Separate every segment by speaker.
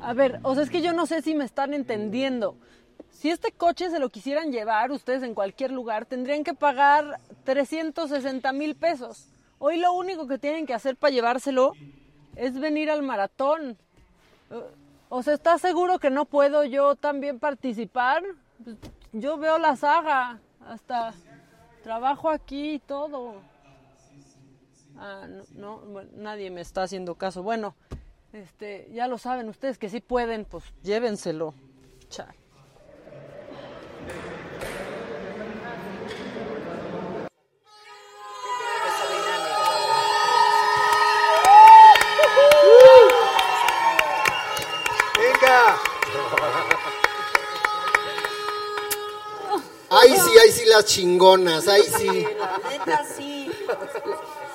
Speaker 1: A ver, o sea, es que yo no sé si me están entendiendo. Si este coche se lo quisieran llevar ustedes en cualquier lugar, tendrían que pagar 360 mil pesos. Hoy lo único que tienen que hacer para llevárselo es venir al maratón.
Speaker 2: Uh,
Speaker 1: Eh, O sea, ¿estás seguro que no puedo yo también participar? Pues, Yo veo la saga, hasta trabajo aquí y todo. Ah, no, no, bueno, nadie me está haciendo caso. Bueno, este, ya lo saben ustedes que sí pueden, pues llévenselo. Chao.
Speaker 3: ¡Venga! Ahí sí, ahí sí las chingonas, ahí sí.
Speaker 4: La neta sí.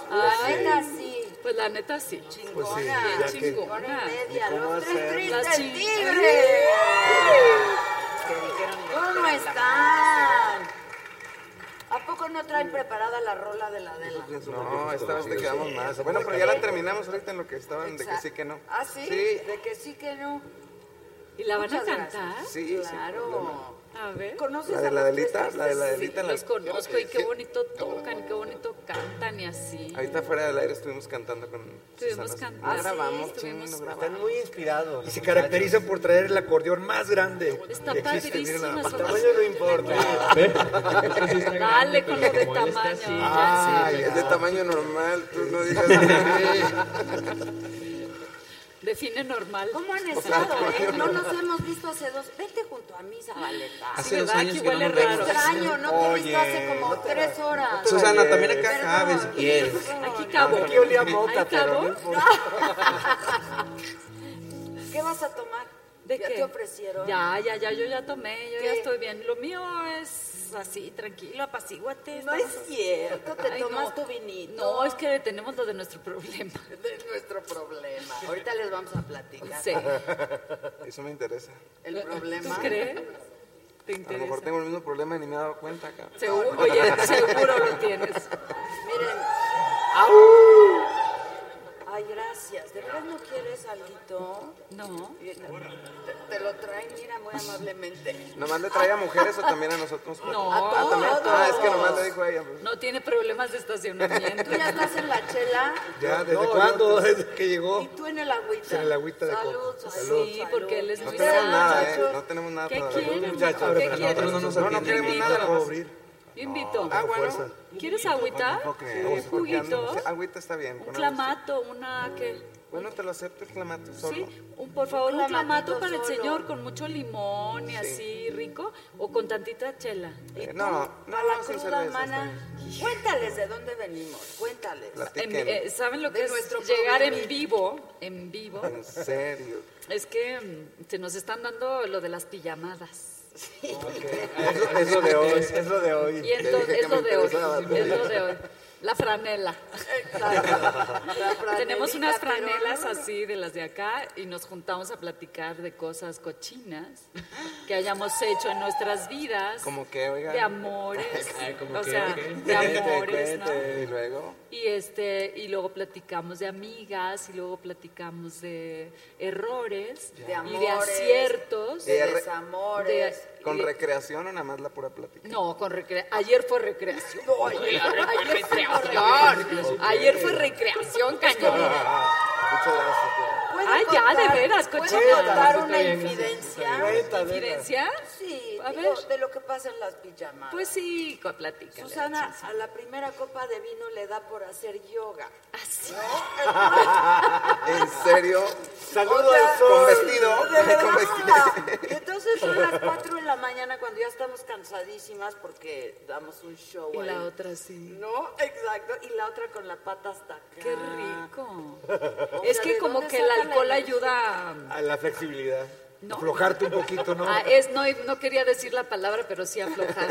Speaker 4: La neta sí.
Speaker 2: Pues la neta sí.
Speaker 3: Pues sí,
Speaker 4: Chingona.
Speaker 3: ya que-
Speaker 4: Chingona y media.
Speaker 3: ¿Cómo
Speaker 4: Los tres
Speaker 3: hacer?
Speaker 4: tristes
Speaker 2: Las ching-
Speaker 4: tigres. ¿Cómo están? ¿A poco no traen preparada la rola de la Adela?
Speaker 5: No, esta vez te quedamos más. Bueno, pero ya la terminamos ahorita en lo que estaban de que sí que no.
Speaker 4: ¿Ah, sí?
Speaker 5: Sí,
Speaker 4: De que sí que no.
Speaker 2: ¿Y la van
Speaker 4: Muchas
Speaker 2: a cantar?
Speaker 4: gracias.
Speaker 5: Sí, sin
Speaker 4: Claro.
Speaker 2: A ver.
Speaker 4: ¿Conoces
Speaker 5: La de
Speaker 4: a
Speaker 5: la
Speaker 4: los tres
Speaker 5: Adelita, la de
Speaker 4: tristes?
Speaker 5: la Adelita. la-
Speaker 2: Los conozco y qué
Speaker 5: Sí.
Speaker 2: bonito tocan, y qué bonito cantan y así.
Speaker 5: Ahorita fuera del aire estuvimos cantando con.
Speaker 2: Estuvimos
Speaker 5: Susana.
Speaker 2: cantando.
Speaker 4: Ah, grabamos,
Speaker 2: sí, estuvimos-
Speaker 5: chingos, grabamos.
Speaker 6: Están muy inspirados.
Speaker 3: Y se caracteriza por traer el acordeón más grande.
Speaker 2: Está
Speaker 3: que existe, miren nada
Speaker 2: padrísima
Speaker 3: más.
Speaker 2: su
Speaker 6: Tamaño no importa.
Speaker 5: ¿Eh?
Speaker 2: Dale con lo de tamaño. ya
Speaker 3: Ah,
Speaker 2: sé.
Speaker 5: Es de tamaño normal, tú no digas. Sí.
Speaker 2: Define normal.
Speaker 4: ¿Cómo han estado, eh? No nos hemos visto hace dos. Vete junto a mí, Zabaleta.
Speaker 2: Sí, ¿verdad? Aquí huele raro.
Speaker 4: Extraño, no te he visto hace como tres horas.
Speaker 5: Susana, también acá
Speaker 4: Perdón.
Speaker 5: cabes. Bien.
Speaker 2: Aquí cabo.
Speaker 6: Aquí olía a mota,
Speaker 2: Ahí
Speaker 6: pero
Speaker 2: cabo.
Speaker 6: no importa.
Speaker 4: ¿Qué vas a tomar?
Speaker 2: ¿De
Speaker 4: ¿Ya
Speaker 2: qué?
Speaker 4: te ofrecieron?
Speaker 2: Ya, ya, ya, yo ya tomé, yo ya
Speaker 4: ¿Qué?
Speaker 2: estoy bien. Lo mío es así, tranquilo, apacíguate.
Speaker 4: No
Speaker 2: estamos-
Speaker 4: es cierto, te
Speaker 2: Ay,
Speaker 4: tomas
Speaker 2: no.
Speaker 4: tu vinito.
Speaker 2: No, es que tenemos lo de nuestro problema.
Speaker 4: Es nuestro problema. Ahorita les vamos a platicar.
Speaker 2: Sí.
Speaker 5: Eso me interesa.
Speaker 4: El problema.
Speaker 2: ¿Tú crees? ¿Te
Speaker 5: A lo
Speaker 2: interesa?
Speaker 5: mejor tengo el mismo problema y ni me he dado cuenta, cabrón.
Speaker 2: Seguro, oye, seguro lo tienes.
Speaker 4: Miren. Ay, gracias. ¿De verdad no quieres alguito?
Speaker 2: No.
Speaker 4: Te, te lo traen, mira, muy amablemente.
Speaker 5: ¿Nomás le trae a mujeres o también a nosotros?
Speaker 2: No.
Speaker 5: Ah, también. Ah, es que nomás le dijo a ella. pues.
Speaker 2: No tiene problemas de estacionamiento.
Speaker 4: Tú ya estás en la chela
Speaker 3: Ya, ¿desde
Speaker 6: No,
Speaker 3: cuándo?
Speaker 6: yo-
Speaker 3: Desde que llegó.
Speaker 4: y tú en el agüita.
Speaker 3: En el agüita de
Speaker 4: salud,
Speaker 3: coco.
Speaker 4: salud,
Speaker 2: Sí,
Speaker 4: salud.
Speaker 2: porque él es
Speaker 5: No
Speaker 2: muy
Speaker 5: tenemos nada, ¿eh?
Speaker 4: muchachos.
Speaker 5: No tenemos nada
Speaker 2: ¿Qué
Speaker 5: todavía.
Speaker 2: quieren,
Speaker 6: muchachos,
Speaker 2: muchachos? ¿Qué
Speaker 6: pero
Speaker 2: quieren?
Speaker 6: nosotros no nos
Speaker 5: No, no
Speaker 6: atienden.
Speaker 5: queremos
Speaker 2: Yo
Speaker 5: nada.
Speaker 6: No
Speaker 5: nomás.
Speaker 6: puedo abrir.
Speaker 2: Yo invito.
Speaker 5: Ah, bueno.
Speaker 2: ¿Quieres agüita?
Speaker 5: No creo,
Speaker 2: ¿Un
Speaker 5: porque ando-
Speaker 2: juguito?
Speaker 5: sí, Agüita está bien.
Speaker 2: Un
Speaker 5: con
Speaker 2: clamato, una que...
Speaker 5: agüita. Bueno, te lo acepto el clamato
Speaker 2: Sí,
Speaker 5: solo.
Speaker 2: un, por favor, un
Speaker 4: clamatito
Speaker 2: clamato para el
Speaker 4: solo.
Speaker 2: señor con mucho limón y así rico o con tantita chela.
Speaker 5: Eh, No, no,
Speaker 4: A la
Speaker 5: no, sin
Speaker 4: cruda,
Speaker 5: cerveza. está
Speaker 4: mana.
Speaker 5: bien.
Speaker 4: Cuéntales de dónde venimos. Cuéntales.
Speaker 2: En-
Speaker 5: Platiquen.
Speaker 2: eh, ¿Saben lo
Speaker 4: De
Speaker 2: que es
Speaker 4: nuestro
Speaker 2: llegar
Speaker 4: problema.
Speaker 2: en vivo? En vivo. em,
Speaker 5: En serio.
Speaker 2: Es que mm, se nos están dando lo de las pijamadas.
Speaker 6: Eso- eso de hoy.
Speaker 3: Es lo de hoy.
Speaker 2: Y entonces,
Speaker 6: dije que
Speaker 2: es lo
Speaker 6: me
Speaker 2: de hoy.
Speaker 6: interesaba,
Speaker 2: Es lo de hoy. La franela.
Speaker 4: Exacto.
Speaker 2: Tenemos unas franelas
Speaker 4: así.
Speaker 2: así de las de acá y nos juntamos a platicar de cosas cochinas que hayamos hecho en nuestras vidas.
Speaker 6: Como que, oiga.
Speaker 2: De amores.
Speaker 3: Ay, como
Speaker 2: o
Speaker 3: que,
Speaker 2: sea,
Speaker 3: ok.
Speaker 2: de amores, ¿no?
Speaker 6: Y luego.
Speaker 2: Y este, y luego platicamos de amigas, y luego platicamos de errores
Speaker 4: De
Speaker 2: y de
Speaker 4: amores,
Speaker 2: aciertos.
Speaker 4: de
Speaker 6: re-
Speaker 4: desamores.
Speaker 2: de-
Speaker 6: ¿Con
Speaker 2: y-
Speaker 6: recreación o nada más la pura plática?
Speaker 2: No, con recre- Ayer fue recreación. Ayer fue
Speaker 4: recreación.
Speaker 2: recreación. Ayer
Speaker 4: Ah,
Speaker 2: fue recreación, cañón.
Speaker 6: Muchas gracias. tía.
Speaker 4: ¿Puedo
Speaker 2: Ay, ya,
Speaker 4: contar-
Speaker 2: de veras,
Speaker 4: ¿Puedo
Speaker 2: cochina.
Speaker 4: contar
Speaker 3: Está
Speaker 4: una
Speaker 3: bien,
Speaker 4: infidencia?
Speaker 3: Cuenta, venga.
Speaker 2: ¿Confidencia?
Speaker 4: Sí,
Speaker 2: A
Speaker 4: digo,
Speaker 2: ver.
Speaker 4: de lo que pasa en las pijamadas.
Speaker 2: Pues sí, co- platícale.
Speaker 4: Susana, a la primera copa de vino le da por hacer yoga.
Speaker 2: Así.
Speaker 6: ¿En serio?
Speaker 3: Saludo
Speaker 4: O sea,
Speaker 3: al sol.
Speaker 6: Con vestido.
Speaker 4: De
Speaker 6: Con
Speaker 4: verdad.
Speaker 6: vestido.
Speaker 4: Y entonces son las 4 de la mañana cuando ya estamos cansadísimas porque damos un show
Speaker 2: Y
Speaker 4: ahí.
Speaker 2: la otra sí.
Speaker 4: No, exacto. Y la otra con la pata hasta acá.
Speaker 2: Qué rico.
Speaker 4: O
Speaker 2: Es
Speaker 4: sea,
Speaker 2: que
Speaker 4: ¿de
Speaker 2: como
Speaker 4: dónde
Speaker 2: que el
Speaker 4: sacan
Speaker 2: alcohol
Speaker 4: la
Speaker 2: ayuda a-
Speaker 3: A la flexibilidad.
Speaker 2: No.
Speaker 7: Aflojarte un poquito, ¿no?
Speaker 2: Ah, es, no, no quería decir la palabra, pero sí aflojar.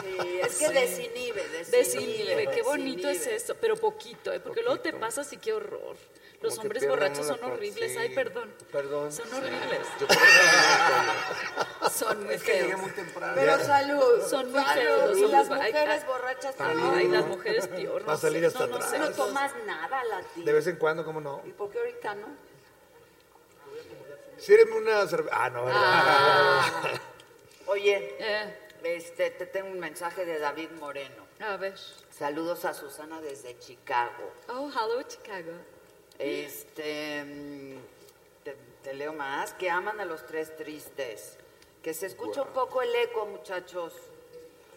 Speaker 4: Sí, es que desinhibe, desinhibe.
Speaker 2: Desinhibe, qué bonito es
Speaker 4: desinhibe.
Speaker 2: eso, pero poquito, ¿eh? porque luego te pasas y qué horror. Los
Speaker 6: que
Speaker 2: hombres
Speaker 6: pierden
Speaker 2: borrachos
Speaker 6: una
Speaker 2: son
Speaker 6: por-
Speaker 2: horribles.
Speaker 6: sí.
Speaker 2: Ay, perdón.
Speaker 3: Perdón.
Speaker 2: Son horribles.
Speaker 6: Yo por eso
Speaker 2: Son muy
Speaker 6: es que llegué
Speaker 2: feos.
Speaker 6: muy temprano.
Speaker 4: Pero salud.
Speaker 2: Son muy
Speaker 4: salud.
Speaker 2: feos los
Speaker 4: Y las
Speaker 2: hombres. Ay,
Speaker 4: mujeres
Speaker 2: ay.
Speaker 4: borrachas
Speaker 2: Ay,
Speaker 4: también.
Speaker 2: las mujeres peor. no
Speaker 7: Va a salir
Speaker 2: sé,
Speaker 7: hasta
Speaker 2: no, no
Speaker 7: atrás.
Speaker 2: sé,
Speaker 4: No
Speaker 2: no sé.
Speaker 4: tomas nada, latín.
Speaker 7: De vez en cuando, ¿cómo no?
Speaker 4: ¿Y por qué ahorita no?
Speaker 7: Sírveme una cerveza. Ah, no,
Speaker 4: Oye,
Speaker 2: Eh,
Speaker 4: este, te tengo un mensaje de David Moreno.
Speaker 2: a ver.
Speaker 4: Saludos a Susana desde Chicago.
Speaker 2: Oh, hello, Chicago. ¿Eh?
Speaker 4: Este, mm, te, te leo más, que aman a los tres tristes. Que se escucha un poco el eco, muchachos.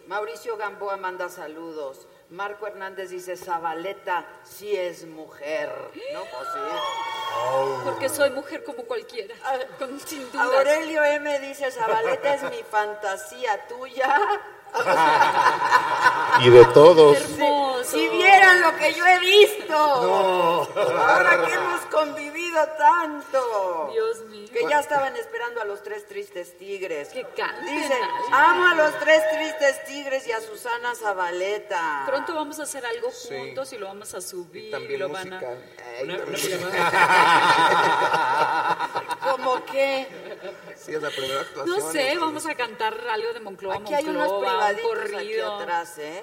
Speaker 4: Mauricio Gamboa manda saludos. Marco Hernández dice, Zabaleta sí es mujer. No, pues sí. Oh.
Speaker 2: Porque soy mujer como cualquiera. Con, sin duda.
Speaker 4: Ah, Aurelio M dice, Zabaleta es mi fantasía tuya.
Speaker 8: Y de todos.
Speaker 2: Hermoso.
Speaker 4: Si vieran lo que yo he visto. Ahora que hemos convivido tanto.
Speaker 2: Dios mío.
Speaker 4: Que ya estaban esperando a los tres tristes tigres.
Speaker 2: Que canten
Speaker 4: Dicen,
Speaker 2: algo.
Speaker 4: amo a los tres tristes tigres y a Susana Zabaleta.
Speaker 2: Pronto vamos a hacer algo juntos y lo vamos a subir.
Speaker 6: Y también
Speaker 2: lo van a-
Speaker 6: musical.
Speaker 4: Como que
Speaker 6: Sí, es la primera actuación.
Speaker 2: No sé, vamos a cantar algo de Moncloa,
Speaker 4: aquí hay unos
Speaker 2: Monclova, un
Speaker 4: privaditos aquí
Speaker 2: corrido.
Speaker 4: atrás, ¿eh?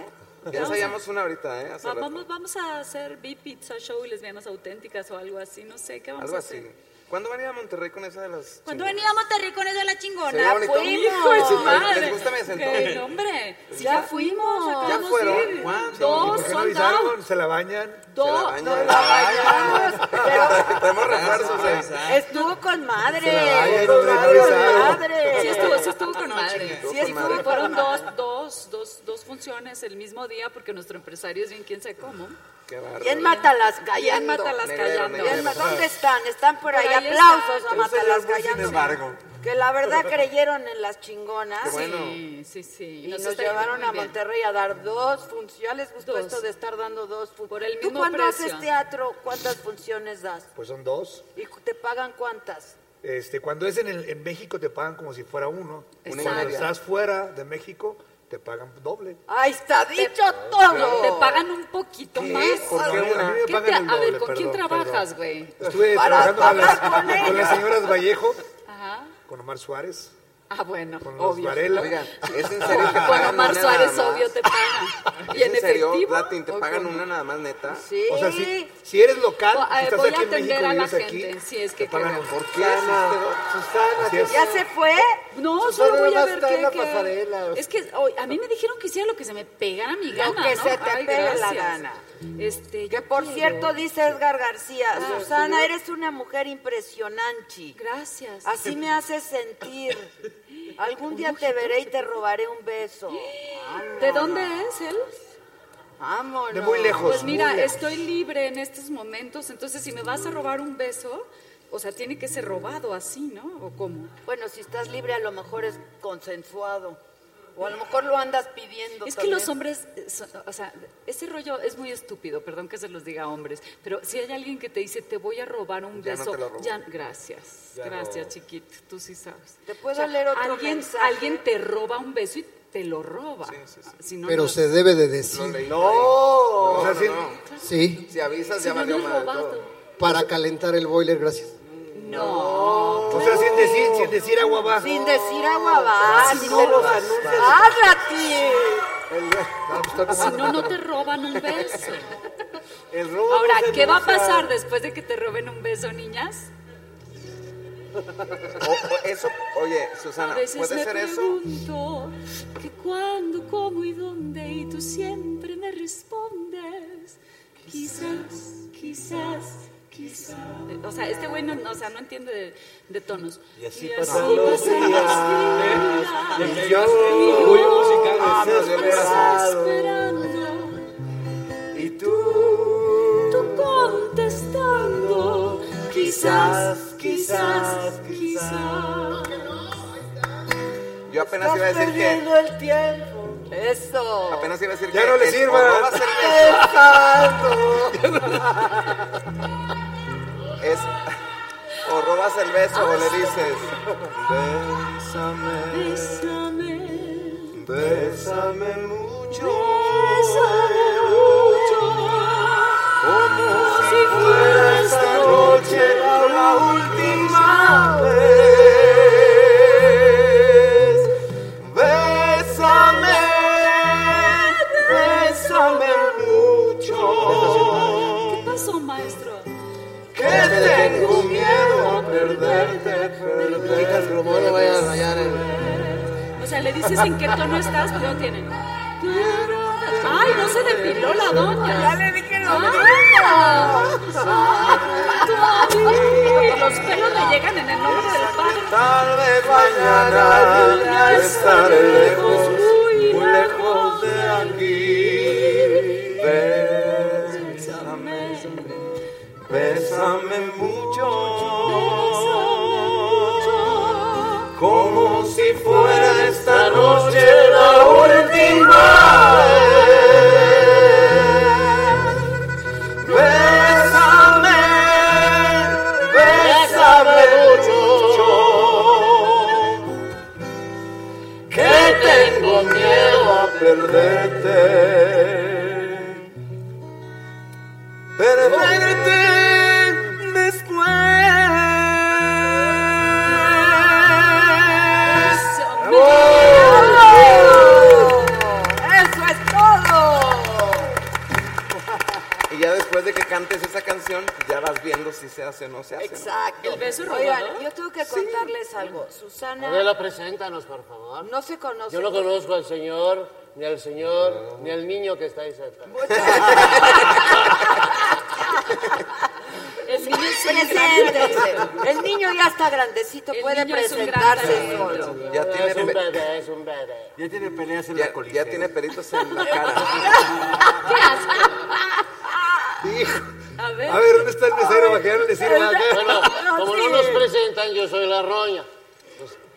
Speaker 6: Ya ensayamos una ahorita, ¿eh? Hace
Speaker 2: Va-
Speaker 6: rato.
Speaker 2: vamos, vamos a hacer B Pizza Show y lesbianas auténticas o algo así, no sé, ¿qué vamos
Speaker 6: Algo
Speaker 2: a
Speaker 6: así.
Speaker 2: hacer?
Speaker 6: ¿Cuándo van a ir a Monterrey con esa de las.?
Speaker 2: Cuando
Speaker 6: chingonas?
Speaker 2: venía a Monterrey con eso de la
Speaker 6: ¿Sería
Speaker 2: chingona,
Speaker 6: bonito?
Speaker 2: fuimos.
Speaker 6: Hijo de su madre.
Speaker 2: Madre,
Speaker 6: ¿Les gusta mi acento?
Speaker 2: qué nombre. Sí, ya, fuimos.
Speaker 6: ¿Ya
Speaker 2: acabamos de
Speaker 6: fueron?
Speaker 2: ir.
Speaker 6: ¿Cuándo?
Speaker 2: Dos,
Speaker 7: ¿Por qué no
Speaker 2: son
Speaker 7: avisaron? ¿Se la bañan?
Speaker 6: Se la
Speaker 2: Dos.
Speaker 6: bañan.
Speaker 4: Pero
Speaker 6: Traemos refuerzos, ¿eh?
Speaker 4: estuvo con madre.
Speaker 7: vaya,
Speaker 4: estuvo
Speaker 7: no, no,
Speaker 4: con
Speaker 7: no, no.
Speaker 4: madre.
Speaker 2: Sí estuvo, sí estuvo con madre.
Speaker 6: estuvo
Speaker 2: Sí
Speaker 6: con
Speaker 2: estuvo,
Speaker 6: madre.
Speaker 2: fueron dos, dos, dos, dos funciones el mismo día porque nuestro empresario es bien quién sabe cómo.
Speaker 6: Qué bárbaro.
Speaker 4: ¿Quién mata las
Speaker 2: ¿Quién
Speaker 4: callando?
Speaker 2: mata las
Speaker 6: Negrero,
Speaker 2: callando?
Speaker 6: negrero.
Speaker 4: ¿Quién ma- ¿Dónde están? Están por
Speaker 2: Por
Speaker 4: ahí.
Speaker 2: ahí
Speaker 4: Aplausos
Speaker 2: están.
Speaker 4: a Matalas
Speaker 7: Sin
Speaker 4: Gallantes.
Speaker 7: embargo.
Speaker 4: Que la verdad creyeron en las chingonas.
Speaker 6: Qué bueno.
Speaker 2: Sí, sí, sí.
Speaker 4: Y nos,
Speaker 2: está yendo
Speaker 4: llevaron
Speaker 2: muy
Speaker 4: a
Speaker 2: bien.
Speaker 4: Monterrey a dar dos funciones. Ya les gustó
Speaker 2: Dos.
Speaker 4: esto de estar dando dos funciones.
Speaker 2: Por el
Speaker 4: ¿Tú
Speaker 2: mismo
Speaker 4: cuando
Speaker 2: precio.
Speaker 4: haces teatro, cuántas funciones das?
Speaker 7: Pues son dos.
Speaker 4: ¿Y cu- te pagan cuántas?
Speaker 7: Este, cuando es en, el- en México te pagan como si fuera uno.
Speaker 6: Una y
Speaker 7: Cuando
Speaker 6: media.
Speaker 7: estás fuera de México te pagan doble.
Speaker 4: ¡Ahí está dicho todo!
Speaker 2: Te pagan un poquito
Speaker 6: ¿Qué?
Speaker 2: más.
Speaker 6: ¿Por qué
Speaker 7: A mí- a
Speaker 6: una?
Speaker 7: mí me
Speaker 2: ¿Qué
Speaker 7: pagan el
Speaker 2: te- a ver,
Speaker 7: doble,
Speaker 2: ¿con quién
Speaker 7: perdón,
Speaker 2: trabajas,
Speaker 7: perdón.
Speaker 2: güey?
Speaker 7: Estuve
Speaker 4: Para
Speaker 7: trabajando con
Speaker 4: pagar
Speaker 7: las,
Speaker 4: con ellos.
Speaker 7: con las señoras Vallejo,
Speaker 2: Ajá.
Speaker 7: con Omar Suárez,
Speaker 2: Ah, bueno,
Speaker 7: con los
Speaker 2: obvio.
Speaker 7: Varela.
Speaker 6: Oigan, ¿es en serio que
Speaker 2: Con
Speaker 6: pagan
Speaker 2: Omar
Speaker 6: una
Speaker 2: Suárez,
Speaker 6: nada más?
Speaker 2: obvio, te pagan.
Speaker 6: ¿Es
Speaker 2: Y en
Speaker 6: en serio,
Speaker 2: efectivo.
Speaker 6: Latin, te
Speaker 2: ¿o
Speaker 6: pagan
Speaker 2: cómo?
Speaker 6: una nada más, neta?
Speaker 4: Sí.
Speaker 7: O sea, si, si eres local,
Speaker 5: Pues,
Speaker 2: Voy-
Speaker 7: si estás
Speaker 2: voy a
Speaker 7: aquí en
Speaker 2: atender
Speaker 7: México y
Speaker 2: a la
Speaker 7: vives aquí,
Speaker 2: gente, si es que
Speaker 7: te pagan
Speaker 2: queremos.
Speaker 7: por
Speaker 6: ¿Por qué hiciste dos?
Speaker 3: Susana, Susana,
Speaker 7: Así es.
Speaker 4: ¿Ya se fue?
Speaker 2: No,
Speaker 3: Susana
Speaker 2: solo voy a
Speaker 3: nomás
Speaker 2: ver
Speaker 3: está en
Speaker 2: qué.
Speaker 3: la
Speaker 2: qué-
Speaker 3: pasarela.
Speaker 2: Es que hoy, a mí me dijeron que hiciera lo que se me pegara mi gana.
Speaker 4: que
Speaker 2: ¿no?
Speaker 4: se te
Speaker 2: Ay,
Speaker 4: pegue la
Speaker 2: gracias.
Speaker 4: gana.
Speaker 2: Este,
Speaker 4: Que
Speaker 2: yo
Speaker 4: por
Speaker 2: quiero- Ah,
Speaker 4: cierto, dice Edgar García, Ah, Susana, eres una mujer impresionante.
Speaker 2: Gracias.
Speaker 4: Así me haces sentir. Algún día te veré y te robaré un beso.
Speaker 2: Ah, ¿De dónde es él?
Speaker 4: Vámonos.
Speaker 7: De muy lejos.
Speaker 2: Pues mira,
Speaker 7: muy lejos.
Speaker 2: estoy libre en estos momentos, entonces si me vas a robar un beso, o sea, tiene que ser robado así, ¿no? ¿O cómo?
Speaker 4: Bueno, si estás libre, a lo mejor es consensuado. O a lo mejor lo andas pidiendo.
Speaker 2: Es que
Speaker 4: también.
Speaker 2: los hombres, eh, son- o sea, ese rollo es muy estúpido, perdón que se los diga a hombres, pero si hay alguien que te dice, te voy a robar un
Speaker 5: Ya no
Speaker 2: beso,
Speaker 5: te lo robo.
Speaker 2: ya, gracias,
Speaker 6: Ya
Speaker 2: gracias
Speaker 6: no.
Speaker 2: chiquito, tú sí sabes.
Speaker 4: ¿Te puedo leer otro
Speaker 2: alguien,
Speaker 4: mensaje?
Speaker 2: alguien te roba un beso y te lo roba. Si no,
Speaker 9: Pero
Speaker 2: no-
Speaker 9: se debe de decir.
Speaker 5: leí.
Speaker 6: No,
Speaker 5: No,
Speaker 6: o sea,
Speaker 5: no,
Speaker 6: sí-
Speaker 5: no.
Speaker 9: Sí,
Speaker 5: Si avisas,
Speaker 2: si
Speaker 5: ya
Speaker 2: no,
Speaker 5: valió
Speaker 2: no es
Speaker 5: madre
Speaker 2: robado.
Speaker 5: todo.
Speaker 9: para calentar el boiler, gracias.
Speaker 2: No,
Speaker 3: O sea, sin decir, sin decir agua va.
Speaker 4: Sin decir
Speaker 5: Ah,
Speaker 4: agua va.
Speaker 3: Si
Speaker 4: sin
Speaker 3: no
Speaker 4: te-
Speaker 3: los anuncias.
Speaker 4: ¡Háblate!
Speaker 5: pues,
Speaker 2: si no, no te roban un beso.
Speaker 6: El robo
Speaker 2: Ahora,
Speaker 6: no se
Speaker 2: ¿qué va a
Speaker 6: anuncia.
Speaker 2: pasar después de que te roben un beso, niñas?
Speaker 5: O- o eso, oye, eh, Susana,
Speaker 2: A veces
Speaker 5: ¿puede
Speaker 2: me
Speaker 5: ser eso?
Speaker 2: pregunto que cuándo, cómo y dónde y tú siempre me respondes quizás, quizás, quizás. O sea, este güey no, no, o sea, no entiende de, de tonos. Y así pasan los días.
Speaker 6: Y yo voy musical de ser esperado.
Speaker 2: Esperando
Speaker 6: Y tú,
Speaker 2: tú contestando quizás, quizás, quizás.
Speaker 5: Yo apenas iba a decir que.
Speaker 4: el tiempo. Eso.
Speaker 5: Apenas iba a decir
Speaker 6: Ya
Speaker 5: que.
Speaker 6: no le
Speaker 5: es- o
Speaker 6: sirvan.
Speaker 5: no va a ser beso. Es. O robas el beso o le dices. Bésame,
Speaker 2: Bésame.
Speaker 6: bésame mucho. Fuera esta noche la última vez. Bésame, bésame mucho.
Speaker 2: pasó, maestro?
Speaker 6: Que tengo miedo a perderte, perderte.
Speaker 9: no vaya a rayar
Speaker 2: O sea, le dices en qué tono estás, pero no tienen. Ay, no se depiló la doña. Ya le dije lo Los pelos le llegan en el nombre del padre.
Speaker 6: Tarde mañana estaré lejos,
Speaker 2: muy
Speaker 6: muy lejos de aquí. Bésame, bésame mucho, como si fuera esta noche la última. vez. Bésame, bésame mucho que tengo miedo a perderte. Perderte después. Oh,
Speaker 4: ¡Eso es todo!
Speaker 5: Y ya después de que cantes esa canción, ya vas viendo si se hace o no se hace. ¿no?
Speaker 4: Exacto.
Speaker 2: El beso robado.
Speaker 4: Oigan, yo tengo que contarles algo. Susana.
Speaker 10: Adela, preséntanos, por favor.
Speaker 4: No se conoce.
Speaker 10: Yo no conozco al señor, ni al señor, ni al niño que está ahí sentado.
Speaker 2: El niño es un
Speaker 4: Preséntense. El niño ya está grandecito,
Speaker 2: El
Speaker 4: puede
Speaker 2: niño es un gran
Speaker 4: presentarse
Speaker 2: talento.
Speaker 4: solo.
Speaker 5: Ya tiene,
Speaker 10: es un
Speaker 5: pe-
Speaker 10: bebé, es un bebé.
Speaker 6: Ya tiene peleas en
Speaker 5: ya- ya tiene peritos en la cara.
Speaker 2: A ver.
Speaker 3: A ver, ¿dónde está el mesero? Para que ya no le sirva acá.
Speaker 10: Bueno, como no nos presentan, yo soy la roña.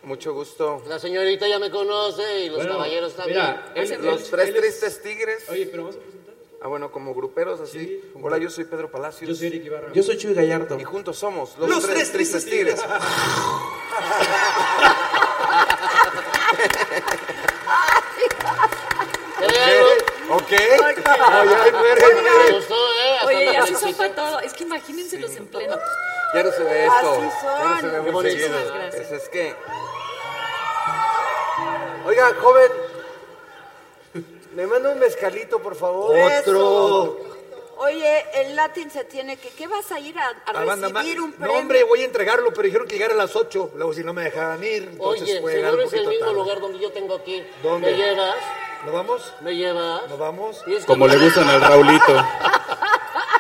Speaker 5: Mucho gusto.
Speaker 10: La señorita ya me conoce y los caballeros también.
Speaker 5: Los tres tristes tigres. Oye, pero vamos a presentar. Ah, bueno, como gruperos así. Hola, yo soy Pedro Palacios. Yo soy Eric Ibarra. Yo soy Chuy Gallardo. Y juntos somos los, tres, tristes tigres.
Speaker 10: Creo-
Speaker 6: Ok.
Speaker 10: me gustó, ¿eh? Hasta
Speaker 2: Oye,
Speaker 10: me
Speaker 2: y así
Speaker 10: gustó.
Speaker 2: son para todo. Es que imagínenselos en pleno.
Speaker 5: Ya no se ve esto.
Speaker 4: Así
Speaker 5: Ya no se
Speaker 4: son.
Speaker 5: ve muy
Speaker 10: bonito.
Speaker 5: seguido.
Speaker 2: Muchísimas gracias.
Speaker 5: Pues es que
Speaker 6: Oiga, joven. Me manda un mezcalito, por favor.
Speaker 4: Otro. Oye, el Latin se tiene que. ¿Qué vas a ir a, a
Speaker 3: A banda ma-
Speaker 4: recibir un
Speaker 3: No,
Speaker 4: premio?
Speaker 3: hombre, voy a entregarlo, pero dijeron que llegara a las 8. Luego, si no me dejaban ir, entonces
Speaker 10: Oye,
Speaker 3: fue
Speaker 10: seguro
Speaker 3: algo
Speaker 10: es el
Speaker 3: poquito
Speaker 10: mismo
Speaker 3: tarde.
Speaker 10: lugar donde yo tengo aquí.
Speaker 3: ¿Dónde?
Speaker 10: ¿Me llevas?
Speaker 3: ¿Nos vamos?
Speaker 10: ¿Me llevas?
Speaker 3: ¿Nos vamos?
Speaker 10: Y es que-
Speaker 11: Como le gustan al Raulito.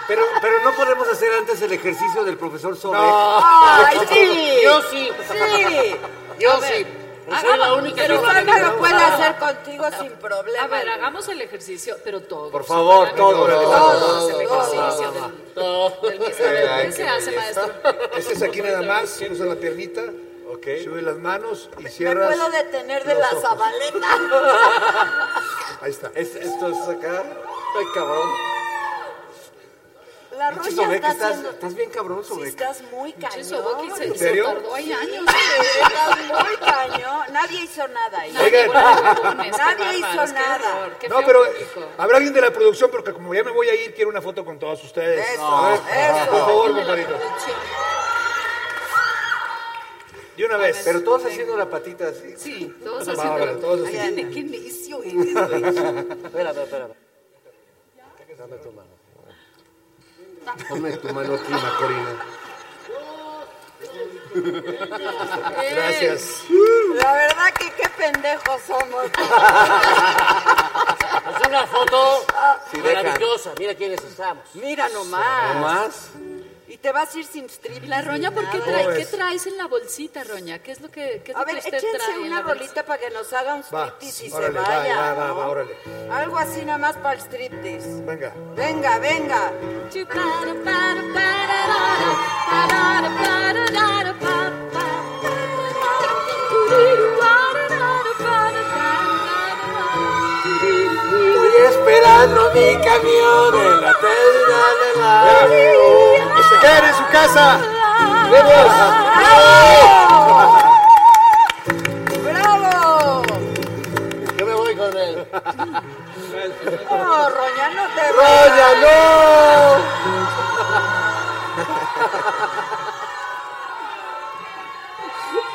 Speaker 6: Pero, pero no podemos hacer antes el ejercicio del profesor sobre.
Speaker 4: ¡Ay, sí!
Speaker 10: Yo sí.
Speaker 4: ¡Sí!
Speaker 10: Yo sí. Soy la
Speaker 2: hagámoslo,
Speaker 10: única que
Speaker 2: pero
Speaker 10: no la
Speaker 4: Susana lo
Speaker 10: veo.
Speaker 4: puede hacer contigo sin problema.
Speaker 2: A ver, hagamos el ejercicio, pero todos.
Speaker 6: Por favor, todos.
Speaker 2: Todos el ejercicio del- del beso. A ver, ¿Qué se hace, maestro?
Speaker 3: Este es aquí nada más, usa la piernita.
Speaker 6: Sube las manos y
Speaker 4: Me
Speaker 6: cierras.
Speaker 4: puedo detener de
Speaker 6: los
Speaker 4: la
Speaker 6: ojos.
Speaker 4: zabaleta.
Speaker 6: Ahí está.
Speaker 3: esto es acá. Ay, cabrón.
Speaker 4: La
Speaker 3: Pinche
Speaker 4: roña
Speaker 3: Sobek,
Speaker 4: está
Speaker 3: estás,
Speaker 4: haciendo...
Speaker 3: estás bien cabrón,
Speaker 4: Sí,
Speaker 3: Sobek.
Speaker 4: estás muy cañón.
Speaker 2: Sobek se-
Speaker 3: ¿En serio?
Speaker 2: se tardó ahí años.
Speaker 4: Sí, estás muy cañón. Nadie hizo nada ahí.
Speaker 6: Oigan.
Speaker 4: Nadie hizo nada.
Speaker 6: No, pero habrá alguien de la producción porque como ya me voy a ir, quiero una foto con todos ustedes.
Speaker 4: Eso,
Speaker 6: A ver,
Speaker 4: eso.
Speaker 6: Por favor, compadrito. De una vez.
Speaker 3: Pero todos haciendo la patita así.
Speaker 2: Sí, todos
Speaker 6: Va,
Speaker 2: haciendo...
Speaker 6: ahora, todos
Speaker 2: Ay,
Speaker 6: así.
Speaker 2: nene, qué necio eres, güey.
Speaker 10: Espera, espera, espera. Dame tu mano.
Speaker 3: Ponme tu mano aquí, Macorina.
Speaker 6: Gracias.
Speaker 4: La verdad que qué pendejos somos.
Speaker 10: Es una foto
Speaker 3: Sí, deja.
Speaker 10: maravillosa. Mira quiénes estamos.
Speaker 4: Mira nomás.
Speaker 3: ¿No más?
Speaker 4: Y te vas a ir sin strip.
Speaker 2: La Roña, ¿por qué,
Speaker 4: nada.
Speaker 2: trae-
Speaker 6: ¿Cómo
Speaker 2: qué
Speaker 6: ves?
Speaker 2: traes en la bolsita, Roña? ¿Qué es lo que, qué es
Speaker 4: A
Speaker 2: lo que
Speaker 4: ver,
Speaker 2: usted
Speaker 4: échense
Speaker 2: trae en
Speaker 4: una
Speaker 2: la bolsita?
Speaker 4: rolita para que nos haga un
Speaker 6: Va,
Speaker 4: striptease y
Speaker 6: órale,
Speaker 4: se
Speaker 6: va,
Speaker 4: vaya.
Speaker 6: va, va,
Speaker 4: ¿no?
Speaker 6: va, órale.
Speaker 4: Algo así nada más para el striptease.
Speaker 6: Venga.
Speaker 4: Venga, venga.
Speaker 3: Estoy esperando mi camión en la terminal de la...
Speaker 6: Que se queden en su casa.
Speaker 4: ¡Bravo!
Speaker 10: Yo me voy con él.
Speaker 4: No, Roña, no te
Speaker 3: ¡Roya, no!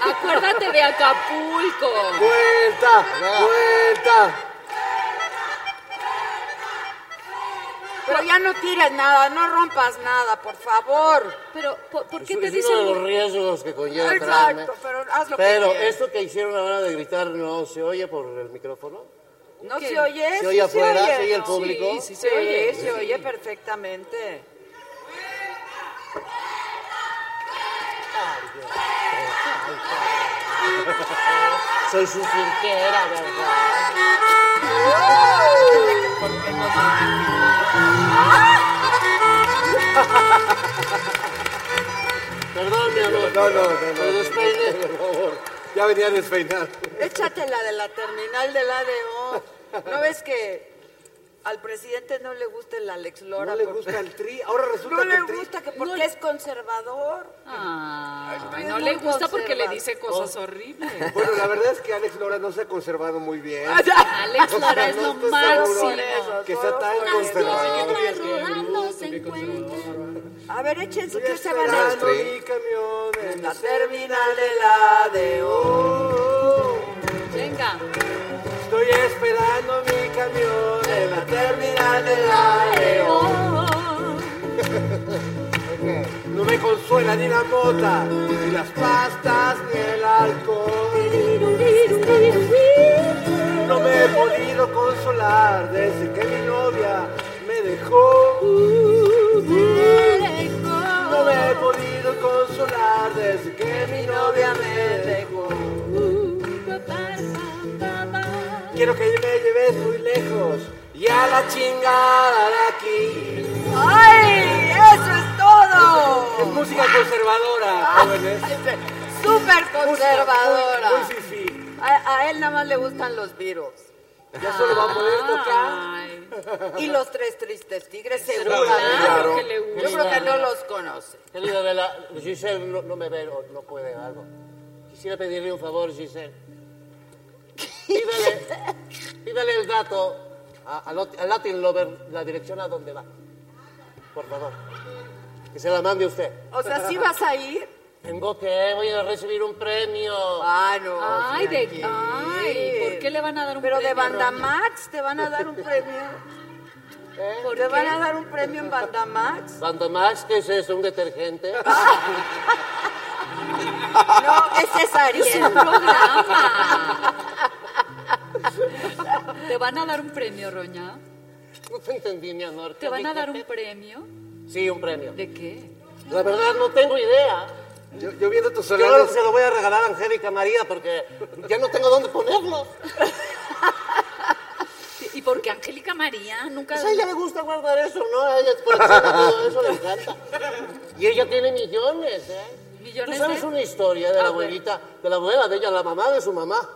Speaker 2: Acuérdate de Acapulco.
Speaker 3: ¡Vuelta! ¡Vuelta!
Speaker 4: Pero ya no tires nada, no rompas nada, por favor.
Speaker 2: Pero, ¿por, por qué
Speaker 10: Es-
Speaker 2: te
Speaker 10: es pues, uno de
Speaker 2: dicen
Speaker 10: los riesgos que conlleva el
Speaker 4: Exacto,
Speaker 10: transme.
Speaker 4: pero haz lo
Speaker 10: Pero
Speaker 4: que quieras.
Speaker 10: esto que hicieron ahora de gritar no se oye por el micrófono.
Speaker 4: ¿No
Speaker 2: ¿Qué?
Speaker 4: se oye?
Speaker 10: ¿Se oye
Speaker 4: Sí
Speaker 10: afuera? ¿Se oye el
Speaker 4: ¿no?
Speaker 10: público?
Speaker 4: Sí, sí, se oye, se oye perfectamente.
Speaker 10: Soy su cirquera, ¿verdad? Perdón, mi amor.
Speaker 3: No, no, no,
Speaker 10: Me
Speaker 3: no.
Speaker 10: despeiné.
Speaker 3: Por favor. Ya venía despeinado.
Speaker 4: Échate la de la terminal del ADO. ¿No ves que al presidente no le gusta el Alex Lora?
Speaker 3: No le
Speaker 4: por-
Speaker 3: gusta el tri. Ahora resulta
Speaker 4: No
Speaker 3: que
Speaker 4: le
Speaker 3: el tri...
Speaker 4: gusta que porque es conservador.
Speaker 2: Ay,
Speaker 4: es
Speaker 2: no
Speaker 4: muy
Speaker 2: le gusta porque le
Speaker 4: conservador.
Speaker 2: dice cosas horribles.
Speaker 3: Bueno, la verdad es que Alex Lora no se ha conservado muy bien.
Speaker 2: Ah, Alex Lora es lo
Speaker 3: estoy
Speaker 2: máximo.
Speaker 3: seguro Que está tan conservado.
Speaker 4: A ver, échense que se van a
Speaker 3: Esperando mi camión en
Speaker 4: la
Speaker 3: la
Speaker 4: terminal del ADO.
Speaker 2: Venga.
Speaker 3: Estoy esperando mi camión en la terminal del aéreo. No me consuela ni la mota, ni las pastas, ni el alcohol. No me he podido consolar desde que mi novia me dejó. No me he podido consolar desde que mi novia me dejó. Quiero que me lleves muy lejos y a la chingada de aquí.
Speaker 4: ¡Ay! ¡Eso es
Speaker 3: Es
Speaker 4: todo! Ah,
Speaker 3: música conservadora, jóvenes.
Speaker 4: ¡Súper conservadora!
Speaker 3: Muy, muy fifí.
Speaker 4: A, a él nada más le gustan los virus.
Speaker 3: Ya solo va a poder tocar.
Speaker 2: Ay,
Speaker 4: Y los tres tristes tigres, seguramente.
Speaker 2: claro que le gusta.
Speaker 4: Yo creo que no los conoce.
Speaker 10: Querida Vela, Giselle no, no me ve, no, no puede algo. Quisiera pedirle un favor, Giselle. Pídale, pídale el dato a, a Lot- a Latin Lover, la dirección a donde va. Por favor. Que se la mande usted.
Speaker 4: O sea, ¿sí vas a ir?
Speaker 10: Tengo que, voy a recibir un premio.
Speaker 4: Ah, no.
Speaker 2: Ay, de,
Speaker 4: tranquilo.
Speaker 2: ay, ¿por qué le van a dar un
Speaker 4: Pero de
Speaker 2: premio, Roña?
Speaker 4: Bandamax te van a dar un premio.
Speaker 2: ¿Eh? ¿Por
Speaker 4: Te van
Speaker 2: qué?
Speaker 4: a dar un premio en Bandamax.
Speaker 10: Cuando más que es eso? ¿Un detergente?
Speaker 4: No, ese es
Speaker 2: Es un
Speaker 4: Ariel.
Speaker 2: programa. ¿Te van a dar un premio, Roña?
Speaker 10: No te entendí, mi amor.
Speaker 2: ¿Te van a dar un premio?
Speaker 10: Sí, un premio.
Speaker 2: ¿De qué?
Speaker 10: La verdad, no tengo idea.
Speaker 3: Yo, yo viendo tus
Speaker 10: Yo creo que
Speaker 3: horarios.
Speaker 10: se lo voy a regalar a Angélica María porque ya no tengo dónde ponerlo.
Speaker 2: ¿Y por qué Angélica María nunca...
Speaker 10: Pues a ella le gusta guardar eso, ¿no? A ella es colecciona todo eso, le encanta. Y ella tiene millones, ¿eh? ¿Tú
Speaker 2: millones
Speaker 10: sabes
Speaker 2: de-
Speaker 10: una historia de
Speaker 2: Ah,
Speaker 10: la
Speaker 2: bueno.
Speaker 10: abuelita, de la abuela de ella, la mamá de su mamá?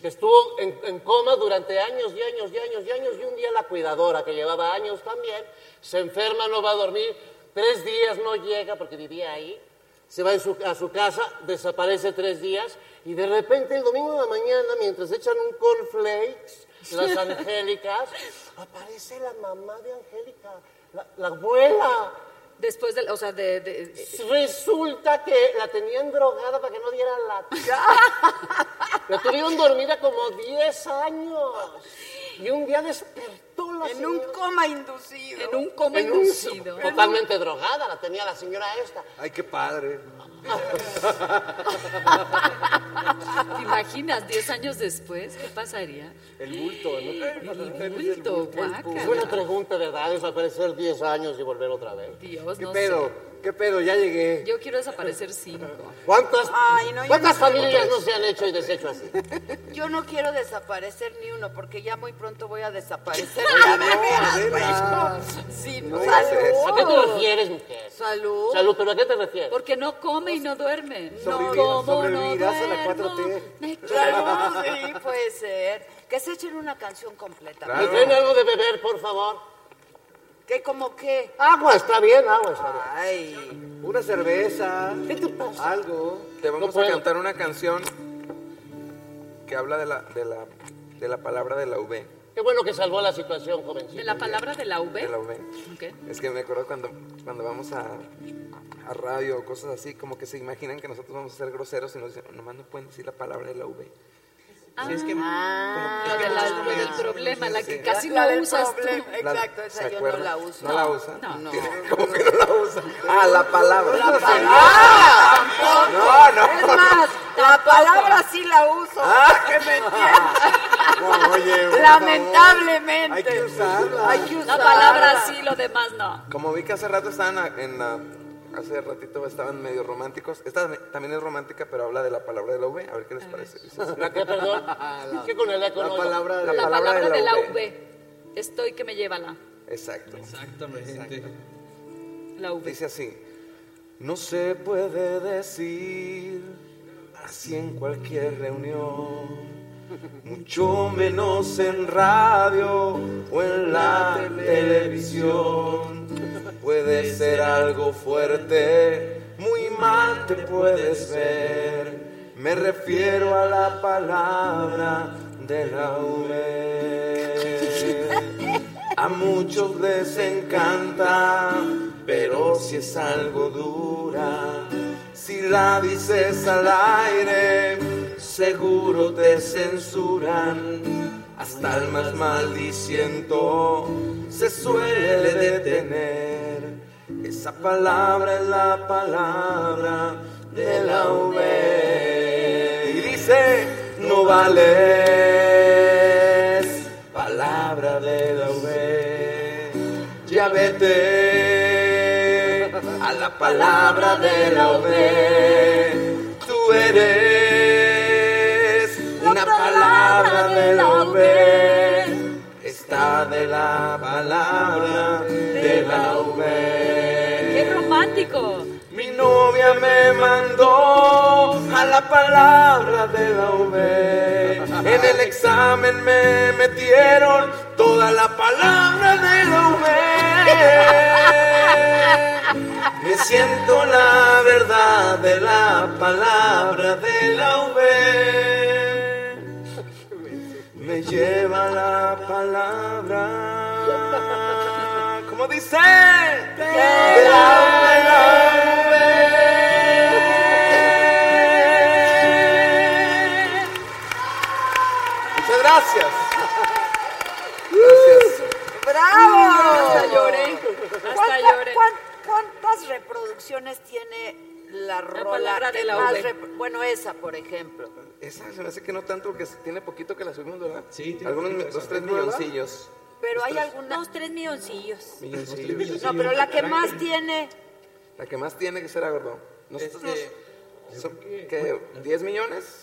Speaker 10: Que estuvo en, en coma durante años y años y años y años y un día la cuidadora, que llevaba años también, se enferma, no va a dormir, tres días no llega porque vivía ahí, se va en su- a su casa, desaparece tres días y de repente el domingo de la mañana, mientras echan un cornflakes, las angélicas, aparece la mamá de Angélica, la, la abuela.
Speaker 2: Después del, o sea, de... de-
Speaker 10: Resulta que la tenían drogada para que no diera la La tuvieron dormida como 10 años. Y un día despertó la
Speaker 4: En un
Speaker 10: señora.
Speaker 4: coma inducido.
Speaker 2: En un coma
Speaker 10: En un-
Speaker 2: inducido.
Speaker 10: Totalmente drogada la tenía la señora esta.
Speaker 5: Ay, qué padre.
Speaker 2: ¿Te imaginas 10 años después? ¿Qué pasaría?
Speaker 5: El bulto, ¿no?
Speaker 2: El bulto,
Speaker 10: Es buena
Speaker 2: guácala.
Speaker 10: pregunta, ¿verdad? Desaparecer 10 años y volver otra vez.
Speaker 2: Dios,
Speaker 10: ¿Qué
Speaker 2: no
Speaker 10: pedo?
Speaker 2: sé.
Speaker 10: ¿Qué pedo? Ya llegué.
Speaker 2: Yo quiero desaparecer cinco.
Speaker 10: ¿Cuántas,
Speaker 4: Ay, no, yo
Speaker 10: ¿cuántas
Speaker 4: no sé.
Speaker 10: familias no se han hecho y deshecho así?
Speaker 4: Yo no quiero desaparecer ni uno, porque ya muy pronto voy a desaparecer.
Speaker 5: No, Adela.
Speaker 4: Sí,
Speaker 5: No
Speaker 4: no.
Speaker 5: digas
Speaker 10: ¿A qué te
Speaker 4: Salud.
Speaker 10: refieres, mujer?
Speaker 4: Salud.
Speaker 10: Salud, ¿pero a qué te refieres?
Speaker 2: Porque no come y no duerme. No,
Speaker 5: Sobrevivi-
Speaker 2: como no
Speaker 5: sobrevivirás a la
Speaker 2: duermo.
Speaker 5: 4T.
Speaker 2: Me quedo-
Speaker 4: Salud, sí, puede ser. Que se echen una canción completa.
Speaker 10: ¿Me traen algo de beber, por favor?
Speaker 4: Que como que...
Speaker 10: Agua está bien, agua está bien.
Speaker 4: Ay,
Speaker 6: Una cerveza,
Speaker 10: ¿Qué te pasa?
Speaker 6: algo.
Speaker 5: Te vamos
Speaker 10: puedo.
Speaker 5: a cantar una canción que habla de la, de la, de la palabra de la V.
Speaker 10: Qué bueno que salvó la situación,
Speaker 2: De
Speaker 10: jovencito.
Speaker 2: la palabra de la V.
Speaker 5: De la V.
Speaker 2: Ok.
Speaker 5: Es que me acuerdo cuando, cuando vamos a, a radio o cosas así, como que se imaginan que nosotros vamos a ser groseros y nos dicen, nomás no pueden decir la palabra de la V.
Speaker 2: Ah,
Speaker 5: Sí, es que-
Speaker 10: Ah,
Speaker 2: la, de la- la del problema, la que casi
Speaker 4: la
Speaker 2: no
Speaker 4: del
Speaker 2: usas
Speaker 4: problema.
Speaker 5: La-
Speaker 4: Exacto,
Speaker 5: ¿se
Speaker 4: esa yo no
Speaker 5: acuerdan?
Speaker 4: la uso.
Speaker 5: ¿No la usa?
Speaker 2: No. No.
Speaker 5: ¿Cómo que no la usa? Ah, la palabra.
Speaker 4: ¡Ah!
Speaker 5: No, no.
Speaker 4: Es más, la palabra sí la uso. que me entiendan.
Speaker 6: No, oye, por
Speaker 4: Lamentablemente.
Speaker 6: favor. Hay que usarla.
Speaker 4: Hay que
Speaker 2: tú.
Speaker 4: usarla.
Speaker 2: La palabra sí, lo demás no.
Speaker 5: Como vi que hace rato estaban a- en la... Hace ratito estaban medio románticos. Esta me- también es romántica, pero habla de la palabra de la V. A ver qué les parece. Dice así.
Speaker 10: Ah, ¿La qué, perdón? ¿Qué con el eco?
Speaker 6: La
Speaker 10: no?
Speaker 6: palabra de
Speaker 5: La
Speaker 2: La
Speaker 5: palabra
Speaker 2: palabra
Speaker 5: de
Speaker 2: de
Speaker 5: la
Speaker 2: la
Speaker 5: V.
Speaker 2: V. Estoy que me lleva la,
Speaker 5: Exacto.
Speaker 2: la V.
Speaker 5: Dice así. No se puede decir así en cualquier reunión. Mucho menos en radio o en la televisión. Puede ser algo fuerte, muy mal te puedes ver. Me refiero a la palabra de la V. A muchos les encanta, pero si es algo dura, si la dices al aire, seguro te censuran. Hasta el más maldiciento se suele detener. Esa palabra es la palabra de la V. Y dice, no vales palabra de la V. Ya vete a la palabra de la V. Tú eres una palabra de la V. Está de la palabra de la V.
Speaker 2: ¡Qué romántico!
Speaker 5: Mi novia me mandó a la palabra de la V. En el examen me metieron toda la palabra de la V. Me siento la verdad de la palabra de la V. Me lleva la palabra. ¿Cómo dice? De la V.
Speaker 6: Muchas gracias.
Speaker 4: ¡Bravo!
Speaker 2: Hasta lloré. Hasta
Speaker 4: ¿Cuánta-
Speaker 2: lloré.
Speaker 4: cuán- ¿Cuántas reproducciones tiene la rola
Speaker 2: palabra de
Speaker 4: que
Speaker 2: la
Speaker 4: más
Speaker 2: V.
Speaker 4: rep- Bueno, esa, por ejemplo.
Speaker 5: Esa se me hace que no tanto porque tiene poquito que la subimos, ¿verdad? Sí, algunos mi- dos, tres milloncillos.
Speaker 4: Pero hay alguna...
Speaker 2: Dos, tres milloncillos.
Speaker 5: Milloncillos.
Speaker 4: No, pero la que más tiene...
Speaker 5: La que más tiene que ser gordo. Nosotros Son- ¿Qué? ¿10 millones?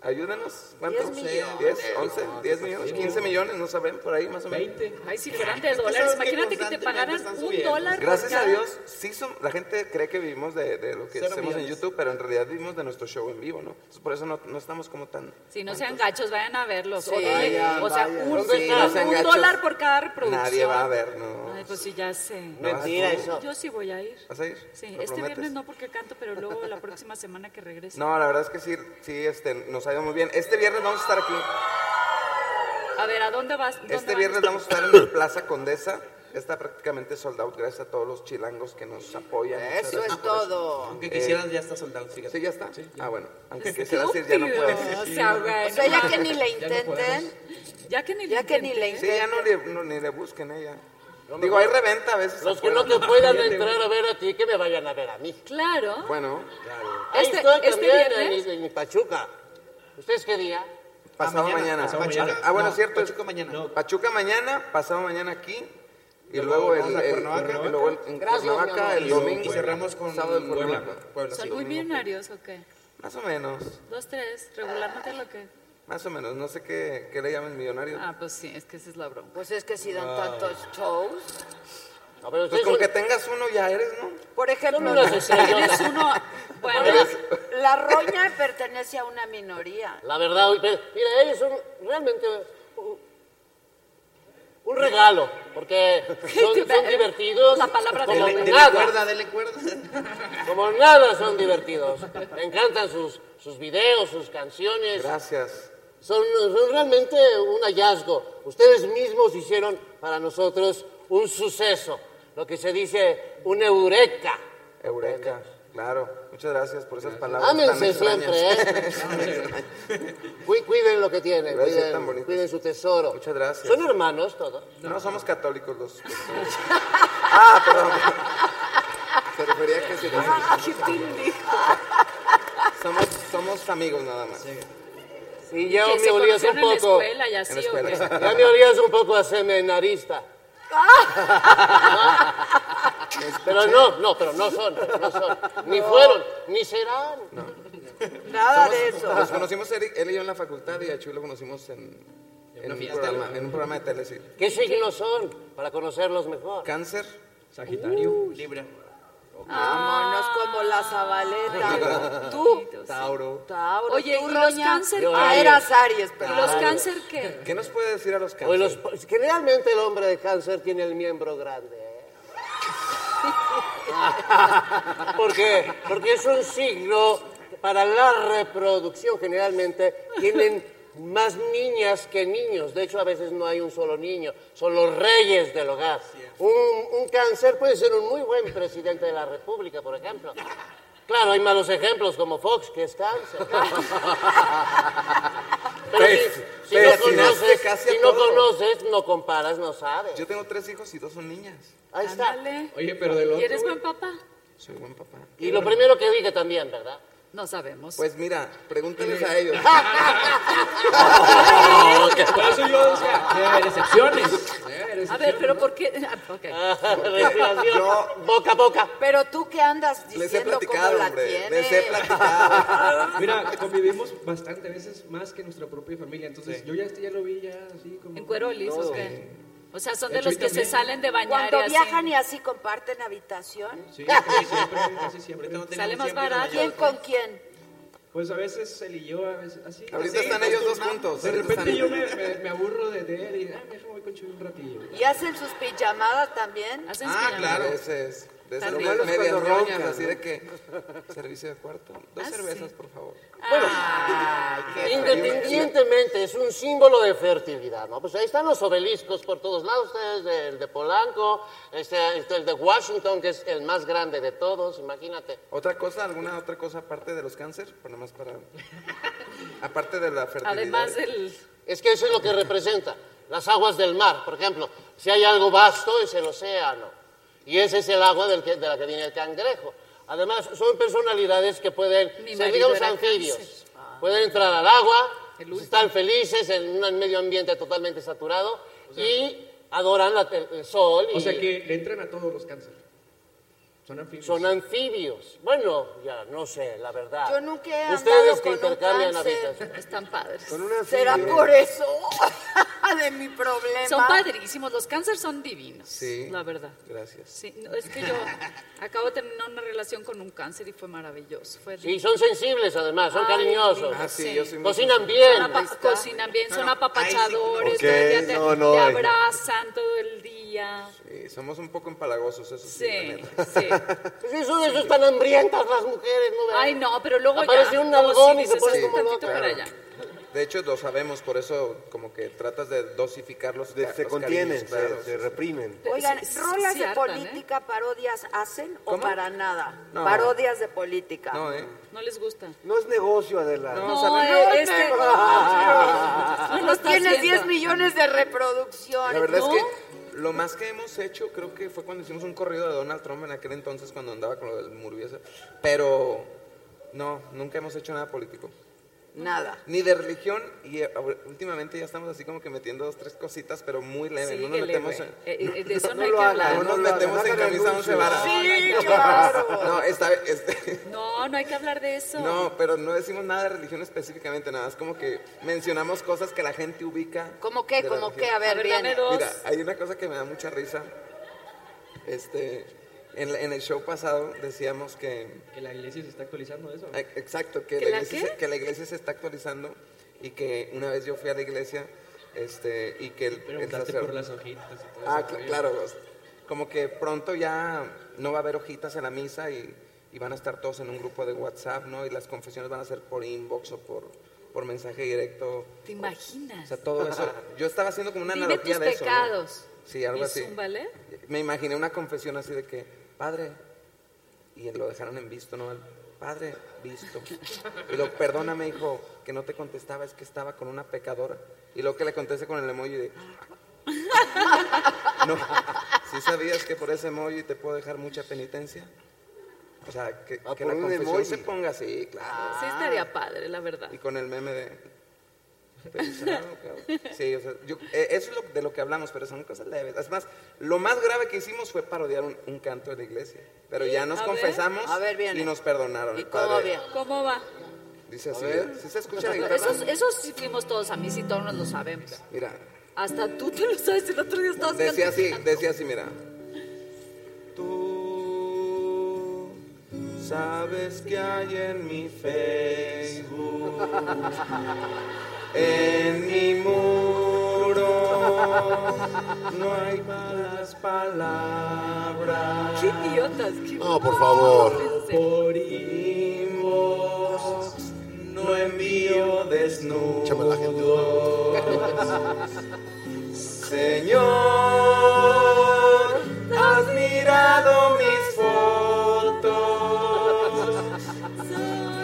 Speaker 5: Ayúdenos. ¿Cuánto?
Speaker 4: Diez millones.
Speaker 5: 10, 11, 10 millones, 15 millones, no saben, por ahí más o menos.
Speaker 2: Ay, si fueran de
Speaker 5: Es que
Speaker 2: dólares,
Speaker 5: sabes que
Speaker 2: imagínate que te pagaran un dólar. por
Speaker 5: Gracias a
Speaker 2: cada-
Speaker 5: Dios, sí son- la gente cree que vivimos de, de lo que
Speaker 2: Cero
Speaker 5: hacemos en
Speaker 2: millones.
Speaker 5: YouTube, pero en realidad vivimos de nuestro show en vivo, ¿no? Entonces, por eso no, no estamos como tan...
Speaker 2: Si no sean gachos, vayan a verlos.
Speaker 5: Sí.
Speaker 2: o, donde-
Speaker 5: Vayan,
Speaker 2: o sea,
Speaker 5: vayan.
Speaker 2: un,
Speaker 5: ¿Dónde están?
Speaker 2: un-
Speaker 5: No sean
Speaker 2: un
Speaker 5: gachos.
Speaker 2: dólar por cada reproducción.
Speaker 5: Nadie va a ver, no.
Speaker 2: Ay, pues sí, ya sé.
Speaker 5: Mentira ¿Vas tú? eso.
Speaker 2: Yo sí voy a ir.
Speaker 5: ¿Vas a ir?
Speaker 2: Sí,
Speaker 5: ¿Lo
Speaker 2: este
Speaker 5: prometes?
Speaker 2: viernes no porque canto, pero luego la próxima semana que regrese.
Speaker 5: No, la verdad es que sí, sí este, nos ha ido muy bien. Este viernes vamos a estar aquí.
Speaker 2: A ver, ¿a dónde vas? ¿Dónde
Speaker 5: Este
Speaker 2: van?
Speaker 5: viernes vamos a estar en la Plaza Condesa. Está prácticamente sold out gracias a todos los chilangos que nos apoyan. Muchas
Speaker 4: Eso
Speaker 5: gracias
Speaker 4: es
Speaker 5: por
Speaker 4: todo.
Speaker 5: Eh,
Speaker 4: Aunque
Speaker 12: quisieras, ya está soldado, fíjate.
Speaker 5: Sí, ya está. Ah, bueno. Aunque
Speaker 4: Es que
Speaker 5: quisieras ir, ya no
Speaker 4: estúpido.
Speaker 5: puedes.
Speaker 4: O sea, güey, O sea, ya no que ni le mames. Ya no intenten.
Speaker 2: Ya que ni
Speaker 4: le Ya que ni le
Speaker 5: Sí,
Speaker 4: intenten.
Speaker 5: ya no le, no- ni le busquen ella. Digo, hay reventa a veces.
Speaker 10: Los que
Speaker 5: afuera.
Speaker 10: no te puedan entrar a ver a ti, que me vayan a ver a mí.
Speaker 2: Claro.
Speaker 5: Bueno,
Speaker 10: Ahí
Speaker 2: Este-
Speaker 10: estoy
Speaker 2: este
Speaker 10: también,
Speaker 2: viernes.
Speaker 10: en, mi- en mi Pachuca. ¿Ustedes qué día?
Speaker 5: pasado
Speaker 10: mañana,
Speaker 5: mañana.
Speaker 10: pasado mañana.
Speaker 5: Ah, bueno,
Speaker 10: No,
Speaker 5: cierto. Pachuca mañana. Pachuca mañana, pasado mañana aquí. Y luego el,
Speaker 12: vamos a
Speaker 5: el-
Speaker 12: Cuernavaca.
Speaker 5: y luego el- en
Speaker 10: Gracias, mi
Speaker 5: Cuernavaca
Speaker 10: amor.
Speaker 5: el
Speaker 12: Y luego-
Speaker 5: domingo.
Speaker 12: y cerramos con
Speaker 5: sábado en
Speaker 12: Puebla.
Speaker 5: Cuernavaca.
Speaker 12: Puebla,
Speaker 2: ¿Son muy millonarios o qué?
Speaker 5: Más o menos.
Speaker 2: Dos, tres, regularmente lo que...
Speaker 5: Más o menos, no sé qué, qué le llaman millonario.
Speaker 2: Ah, pues sí, es que esa es la broma.
Speaker 4: Pues es que si dan
Speaker 5: Wow.
Speaker 4: tantos shows.
Speaker 5: pues con que tengas uno ya eres, ¿no?
Speaker 4: Por ejemplo,
Speaker 5: Son unos
Speaker 4: tienes
Speaker 5: señoras.
Speaker 4: uno. Bueno, la roña pertenece a una minoría.
Speaker 10: La verdad, hoy- pero, mira, ellos son realmente un, un regalo, porque son, son divertidos. La palabra como
Speaker 12: Dele, dele
Speaker 10: nada,
Speaker 12: cuerda, dele cuerda.
Speaker 10: como nada son divertidos. Me encantan sus, sus videos, sus canciones.
Speaker 5: Gracias.
Speaker 10: Son, son realmente un hallazgo. Ustedes mismos hicieron para nosotros un suceso, lo que se dice un eureka.
Speaker 5: Eureka, claro. Muchas gracias por esas palabras. tan
Speaker 10: Ámense
Speaker 5: extrañas.
Speaker 10: siempre, ¿eh? Cu- cuiden lo que tienen,
Speaker 5: Gracias,
Speaker 10: cuiden,
Speaker 5: tan bonito.
Speaker 10: cuiden su tesoro.
Speaker 5: Muchas gracias.
Speaker 10: ¿Son hermanos todos?
Speaker 5: No somos católicos los. ah, perdón. Se refería a que sí. Somos, somos amigos nada más.
Speaker 10: Sí, ya me olías un poco.
Speaker 5: En la escuela.
Speaker 10: Ya me olías un poco a seminarista.
Speaker 4: Ah.
Speaker 10: Pero no, no, pero no son, no son. Ni
Speaker 5: No.
Speaker 10: fueron, ni serán.
Speaker 4: Nada
Speaker 5: Somos-
Speaker 4: de eso.
Speaker 5: Nos conocimos él y, él y yo en la facultad y a Chuy lo conocimos en, en
Speaker 10: una
Speaker 5: un,
Speaker 10: fiesta.
Speaker 5: programa, en un programa de Telecir.
Speaker 10: ¿Qué signos son? Para conocerlos mejor.
Speaker 5: Cáncer.
Speaker 12: Sagitario. Libra.
Speaker 4: Vámonos como la zabaleta. Tú,
Speaker 5: Tauro.
Speaker 4: Tauro.
Speaker 2: Oye,
Speaker 4: tú,
Speaker 2: ¿y los
Speaker 4: roña.
Speaker 2: cáncer?
Speaker 4: Ah, eras Aries,
Speaker 2: ¿Y
Speaker 4: perdón.
Speaker 2: los cáncer qué?
Speaker 5: ¿Qué nos puede decir a los
Speaker 10: Oye, los- es que realmente el hombre de cáncer tiene el miembro grande. ¿eh? ¿Por qué? Porque es un signo para la reproducción. Generalmente tienen más niñas que niños. De hecho, a veces no hay un solo niño. Son los reyes del hogar. Un, un cáncer puede ser un muy buen presidente de la República, por ejemplo. Claro, hay malos ejemplos como Fox, que es cáncer. Pero
Speaker 5: Pes-
Speaker 10: si, si no
Speaker 5: pesimistas
Speaker 10: conoces,
Speaker 5: casi a
Speaker 10: si no
Speaker 5: todo.
Speaker 10: conoces, no comparas, no sabes.
Speaker 5: Yo tengo tres hijos y dos son niñas.
Speaker 10: Ahí está.
Speaker 12: Oye, pero del
Speaker 2: ¿Y
Speaker 12: otro.
Speaker 2: eres buen papá?
Speaker 5: Soy buen papá.
Speaker 10: Y lo primero que dije también, ¿verdad?
Speaker 2: No sabemos.
Speaker 5: Pues mira, pregúntales a ellos.
Speaker 12: Por eso yo decía, debe haber excepciones.
Speaker 2: A ver, pero ¿por qué? Ah, ok.
Speaker 10: Respiración. Boca a boca.
Speaker 4: Pero tú qué andas
Speaker 12: Les he
Speaker 4: diciendo
Speaker 12: platicado,
Speaker 4: cómo la
Speaker 12: hombre,
Speaker 4: tienes.
Speaker 12: les he platicado. Mira, convivimos bastante veces más que nuestra propia familia. Entonces, yo ya, este ya lo vi ya así como...
Speaker 2: ¿En cuerolis o
Speaker 12: Todo.
Speaker 2: qué? O sea, son de
Speaker 12: El Chuy
Speaker 2: los que se
Speaker 12: también.
Speaker 2: salen de bañar
Speaker 4: Cuando
Speaker 2: y así.
Speaker 4: viajan y así comparten habitación.
Speaker 12: Sí, casi siempre, casi siempre.
Speaker 4: Sale más barato. ¿Quién con quién?
Speaker 12: Pues a veces él y yo, a veces así.
Speaker 5: Ahorita
Speaker 12: así,
Speaker 5: están
Speaker 12: nos
Speaker 5: ellos dos
Speaker 12: turnamos.
Speaker 5: juntos,
Speaker 12: De
Speaker 5: ahorita
Speaker 12: repente yo
Speaker 5: están-
Speaker 12: me, me- me aburro de, de él y ay, me voy con Chuy un ratillo.
Speaker 4: ¿Y hacen sus pijamadas también?
Speaker 5: Ah, claro. Ese es. De esas
Speaker 12: También.
Speaker 5: medias
Speaker 12: Cuando
Speaker 5: ñoñas,
Speaker 12: roncan,
Speaker 5: así
Speaker 12: ¿no?
Speaker 5: de que servicio de cuarto. Dos
Speaker 4: Ah,
Speaker 5: cervezas,
Speaker 4: sí.
Speaker 5: por favor.
Speaker 10: Independientemente, es un símbolo de fertilidad, ¿no? Pues ahí están los obeliscos por todos lados, ustedes, el de Polanco, este, este, el de Washington, que es el más grande de todos, imagínate.
Speaker 5: ¿Otra cosa? ¿Alguna otra cosa aparte de los cáncer? Por nada más para... aparte de la fertilidad.
Speaker 2: Además del...
Speaker 10: Es que eso es lo que representa, las aguas del mar, por ejemplo. Si hay algo vasto, es el océano. Y ese es el agua del que- de la que viene el cangrejo. Además, son personalidades que pueden
Speaker 2: Mi
Speaker 10: ser,
Speaker 2: marido
Speaker 10: digamos,
Speaker 2: era
Speaker 10: anfibios.
Speaker 2: cáncer. Ah.
Speaker 10: Pueden entrar al agua, están felices en un medio ambiente totalmente saturado y adoran la te- el sol. Y
Speaker 12: O sea que le entran a todos los cánceres. Son anfibios.
Speaker 10: Son anfibios. Bueno, ya no sé, la verdad.
Speaker 4: Yo nunca he andado
Speaker 10: Ustedes que
Speaker 4: con un
Speaker 10: intercambian
Speaker 4: cáncer.
Speaker 10: habitaciones.
Speaker 2: Están padres.
Speaker 10: Con una
Speaker 4: ¿Será
Speaker 10: fibra.
Speaker 4: por eso? de mi problema.
Speaker 2: Son padrísimos, los cánceres son divinos.
Speaker 5: Sí.
Speaker 2: La verdad.
Speaker 5: Gracias.
Speaker 2: Sí, no, es que yo acabo de terminar una relación con un cáncer y fue maravilloso. Fue
Speaker 10: Sí, son sensibles además, son
Speaker 2: Ay,
Speaker 10: cariñosos.
Speaker 2: divino, Ah, sí, sí. yo soy muy
Speaker 10: Cocinan
Speaker 2: sensible.
Speaker 10: bien.
Speaker 2: Son apa- cocinan bien, son apapachadores,
Speaker 5: Ok,
Speaker 2: todo el día te,
Speaker 5: no, no,
Speaker 2: te
Speaker 5: eh.
Speaker 2: abrazan todo el día.
Speaker 5: Sí, somos un poco empalagosos, eso sí.
Speaker 2: Sí,
Speaker 5: sí.
Speaker 10: Sí, son Pues de esos tan hambrientas las mujeres, ¿no?
Speaker 2: Ay, no, pero luego
Speaker 10: Aparece
Speaker 2: ya,
Speaker 10: un
Speaker 2: luego
Speaker 10: nalgón
Speaker 2: sí
Speaker 10: y se
Speaker 2: dices,
Speaker 10: pone
Speaker 2: "Haz
Speaker 10: como
Speaker 2: tantito
Speaker 10: loca".
Speaker 2: para allá.
Speaker 5: De hecho, lo sabemos, por eso como que tratas de dosificarlos.
Speaker 3: De- se contienen, se- se reprimen.
Speaker 4: Oigan,
Speaker 2: Sí, sí,
Speaker 4: rolas
Speaker 2: sí
Speaker 4: de
Speaker 2: hartan, ¿eh?
Speaker 4: política, parodias hacen o
Speaker 2: ¿Cómo?
Speaker 4: para nada.
Speaker 3: No.
Speaker 4: Parodias de política.
Speaker 3: No, ¿eh?
Speaker 2: No les gusta.
Speaker 3: No es negocio, Adela.
Speaker 4: No, eh, es que-
Speaker 3: Ah.
Speaker 4: No tienes 10 millones de reproducciones.
Speaker 5: La verdad
Speaker 4: ¿no?
Speaker 5: es que lo más que hemos hecho creo que fue cuando hicimos un corrido de Donald Trump en aquel entonces cuando andaba con lo del Murviesa. Pero no, nunca hemos hecho nada político.
Speaker 4: Nada.
Speaker 5: Ni de religión y eh, ahora- últimamente ya estamos así como que metiendo dos, tres cositas, pero muy leve.
Speaker 2: Sí,
Speaker 5: no nos
Speaker 2: que
Speaker 5: metemos
Speaker 2: leve.
Speaker 5: en-
Speaker 2: Eh, eh, de eso no
Speaker 5: no
Speaker 2: hay
Speaker 5: lo
Speaker 2: que
Speaker 5: hagan,
Speaker 2: hablar.
Speaker 5: no nos
Speaker 2: No lo
Speaker 5: metemos en
Speaker 2: hagan, hagan
Speaker 5: camisa once
Speaker 2: anuncios.
Speaker 5: varas.
Speaker 2: Sí, claro.
Speaker 5: No, esta, este-
Speaker 2: No, no hay que hablar de eso.
Speaker 5: no, pero no decimos nada de religión específicamente, nada más como que mencionamos cosas que la gente ubica.
Speaker 4: ¿Cómo qué?
Speaker 5: de la
Speaker 4: ¿Cómo
Speaker 5: religión.
Speaker 4: qué? A ver, viene.
Speaker 5: Mira, hay una cosa que me da mucha risa. Este, en, la- en el show pasado decíamos que...
Speaker 12: Que la iglesia se está actualizando eso.
Speaker 5: eh, Exacto, que,
Speaker 12: ¿Que
Speaker 5: la
Speaker 12: la
Speaker 5: iglesia se,
Speaker 12: qué?
Speaker 5: que la iglesia se está actualizando y que una vez yo fui a la iglesia este, y que el, el
Speaker 12: Preguntaste
Speaker 5: sacer-
Speaker 12: por las hojitas y todo
Speaker 5: Ah,
Speaker 12: eso.
Speaker 5: cl- claro. pues, Como que pronto ya no va a haber hojitas en la misa y, y van a estar todos en un grupo de WhatsApp, ¿no? Y las confesiones van a ser por inbox o por, por mensaje directo.
Speaker 2: ¿Te imaginas?
Speaker 5: O sea, todo eso. Yo estaba haciendo como una
Speaker 2: Dime
Speaker 5: analogía
Speaker 2: tus
Speaker 5: de eso. ¿no?
Speaker 2: pecados.
Speaker 5: Sí, algo
Speaker 2: ¿Y
Speaker 5: así.
Speaker 2: zúmbale?
Speaker 5: Me imaginé una confesión así de que, padre, y lo dejaron en visto, ¿no? Al Padre, visto. Y lo, perdóname, hijo, que no te contestaba, es que estaba con una pecadora. Y lo que le contesté con el emoji de. No, si sabías que por ese emoji te puedo dejar mucha penitencia. O sea, que, que la
Speaker 3: Ah, por un
Speaker 5: confesión
Speaker 3: emoji.
Speaker 5: se ponga así, claro.
Speaker 2: Sí estaría padre, la verdad.
Speaker 5: Y con el meme de. "Pensado, cabrón". Sí, o sea, yo- eh, eso es lo- de lo que hablamos, pero son cosas leves. Es más, lo más grave que hicimos fue parodiar un, un canto de la iglesia. Pero ya nos
Speaker 2: A ver.
Speaker 5: confesamos
Speaker 2: A ver, viene.
Speaker 5: y nos perdonaron.
Speaker 2: ¿Y
Speaker 5: Padre,
Speaker 2: ¿Cómo va?
Speaker 5: Dice así,
Speaker 2: A ver.
Speaker 5: ¿sí se escucha la guitarra?
Speaker 2: Esos, esos sí fuimos todos a mí, sí todos nos lo sabemos.
Speaker 5: Mira,
Speaker 2: Hasta tú te lo sabes, el otro día estabas
Speaker 5: decía así,
Speaker 2: cantando.
Speaker 5: decía así, mira. Tú sabes que hay en mi Facebook, en mi muro, no hay malas palabras.
Speaker 2: ¡Qué idiotas! qué-
Speaker 5: No, por favor. Por inbox, no envío desnudos. Señor, has mirado mis fotos.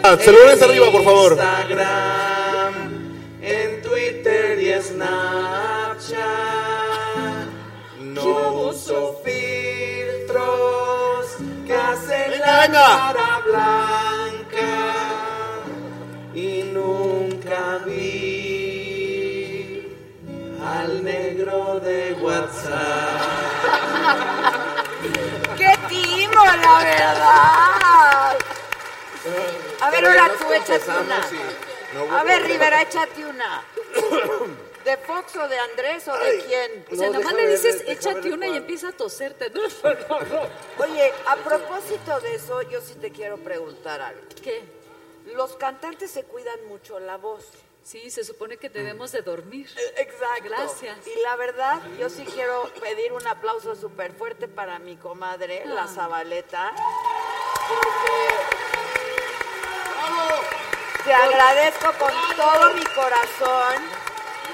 Speaker 13: Ah, celulares
Speaker 5: En
Speaker 13: arriba, por favor.
Speaker 5: Instagram, en Twitter y Snapchat. No uso filtros que hacen la cara blanca y nunca vi al negro de WhatsApp.
Speaker 4: ¡Qué timo, la verdad! A ver, ahora tú échate una. A ver, Rivera, échate una. ¿De Fox o de Andrés o de quién?
Speaker 2: O sea, nomás le dices, échate una y empieza a toserte. No, no, no.
Speaker 4: Oye, a propósito de eso, yo sí te quiero preguntar algo. ¿Qué? Los cantantes se cuidan mucho la voz. Eh,
Speaker 2: Sí, se supone que debemos de dormir.
Speaker 4: Exacto.
Speaker 2: Gracias.
Speaker 4: Y la verdad, yo sí quiero pedir un aplauso súper fuerte para mi comadre, la
Speaker 2: Ah.
Speaker 4: Zabaleta. Porque te agradezco con todo mi corazón,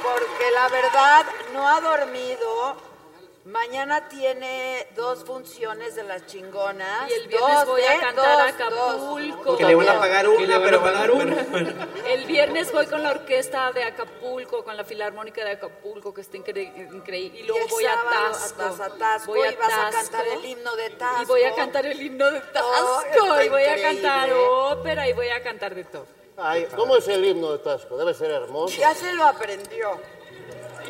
Speaker 4: porque la verdad no ha dormido. Mañana tiene dos funciones de las chingonas.
Speaker 2: Y el viernes
Speaker 4: Dos,
Speaker 2: voy a
Speaker 4: ¿eh?
Speaker 2: cantar
Speaker 4: Dos,
Speaker 2: a Acapulco.
Speaker 5: Que le van a pagar
Speaker 12: Que le
Speaker 5: una,
Speaker 12: van a
Speaker 5: pero
Speaker 12: pagar una.
Speaker 2: El viernes voy con la orquesta de Acapulco, con la filarmónica de Acapulco, que está incre- increíble. Y
Speaker 4: Y
Speaker 2: luego
Speaker 4: el
Speaker 2: voy a
Speaker 4: sábado
Speaker 2: Tasco.
Speaker 4: a Tas- a Tasco,
Speaker 2: voy
Speaker 4: y vas a
Speaker 2: Tasco,
Speaker 4: cantar el himno de Tasco.
Speaker 2: Y voy a cantar el himno de Tasco.
Speaker 4: Oh, está
Speaker 2: y voy a
Speaker 4: increíble.
Speaker 2: cantar ópera y voy a cantar de todo.
Speaker 10: Ay, ¿Cómo es el himno de Tasco? Debe ser hermoso.
Speaker 4: Ya se lo aprendió.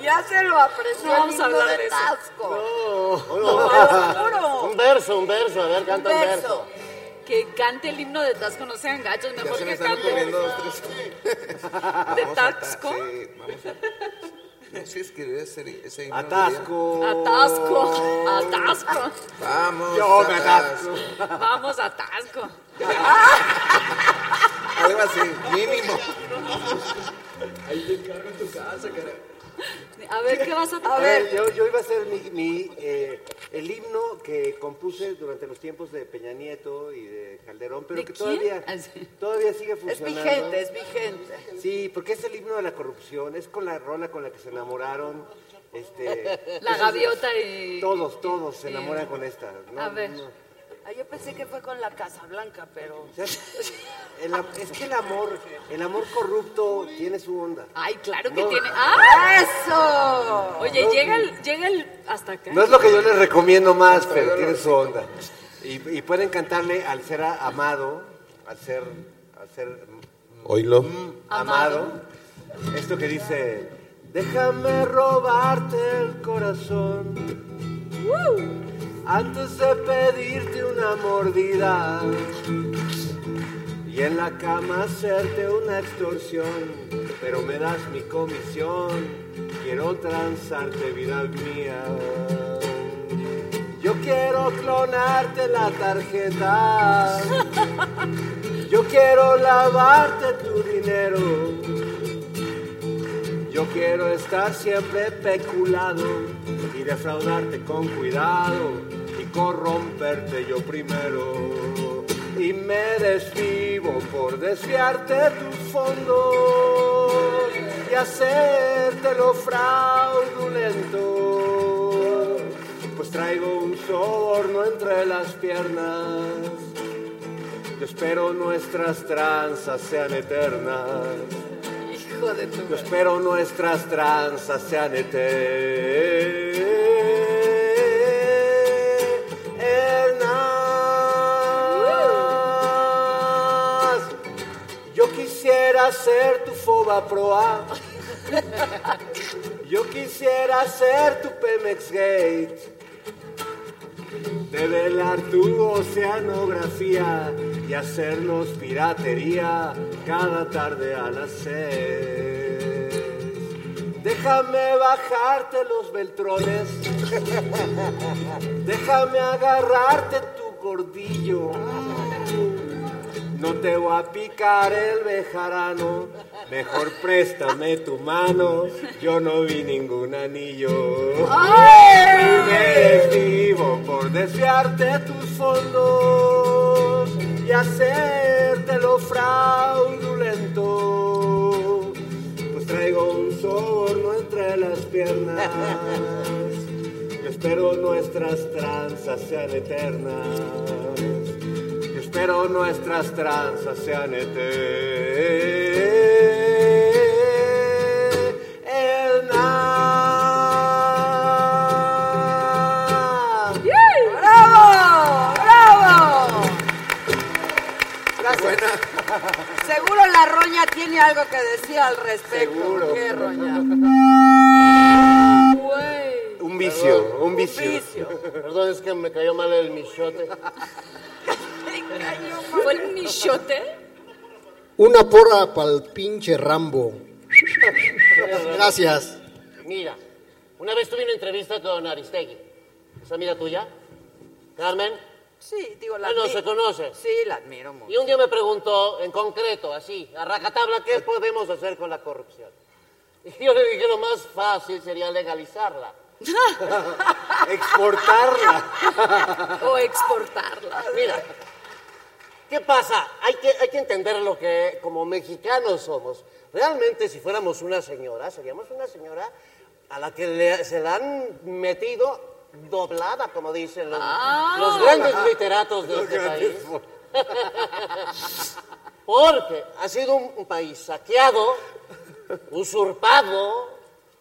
Speaker 4: Ya se lo aprendió.
Speaker 2: No vamos
Speaker 4: el
Speaker 2: a
Speaker 4: himno
Speaker 2: hablar
Speaker 4: de
Speaker 2: de eso.
Speaker 4: Tasco.
Speaker 10: No,
Speaker 4: No, te lo juro.
Speaker 10: Oh. Un verso, un verso, a ver, canta un verso.
Speaker 2: Que cante el himno de Tasco, no sean gachos, mejor
Speaker 5: se me
Speaker 2: que
Speaker 5: están
Speaker 2: cante.
Speaker 5: ocurriendo dos, tres.
Speaker 2: ¿De
Speaker 5: Ah, Vamos a ta-
Speaker 2: Tasco?
Speaker 5: Sí, vamos a. No sé escribir ese, ese himno
Speaker 6: Atasco.
Speaker 2: Atasco, atasco.
Speaker 5: diría. Vamos.
Speaker 6: Yo me atasco.
Speaker 2: Vamos, atasco.
Speaker 5: Algo así, mínimo.
Speaker 12: Ahí te encargo en tu casa, cara.
Speaker 2: A ver, ¿qué vas a
Speaker 3: A ver, yo, yo iba a hacer mi, mi, eh, el himno que compuse durante los tiempos de Peña Nieto y de Calderón, pero
Speaker 4: ¿De
Speaker 3: que
Speaker 4: quién? Ah,
Speaker 3: todavía, todavía sigue
Speaker 4: Es
Speaker 3: funcionando.
Speaker 4: vigente, es vigente.
Speaker 3: Sí, porque es el himno de la corrupción, es con la rola con la que se enamoraron. Este,
Speaker 2: La
Speaker 3: esos-
Speaker 2: gaviota y-
Speaker 3: Todos, todos se
Speaker 2: y-
Speaker 3: enamoran con esta. ¿no?
Speaker 2: A ver.
Speaker 3: No.
Speaker 4: Ah, yo pensé que fue con la Casa Blanca, pero.
Speaker 3: El am- es que el amor, el amor corrupto tiene su onda.
Speaker 2: Ay, claro que
Speaker 3: No.
Speaker 2: tiene. ¡Ah!
Speaker 3: ¡Eso!
Speaker 2: Oye,
Speaker 3: No.
Speaker 2: llega el, llega el hasta acá.
Speaker 3: No es lo que yo les recomiendo más, pero tiene su onda. Y, y pueden cantarle al ser a- amado, al ser, al ser mm,
Speaker 13: Oílo.
Speaker 3: amado, esto que dice, déjame robarte el corazón antes de pedirte una mordida y en la cama hacerte una extorsión, pero me das mi comisión, quiero transarte vida mía. Yo quiero clonarte la tarjeta. Yo quiero lavarte tu dinero. Yo quiero estar siempre peculado y defraudarte con cuidado y corromperte yo primero. Y me desvivo por desviarte tus fondos y hacértelo fraudulento. Pues traigo un soborno entre las piernas. Yo espero nuestras tranzas sean eternas.
Speaker 4: Hijo de tu.
Speaker 3: Yo espero nuestras tranzas sean eternas. Yo quisiera ser tu foba proa. Yo quisiera ser tu Pemex Gate. Develar tu oceanografía y hacernos piratería cada tarde a las seis. Déjame bajarte los beltrones. Déjame agarrarte tu gordillo. No te voy a picar el bejarano. Mejor préstame tu mano. Yo no vi ningún anillo.
Speaker 6: ¡Ay!
Speaker 3: Y me desvivo por desviarte tus fondos y hacértelo fraudulento. Pues traigo un soborno entre las piernas. Yo espero nuestras tranzas sean eternas. Yo espero nuestras tranzas sean eternas.
Speaker 4: ¡Bravo! ¡Bravo!
Speaker 3: Gracias.
Speaker 4: Seguro la roña tiene algo que decir al respecto. Seguro. ¿Qué roña?
Speaker 2: Güey.
Speaker 3: Un vicio, un
Speaker 10: vicio. Perdón, es que me cayó mal el michote.
Speaker 2: ¿Fue el nichote?
Speaker 8: Una porra para el pinche Rambo. Gracias.
Speaker 10: Mira, una vez tuve una entrevista con Aristegui. ¿Es amiga tuya? ¿Carmen?
Speaker 4: Sí, digo, la
Speaker 10: Bueno,
Speaker 4: admi-
Speaker 10: se conoce.
Speaker 4: Sí, la admiro mucho.
Speaker 10: Y un día me preguntó, en concreto, así, a racatabla, ¿qué podemos hacer con la corrupción? Y yo le dije, lo más fácil sería legalizarla.
Speaker 3: Exportarla.
Speaker 2: O exportarla.
Speaker 10: Mira, ¿qué pasa? Hay que, hay que entender lo que como mexicanos somos. Realmente, si fuéramos una señora, seríamos una señora a la que le- se la han metido doblada, como dicen los,
Speaker 6: Ah.
Speaker 10: los grandes literatos de
Speaker 6: Los
Speaker 10: este
Speaker 6: grandes
Speaker 10: país. Porque ha sido un, un país saqueado, usurpado,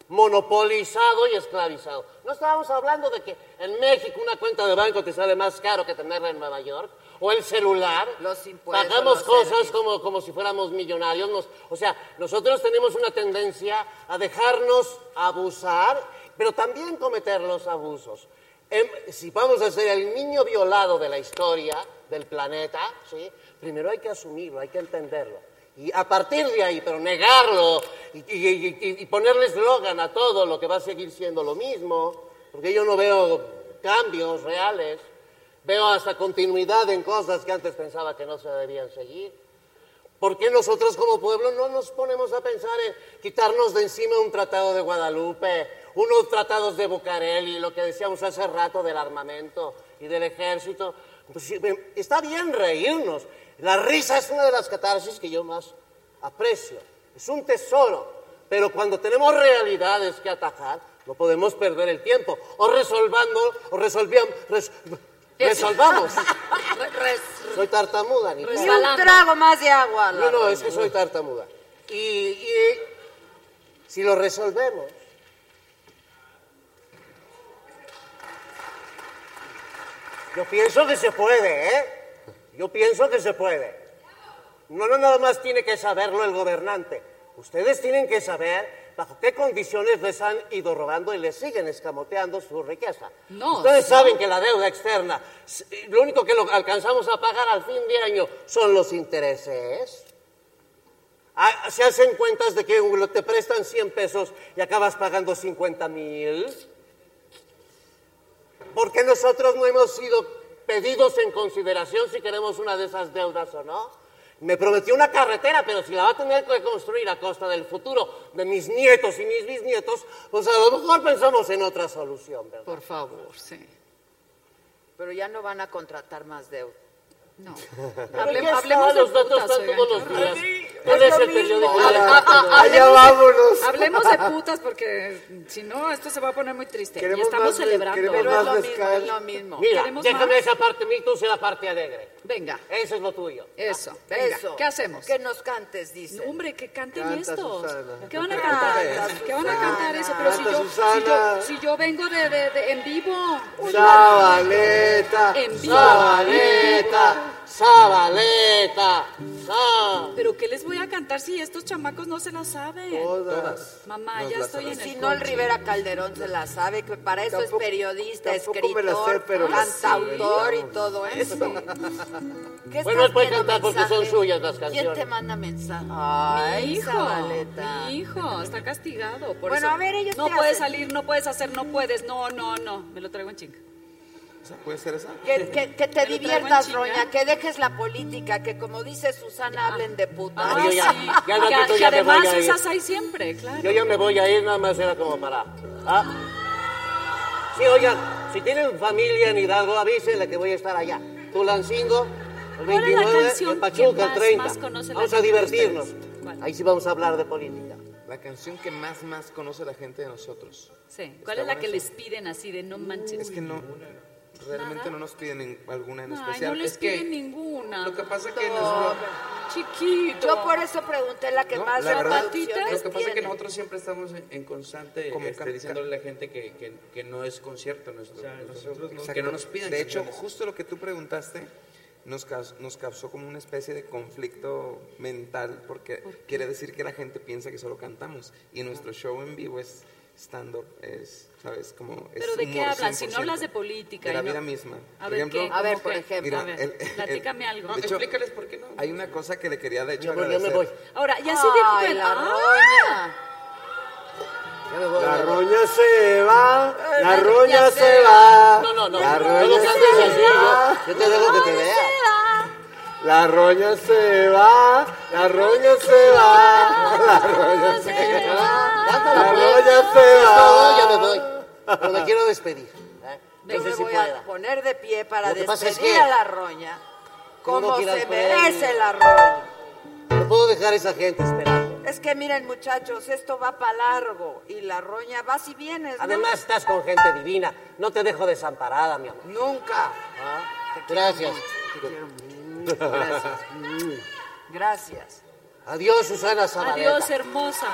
Speaker 10: monopolizado y esclavizado. No estábamos hablando de que en México una cuenta de banco te sale más caro que tenerla en Nueva York, o el celular.
Speaker 4: Los impuestos.
Speaker 10: Pagamos
Speaker 4: los
Speaker 10: cosas como, como si fuéramos millonarios. nos- o sea, nosotros tenemos una tendencia a dejarnos abusar, pero también cometer los abusos. em- si vamos a ser el niño violado de la historia del planeta, ¿sí? primero hay que asumirlo, hay que entenderlo. Y a partir de ahí, pero negarlo y, y- y- y- y ponerle eslogan a todo lo que va a seguir siendo lo mismo, porque yo no veo cambios reales, veo hasta continuidad en cosas que antes pensaba que no se debían seguir. ¿Por qué nosotros como pueblo no nos ponemos a pensar en quitarnos de encima un tratado de Guadalupe, unos tratados de Bucareli, lo que decíamos hace rato del armamento y del ejército? Pues, sí, em, está bien reírnos. La risa es una de las catarsis que yo más aprecio. Es un tesoro. Pero cuando tenemos realidades que atacar, no podemos perder el tiempo. O resolvando, o resolvíamos, resolvamos. Soy tartamuda, ni
Speaker 4: Ni
Speaker 10: pedo.
Speaker 4: un trago más de agua.
Speaker 10: No, no, es que soy tartamuda. Y, y si lo resolvemos, yo pienso que se puede, ¿eh? Yo pienso que se puede. No, no, nada más tiene que saberlo el gobernante. Ustedes tienen que saber bajo qué condiciones les han ido robando y les siguen escamoteando su riqueza.
Speaker 2: No,
Speaker 10: Ustedes
Speaker 2: sí.
Speaker 10: saben que la deuda externa, s- lo único que lo alcanzamos a pagar al fin de año son los intereses. Ah, Se hacen cuentas de que un- te prestan 100 pesos y acabas pagando 50 mil. Porque nosotros no hemos sido pedidos en consideración si queremos una de esas deudas o no. Me prometió una carretera, pero si la va a tener que construir a costa del futuro de mis nietos y mis bisnietos, pues a lo mejor pensamos en otra solución, ¿verdad?
Speaker 4: Por favor, sí. Pero ya no van a contratar más deuda. No.
Speaker 10: Pero ya está, los datos están todos los días. Tú
Speaker 14: Es
Speaker 10: eres
Speaker 14: lo
Speaker 10: el periódico.
Speaker 14: mismo. Ah, ah, ah,
Speaker 6: Allá
Speaker 14: hablemos de-
Speaker 6: vámonos.
Speaker 14: Hablemos de putas porque si no, esto se va a poner muy triste. Y
Speaker 6: Queremos
Speaker 14: estamos
Speaker 6: más de-
Speaker 14: celebrando.
Speaker 6: queremos Pero es más lo mismo, mezcal. es
Speaker 4: lo mismo.
Speaker 10: Mira,
Speaker 14: Queremos
Speaker 10: déjame
Speaker 14: más.
Speaker 10: esa parte mitos y la parte alegre.
Speaker 14: Venga.
Speaker 10: Eso es lo tuyo.
Speaker 14: Eso, venga.
Speaker 4: Eso.
Speaker 14: ¿Qué hacemos?
Speaker 4: Que nos cantes, dice.
Speaker 14: hombre, que canten
Speaker 4: Canta,
Speaker 14: estos.
Speaker 4: Susana.
Speaker 14: ¿Qué van a
Speaker 4: Canta,
Speaker 14: cantar?
Speaker 4: Susana.
Speaker 14: ¿Qué van a cantar eso? Pero si
Speaker 4: Canta,
Speaker 14: yo, si
Speaker 4: Susana.
Speaker 14: yo, si yo vengo de, de- de- en vivo.
Speaker 10: Zabaleta,
Speaker 14: En vivo.
Speaker 10: Zabaleta, Zabaleta. Sa-
Speaker 14: Pero ¿qué les voy a cantar si estos chamacos no se la saben?
Speaker 10: Todas.
Speaker 14: Mamá,
Speaker 10: Nos
Speaker 14: ya
Speaker 10: la
Speaker 14: estoy en
Speaker 4: Y
Speaker 14: el
Speaker 4: si no, el
Speaker 14: coche.
Speaker 4: Rivera Calderón se la sabe, que para eso es periodista,
Speaker 14: me la sé,
Speaker 4: escritor,
Speaker 14: pero la
Speaker 4: cantautor
Speaker 14: sé,
Speaker 4: y todo eso. ¿Qué
Speaker 10: Bueno,
Speaker 4: estás
Speaker 10: no puedes
Speaker 4: viendo
Speaker 10: cantar porque son
Speaker 4: mensaje?
Speaker 10: suyas las
Speaker 4: ¿Quién te
Speaker 10: canciones.
Speaker 4: manda mensaje?
Speaker 14: Mi
Speaker 4: Ay,
Speaker 14: hijo,
Speaker 4: Zabaleta.
Speaker 14: mi hijo, está castigado. Por
Speaker 4: Bueno,
Speaker 14: eso
Speaker 4: a ver, ellos
Speaker 14: No
Speaker 4: qué
Speaker 14: puedes
Speaker 4: hacen.
Speaker 14: salir, no puedes hacer, no puedes. No, no, no. Me lo traigo en chinga.
Speaker 5: ¿Puede ser esa?
Speaker 4: Que, que- que te
Speaker 14: traigo en
Speaker 4: diviertas,
Speaker 14: chinga.
Speaker 4: Roña, que dejes la política, que como dice Susana, hablen de puta.
Speaker 10: Ah, yo ya- ya al
Speaker 14: Que-
Speaker 10: ratito
Speaker 14: que
Speaker 10: ya me voy
Speaker 14: además
Speaker 10: a ir.
Speaker 14: esas hay siempre, claro.
Speaker 10: Yo ya me voy a ir, nada más era como para. Ah. Sí, oigan, si tienen familia en Hidalgo, avísenle que voy a estar allá. Tulancingo, el
Speaker 14: ¿Cuál es la
Speaker 10: 29,
Speaker 14: canción
Speaker 10: en Pachuca,
Speaker 14: que más-
Speaker 10: 30.
Speaker 14: más conoce la
Speaker 10: Vamos a
Speaker 14: gente de
Speaker 10: divertirnos.
Speaker 14: ustedes? ¿Cuál?
Speaker 10: Ahí sí vamos a hablar de política.
Speaker 5: La canción que más, más conoce la gente de nosotros.
Speaker 14: Sí.
Speaker 5: Está
Speaker 14: ¿Cuál es la
Speaker 5: buena
Speaker 14: que
Speaker 5: esa.
Speaker 14: les piden así de no manches?
Speaker 5: Es que no, realmente
Speaker 14: ¿Nada?
Speaker 5: no nos piden en- alguna en
Speaker 14: Ay,
Speaker 5: especial.
Speaker 14: no les
Speaker 5: es
Speaker 14: piden
Speaker 5: que,
Speaker 14: ninguna.
Speaker 5: Lo que pasa es que
Speaker 14: No,
Speaker 5: nosotros-
Speaker 14: Chiquito.
Speaker 4: Yo por eso pregunté la que
Speaker 5: No,
Speaker 4: más
Speaker 5: la verdad,
Speaker 4: opciones
Speaker 5: lo
Speaker 12: Lo que pasa es que
Speaker 4: tiene.
Speaker 12: nosotros siempre estamos en, en constante
Speaker 5: Como
Speaker 12: este,
Speaker 5: ca-
Speaker 12: diciéndole a la gente que, que- que no es concierto nuestro. nuestro-
Speaker 5: Exacto.
Speaker 12: que no nos pidan.
Speaker 5: De hecho,
Speaker 12: canciones.
Speaker 5: justo lo que tú preguntaste nos causó, nos causó como una especie de conflicto mental porque quiere decir que la gente piensa que solo cantamos y nuestro show en vivo es stand-up, es, ¿sabes? Como es
Speaker 14: ¿Pero de qué
Speaker 5: humor
Speaker 14: hablan? Si no
Speaker 5: 100%.
Speaker 14: hablas de política.
Speaker 5: De la
Speaker 14: y no-
Speaker 5: vida misma.
Speaker 14: A ver, ¿qué? ¿Cómo qué?
Speaker 5: mira,
Speaker 14: A ver,
Speaker 5: el- el-
Speaker 14: platícame algo.
Speaker 5: de hecho, Hay una cosa que le quería, de hecho,
Speaker 10: voy, ya me
Speaker 5: agradecer.
Speaker 14: Ahora, ya se dieron
Speaker 4: Ay,
Speaker 14: cuenta.
Speaker 4: la
Speaker 14: ¡Ah!
Speaker 3: La roña se va, la roña
Speaker 10: Ya
Speaker 3: se va.
Speaker 10: No, no, no.
Speaker 3: La
Speaker 10: No lo
Speaker 3: roña
Speaker 10: cantes
Speaker 3: se
Speaker 10: así,
Speaker 3: va.
Speaker 10: yo- Yo te dejo que te vea.
Speaker 3: La roña se va, la roña se va, la roña se va, la roña se
Speaker 10: No, ya
Speaker 3: va.
Speaker 10: me voy. Pero me quiero despedir. ¿eh?
Speaker 4: Yo
Speaker 10: No sé
Speaker 4: me
Speaker 10: si
Speaker 4: voy
Speaker 10: pueda.
Speaker 4: a poner de pie para
Speaker 10: Lo que pasa
Speaker 4: despedir
Speaker 10: es que-
Speaker 4: a la roña.
Speaker 10: Tengo
Speaker 4: Como
Speaker 10: que ir al
Speaker 4: se
Speaker 10: premio.
Speaker 4: merece la roña.
Speaker 10: No puedo dejar a esa gente esperando.
Speaker 4: Es que miren, muchachos, esto va para largo y la roña va si vienes. ¿no?
Speaker 10: Además, estás con gente divina. No te dejo desamparada, mi amor. Ah,
Speaker 4: Nunca.
Speaker 10: Gracias.
Speaker 4: Gracias. Gracias.
Speaker 10: Mm. Adiós, Susana Zabaleta.
Speaker 14: Adiós, hermosa.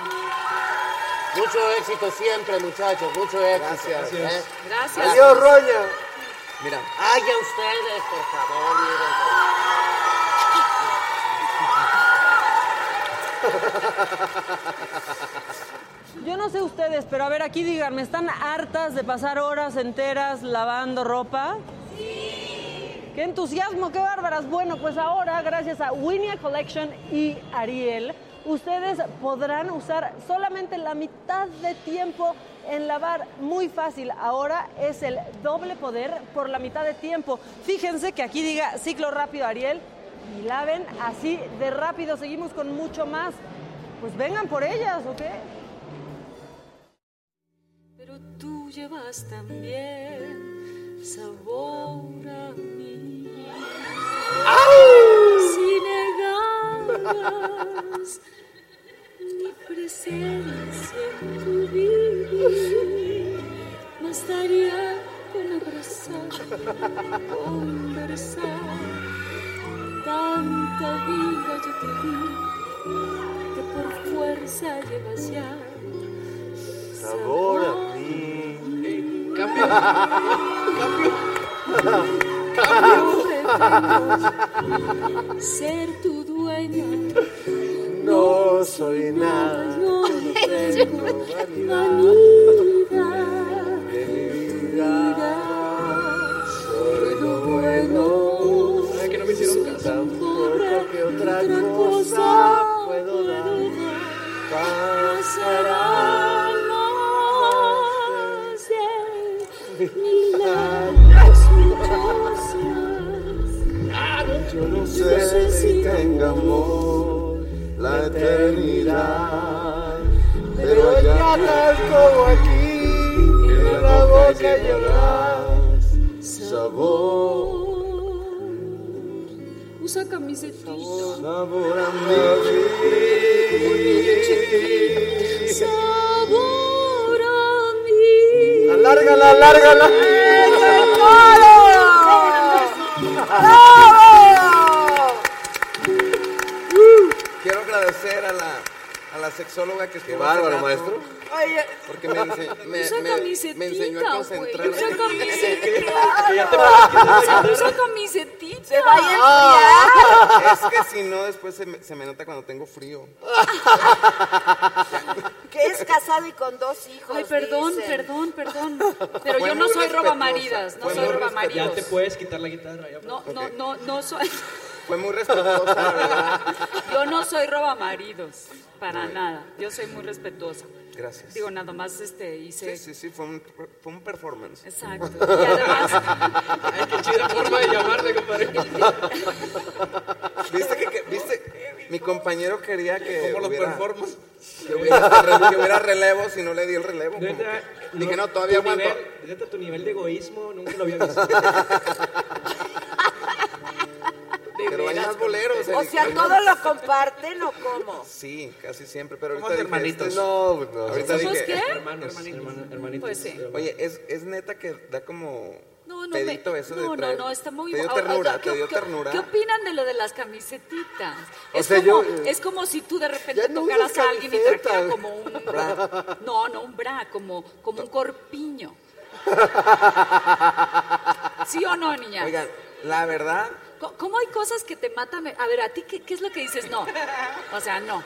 Speaker 10: Mucho éxito siempre, muchachos. Mucho éxito.
Speaker 5: Gracias.
Speaker 10: ¿eh?
Speaker 14: Gracias.
Speaker 10: Roña.
Speaker 5: Mira,
Speaker 10: Ay, a ustedes, por favor, miren.
Speaker 1: Yo no sé ustedes, pero a ver, aquí díganme, ¿están hartas de pasar horas enteras lavando ropa? ¡Sí! ¡Qué entusiasmo, qué bárbaras! Bueno, pues ahora, gracias a Winia Collection y Ariel, ustedes podrán usar solamente la mitad de tiempo en lavar. Muy fácil, ahora es el doble poder por la mitad de tiempo. Fíjense que aquí diga ciclo rápido Ariel y laven así de rápido. Seguimos con mucho más. Pues vengan por ellas, ¿ok?
Speaker 2: Pero tú llevas también sabor a mí. Si negabas mi presencia en tu vida, bastaría con abrazar, conversar. Tanta vida yo te di que por fuerza llevas ya.
Speaker 6: Sabor a mí.
Speaker 2: Cambio, cambio. Ser tu dueña.
Speaker 6: No soy nada.
Speaker 2: No tengo vanidad.
Speaker 6: de mi vida. Soy lo
Speaker 2: bueno.
Speaker 6: que no me hicieron caso.
Speaker 2: Porque
Speaker 6: otra
Speaker 2: otra
Speaker 6: cosa
Speaker 2: cosa
Speaker 6: puedo dar.
Speaker 2: Pasará
Speaker 6: Pasará.
Speaker 2: más de mil años, muchos más.
Speaker 6: Yo Ah, no sé si tenga amor la eternidad. Pero allá tal como aquí, en la boca llevarás sabor.
Speaker 2: Usa camisetita.
Speaker 6: Sabor a mí.
Speaker 2: Sabor a mí.
Speaker 6: Alárgala, alárgala.
Speaker 5: Quiero agradecer a la, a la sexóloga que estuvo. Qué
Speaker 6: bárbaro, maestro.
Speaker 2: Oye,
Speaker 5: Porque me, ense- me,
Speaker 2: Usa
Speaker 5: me-
Speaker 2: camisetita,
Speaker 5: me enseñó a
Speaker 2: güey.
Speaker 5: concentrarme.
Speaker 2: Usa camiseta.
Speaker 5: Que ya te
Speaker 2: Usa camisetita. Se
Speaker 4: va a
Speaker 5: Ah, Es que si no, después se me, se me nota cuando tengo frío.
Speaker 4: Que es casado y con dos hijos.
Speaker 2: Ay, perdón, perdón, perdón. Pero
Speaker 4: Fue
Speaker 2: yo no
Speaker 4: muy
Speaker 2: soy
Speaker 4: respetuosa,
Speaker 2: robamaridas, no
Speaker 5: fue
Speaker 2: soy
Speaker 5: muy
Speaker 12: Ya
Speaker 2: robamaridos.
Speaker 12: te puedes quitar la guitarra. Ya,
Speaker 2: No, no, no, no soy.
Speaker 5: Fue muy respetuosa, la verdad.
Speaker 2: Yo no soy robamaridos, para nada. Yo soy muy respetuosa.
Speaker 5: Gracias.
Speaker 2: Digo, nada más este hice.
Speaker 5: Sí, sí, sí, fue un, fue un performance.
Speaker 2: Exacto. Y además-
Speaker 5: Ay,
Speaker 2: qué chida forma de llamarle, compadre.
Speaker 5: ¿Viste que, que- viste? Mi compañero quería que
Speaker 6: ¿Cómo lo
Speaker 5: hubiera,
Speaker 6: performas?
Speaker 5: que hubiera, este que hubiera relevos y no le di el relevo. como
Speaker 12: Neta,
Speaker 5: que- dije, no, todavía
Speaker 12: tu
Speaker 5: aguanto.
Speaker 12: nivel- neta, tu nivel de egoísmo nunca lo había visto.
Speaker 5: Pero hay
Speaker 4: veras,
Speaker 5: más boleros.
Speaker 4: O
Speaker 5: el-
Speaker 4: sea,
Speaker 5: hay
Speaker 4: ¿todo
Speaker 5: más-
Speaker 4: lo comparten o cómo?
Speaker 5: Sí, casi siempre, pero
Speaker 4: Somos
Speaker 5: ahorita dije,
Speaker 6: hermanitos.
Speaker 5: este- no, no. Ahorita
Speaker 6: ¿Somos
Speaker 5: dije,
Speaker 6: qué?
Speaker 5: Hermanos,
Speaker 12: hermanitos.
Speaker 2: Pues sí.
Speaker 5: Oye, es, es neta que da como
Speaker 2: No, no,
Speaker 5: pedito
Speaker 2: me-
Speaker 5: eso
Speaker 2: no,
Speaker 5: de traer.
Speaker 2: no, no, está muy...
Speaker 5: Te dio
Speaker 2: ah, ah,
Speaker 5: ternura,
Speaker 2: ¿qué-
Speaker 5: te dio
Speaker 2: qué-
Speaker 5: ternura.
Speaker 2: ¿Qué opinan de lo de las camisetitas?
Speaker 5: O
Speaker 2: es,
Speaker 5: sea,
Speaker 2: como,
Speaker 5: yo- eh,
Speaker 2: es como si tú de repente
Speaker 5: no
Speaker 2: tocaras
Speaker 5: usas
Speaker 2: a alguien y
Speaker 5: camiseta.
Speaker 2: trajera como un... No, no, un bra, como, como un corpiño. ¿Sí o no, niña?
Speaker 5: Oigan, la verdad,
Speaker 2: Co- ¿Cómo hay cosas que te matan? A ver, ¿a ti qué, qué es lo que dices? No. O sea, no.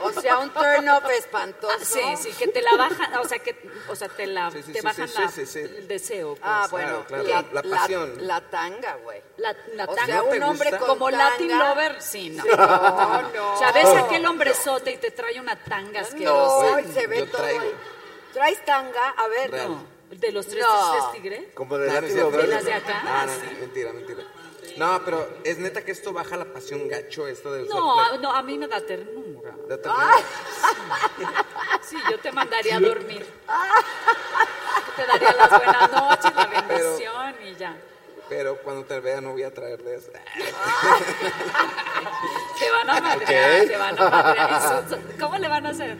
Speaker 2: Ah,
Speaker 4: O sea, un turn off espantoso.
Speaker 2: Sí, sí, que te la bajan, o sea, que o sea, te, la,
Speaker 5: sí,
Speaker 2: te
Speaker 5: sí,
Speaker 2: bajan
Speaker 5: sí,
Speaker 2: la-
Speaker 5: sí, sí.
Speaker 2: el deseo. pues.
Speaker 4: Ah, bueno,
Speaker 5: Claro, claro,
Speaker 4: la,
Speaker 5: la- la pasión.
Speaker 4: La, tanga, güey.
Speaker 2: La, la
Speaker 4: O
Speaker 2: tanga.
Speaker 4: sea, un hombre con
Speaker 2: como
Speaker 4: tanga.
Speaker 2: Latin Lover, sí, no.
Speaker 4: Sí, no, no.
Speaker 2: O sea, ves a aquel hombrezote y te trae una tanga asquerosa.
Speaker 4: No, y se ve todo ahí. ¿Traes tanga? A ver.
Speaker 5: Real.
Speaker 2: ¿De los tres
Speaker 4: No.
Speaker 2: tigres tigre?
Speaker 5: Como
Speaker 2: de Latin Lover. ¿De las de acá?
Speaker 5: No, no,
Speaker 2: Ah, sí.
Speaker 5: mentira, mentira. No, pero es neta que esto baja la pasión gacho, esto de
Speaker 2: No, a, no, a mí me da ternura.
Speaker 5: De ternura.
Speaker 2: Sí, yo te mandaría a dormir. Te daría las buenas noches, la bendición y ya.
Speaker 5: Pero cuando te vea no voy a traerle eso.
Speaker 2: Te van a madrear,
Speaker 5: Ok.
Speaker 2: te van a madrear. Eso- ¿Cómo le van a hacer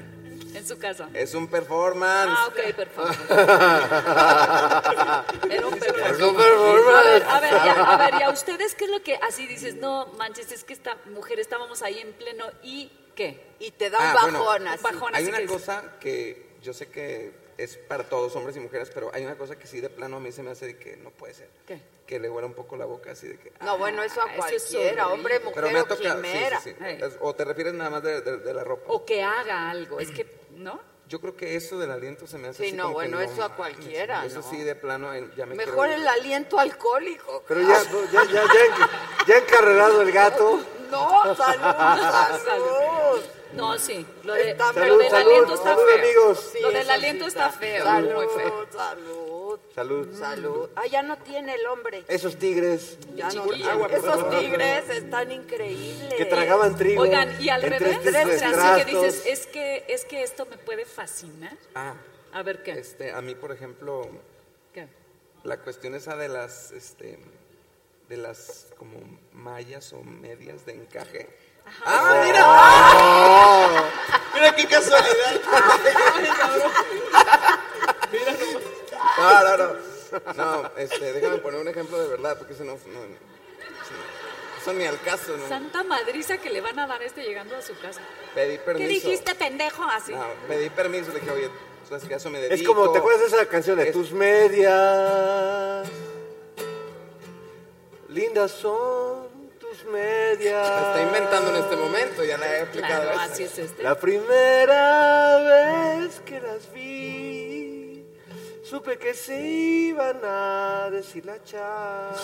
Speaker 2: en su casa?
Speaker 5: Es un performance.
Speaker 2: Ah, ok, perfecto. Ah, Era un performance.
Speaker 5: Es un performance.
Speaker 2: A ver, a ver, ya, a ver, ¿y a ustedes qué es lo que así dices? No, manches, es que esta mujer estábamos ahí en pleno y qué?
Speaker 4: Y te da
Speaker 5: Ah,
Speaker 4: un
Speaker 5: bueno,
Speaker 4: bajón así.
Speaker 2: Un bajón
Speaker 5: Hay
Speaker 2: así
Speaker 5: una
Speaker 2: que dices,
Speaker 5: cosa que yo sé que es para todos, hombres y mujeres, pero hay una cosa que sí de plano a mí se me hace de que no puede ser.
Speaker 4: ¿Qué?
Speaker 5: Que le huela un poco la boca así de que...
Speaker 4: No, bueno, eso a
Speaker 5: ah,
Speaker 4: cualquiera,
Speaker 5: horrible.
Speaker 4: hombre, mujer
Speaker 5: Pero me ha
Speaker 4: o
Speaker 5: tocado, sí,
Speaker 4: quimera. Oh.
Speaker 5: sí, sí.
Speaker 4: Ay.
Speaker 5: Es- O te refieres nada más de, de- de la ropa.
Speaker 2: O que haga algo, es que, ¿no?
Speaker 5: Yo creo que eso del aliento se me hace
Speaker 4: Sí,
Speaker 5: así
Speaker 4: no,
Speaker 5: como que
Speaker 4: bueno, eso a
Speaker 5: mames,
Speaker 4: cualquiera,
Speaker 5: Eso
Speaker 4: ¿no?
Speaker 5: sí, de plano, eh, ya me
Speaker 4: Mejor
Speaker 5: quiero ir.
Speaker 4: el aliento alcohólico.
Speaker 5: Pero ya, ya, ya, ya, ya encarrerado el gato.
Speaker 4: No, salud, salud.
Speaker 2: No, sí. Lo, de,
Speaker 4: Está
Speaker 2: lo
Speaker 4: feo.
Speaker 2: del
Speaker 4: Salud,
Speaker 2: aliento está
Speaker 4: salud,
Speaker 2: feo.
Speaker 4: amigos.
Speaker 2: lo
Speaker 4: Sí,
Speaker 2: del
Speaker 4: eso
Speaker 2: aliento
Speaker 4: sí
Speaker 2: está
Speaker 4: está
Speaker 2: feo.
Speaker 4: feo.
Speaker 2: Muy feo.
Speaker 4: Salud.
Speaker 5: Salud.
Speaker 4: Salud. Ah, ya no tiene el hombre.
Speaker 5: Esos tigres.
Speaker 4: Ya no,
Speaker 5: Chiquilla. Agua, por
Speaker 4: esos
Speaker 5: favor.
Speaker 4: tigres están increíbles.
Speaker 5: Que tragaban trigo.
Speaker 2: Oigan, y al
Speaker 5: Entre
Speaker 2: revés,
Speaker 5: estos
Speaker 2: o sea, así que
Speaker 5: retratos.
Speaker 2: dices, es que, es que esto me puede fascinar.
Speaker 5: Ah,
Speaker 2: A ver qué.
Speaker 5: este, a mí, por ejemplo,
Speaker 2: ¿Qué?
Speaker 5: la cuestión esa de las, este, de las como mallas o medias de encaje. ¡Ah, mira!
Speaker 2: Oh.
Speaker 5: ¡Mira qué casualidad!
Speaker 12: Mira
Speaker 5: No, no, no. No, este, déjame poner un ejemplo de verdad, porque si no, no, no. Eso ni al caso, ¿no?
Speaker 2: Santa madriza que le van a dar a este llegando a su casa.
Speaker 5: Pedí
Speaker 2: ¿Qué
Speaker 5: permiso.
Speaker 2: dijiste, pendejo? Así.
Speaker 5: No, pedí permiso, le dije, oye, sabes que a eso me dedico.
Speaker 3: Es como, ¿te acuerdas de esa canción de
Speaker 5: Es-
Speaker 3: tus medias? Lindas son tus medias.
Speaker 5: La está inventando en este momento, ya la he explicado.
Speaker 3: Claro,
Speaker 5: esa.
Speaker 3: así es este. La primera vez que las vi, supe que se iban a deshilachar.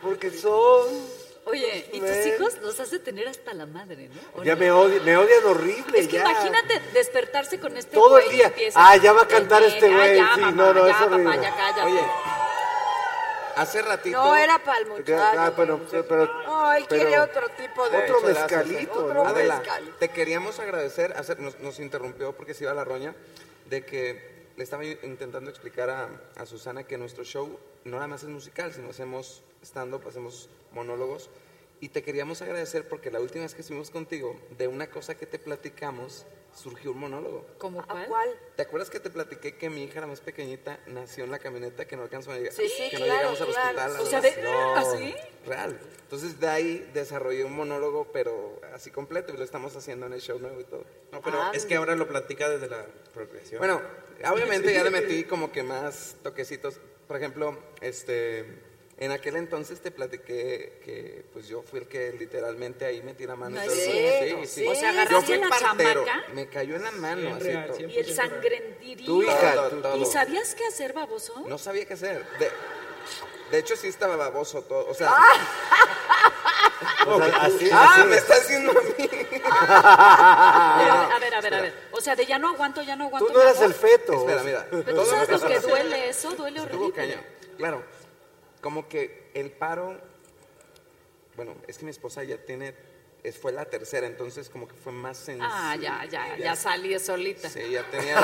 Speaker 3: Porque son.
Speaker 2: Oye, y tus
Speaker 3: Ven.
Speaker 2: hijos los hace tener hasta la madre, ¿no? ¿O
Speaker 3: Ya
Speaker 2: no?
Speaker 3: me odian, me odian horrible.
Speaker 2: Es que
Speaker 3: ya.
Speaker 2: imagínate despertarse con este
Speaker 3: Todo el
Speaker 2: güey y
Speaker 3: día.
Speaker 2: empieza,
Speaker 3: Ah, ya va a cantar este
Speaker 2: "Ven, ah,
Speaker 3: güey,
Speaker 2: ya,
Speaker 3: sí,
Speaker 2: mamá,
Speaker 3: no, no,
Speaker 2: ya,
Speaker 3: es horrible.
Speaker 2: papá, ya, cállate.
Speaker 5: Oye, hace ratito.
Speaker 4: No, era para el muchacho.
Speaker 3: Ah, pero, pero
Speaker 4: No, él
Speaker 5: Pero-
Speaker 4: quiere otro tipo de...
Speaker 5: Otro mezcalito,
Speaker 4: Otro
Speaker 5: Adela,
Speaker 4: mezcal.
Speaker 5: te queríamos agradecer, hacer- nos, nos interrumpió porque se iba la roña, de que le estaba yo intentando explicar a, a Susana que nuestro show no nada más es musical, sino hacemos stand-up, hacemos monólogos. Y te queríamos agradecer porque la última vez que estuvimos contigo, de una cosa que te platicamos, surgió un monólogo.
Speaker 2: ¿Cómo cuál?
Speaker 5: ¿Te acuerdas que te platiqué que mi hija, la más pequeñita, nació en la camioneta que no alcanzó a llegar?
Speaker 2: Sí, sí,
Speaker 5: que
Speaker 2: claro,
Speaker 5: no llegamos al
Speaker 2: claro.
Speaker 5: hospital.
Speaker 2: O sea, de- ¿Ah,
Speaker 5: No,
Speaker 2: ¿así?
Speaker 5: Real. Entonces, de ahí desarrollé un monólogo, pero así completo, y lo estamos haciendo en el show nuevo y todo.
Speaker 15: No, pero
Speaker 2: Ah,
Speaker 15: es que ahora lo platica desde la procreación.
Speaker 5: Bueno, obviamente ya le metí como que más toquecitos. Por ejemplo, este, en aquel entonces te platiqué que pues yo fui el que literalmente ahí metí la mano.
Speaker 2: No
Speaker 5: y
Speaker 2: es
Speaker 5: todo.
Speaker 2: cierto, sí. O sea, agarraste
Speaker 5: Yo fui
Speaker 2: a la
Speaker 5: partero.
Speaker 2: chamaca.
Speaker 5: Me cayó en la mano,
Speaker 15: Sí,
Speaker 5: así
Speaker 15: real,
Speaker 5: todo.
Speaker 2: Y el sangrendirio.
Speaker 5: Tu hija, Todo, tú,
Speaker 2: ¿Y
Speaker 5: todo.
Speaker 2: sabías qué hacer, baboso?
Speaker 5: No sabía qué hacer. De, de hecho, sí estaba baboso todo. O sea.
Speaker 2: Ah.
Speaker 3: O sea, así,
Speaker 5: ah,
Speaker 3: así.
Speaker 5: me está haciendo a mí.
Speaker 2: a ver, a ver, a ver. O sea, de ya no aguanto, ya no aguanto.
Speaker 3: Tú no
Speaker 2: ya
Speaker 3: eras el feto.
Speaker 5: Espera, mira.
Speaker 2: Pero tú sabes lo que duele eso, duele
Speaker 5: Estuvo
Speaker 2: horrible.
Speaker 5: cañón. Claro. Como que el paro. Bueno, es que mi esposa ya tiene. es- Fue la tercera, entonces como que fue más sencillo.
Speaker 2: Ah, ya, ya, ya salí solita.
Speaker 5: Sí, ya tenía.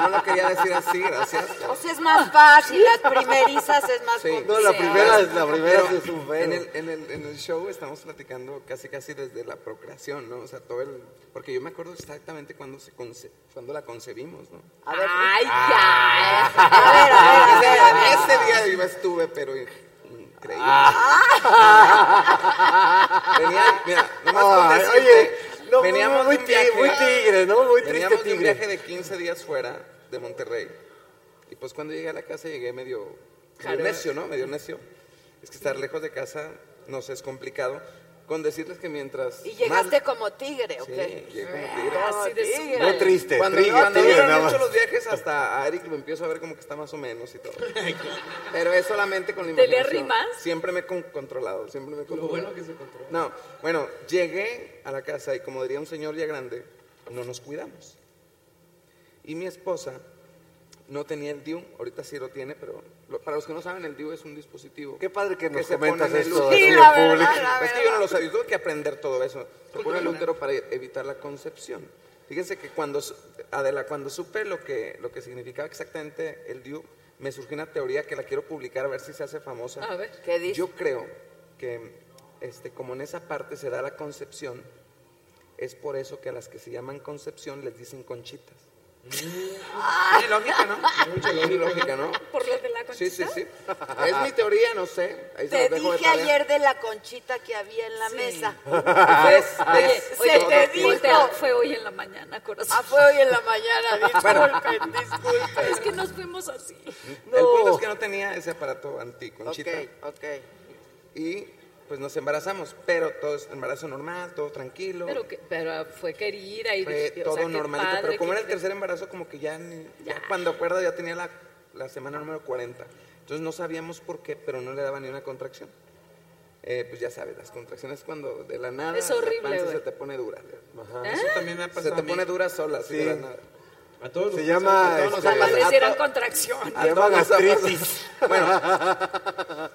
Speaker 5: No lo quería decir así, gracias.
Speaker 4: O sea, es más fácil, las primerizas es más
Speaker 5: Sí.
Speaker 4: complicado.
Speaker 3: la primera
Speaker 5: Pero
Speaker 3: es un feo.
Speaker 5: En el, en, el, en el show estamos platicando casi casi desde la procreación, ¿no? O sea, todo el... Porque yo me acuerdo exactamente cuando, se conce- cuando la concebimos, ¿no?
Speaker 2: Ay,
Speaker 5: Ah.
Speaker 2: ya.
Speaker 5: A ver, a ver, a ver.
Speaker 2: Ese-
Speaker 5: Ese día yo estuve, pero increíble.
Speaker 3: Ah.
Speaker 5: Venía, mira, nomás con
Speaker 3: Ay,
Speaker 5: decirte,
Speaker 3: oye, no,
Speaker 5: veníamos
Speaker 3: muy
Speaker 5: de un
Speaker 3: tigre,
Speaker 5: viaje,
Speaker 3: muy tigre, ¿no? Muy triste
Speaker 5: veníamos de un
Speaker 3: tigre.
Speaker 5: viaje de 15 días fuera de Monterrey. Y pues cuando llegué a la casa llegué medio, medio
Speaker 3: Jaro.
Speaker 5: necio, ¿no? Medio necio. Es que estar lejos de casa, no sé, es complicado. Con decirles que mientras...
Speaker 4: ¿Y llegaste como tigre o
Speaker 5: Sí,
Speaker 4: qué?
Speaker 5: llegué como tigre.
Speaker 4: Así de tigre.
Speaker 3: Muy triste,
Speaker 5: Cuando,
Speaker 3: triste,
Speaker 5: cuando
Speaker 3: tigre,
Speaker 5: vieron
Speaker 3: nada
Speaker 5: mucho
Speaker 3: más.
Speaker 5: los viajes hasta a Eric lo empiezo a ver como que está más o menos y todo. Pero es solamente con la
Speaker 2: ¿Te le
Speaker 5: imaginación.
Speaker 2: arrimas?
Speaker 5: Siempre me he con- controlado, siempre me he
Speaker 12: Lo
Speaker 5: controlado.
Speaker 12: bueno que se controla.
Speaker 5: No, bueno, llegué a la casa y como diría un señor ya grande, no nos cuidamos. Y mi esposa no tenía el DIU, ahorita sí lo tiene, pero lo- para los que no saben, el DIU es un dispositivo. Qué padre que
Speaker 3: nos
Speaker 5: se pone
Speaker 3: comentas
Speaker 5: en el
Speaker 3: esto
Speaker 5: útero.
Speaker 3: Sí, así la en verdad, público. la
Speaker 5: Es que yo no lo sabía, yo tuve que aprender todo eso. Se pone el útero para evitar la concepción. Fíjense que cuando, su- Adela, cuando supe lo que, lo que significaba exactamente el DIU, me surgió una teoría que la quiero publicar a ver si se hace famosa.
Speaker 3: Ah,
Speaker 4: A ver. ¿Qué dice?
Speaker 5: Yo creo que este, como en esa parte se da la concepción, es por eso que a las que se llaman concepción les dicen conchitas.
Speaker 4: Mm.
Speaker 5: Tiene lógica, ¿no? Mucha lógica, lógica, ¿no?
Speaker 2: Por lo de la
Speaker 5: Sí, sí,
Speaker 2: conquista.
Speaker 5: sí. Es mi teoría, no sé. Ahí se
Speaker 4: Te
Speaker 5: los dejo de
Speaker 4: dije
Speaker 5: tarea.
Speaker 4: ayer de la conchita que había en la mesa.
Speaker 5: ¿Ves?
Speaker 4: Oye,
Speaker 5: ¿Ves?
Speaker 4: se
Speaker 5: Todo
Speaker 4: te
Speaker 5: fue-
Speaker 4: dijo.
Speaker 2: Fue hoy en la mañana, corazón.
Speaker 4: Ah, fue hoy en la mañana,
Speaker 5: disculpen,
Speaker 2: disculpen. Es que nos fuimos así.
Speaker 5: El punto es que no tenía ese aparato anticonchita.
Speaker 4: Ok, ok.
Speaker 5: Y pues nos embarazamos, pero todo es embarazo normal, todo tranquilo.
Speaker 2: Pero, que- pero fue querida y
Speaker 5: fue
Speaker 2: dije, o
Speaker 5: todo
Speaker 2: sea, qué
Speaker 5: normalito.
Speaker 2: padre
Speaker 5: pero como
Speaker 2: que-
Speaker 5: era el tercer embarazo, como que ya, ni- ya cuando acuerdo ya tenía la, la semana número 40. Entonces no sabíamos por qué, pero no le daba ni una contracción. Eh, pues ya sabes, las contracciones cuando de la nada
Speaker 2: Es horrible,
Speaker 5: la panza
Speaker 2: güey.
Speaker 5: se te pone dura.
Speaker 2: Ah. Eso
Speaker 5: también me
Speaker 2: ha
Speaker 5: Se
Speaker 2: pasado
Speaker 5: te
Speaker 2: a mí.
Speaker 5: pone dura sola, así
Speaker 3: Sí.
Speaker 5: de la nada.
Speaker 12: A todos
Speaker 3: Se nos llama, pasa.
Speaker 5: a todos nos
Speaker 3: este,
Speaker 5: pasa.
Speaker 2: Le
Speaker 5: A
Speaker 2: hicieron
Speaker 5: to-
Speaker 2: contracción.
Speaker 5: a
Speaker 3: Se llama
Speaker 5: todos nos ha
Speaker 3: gastritis.
Speaker 5: pasado. Bueno,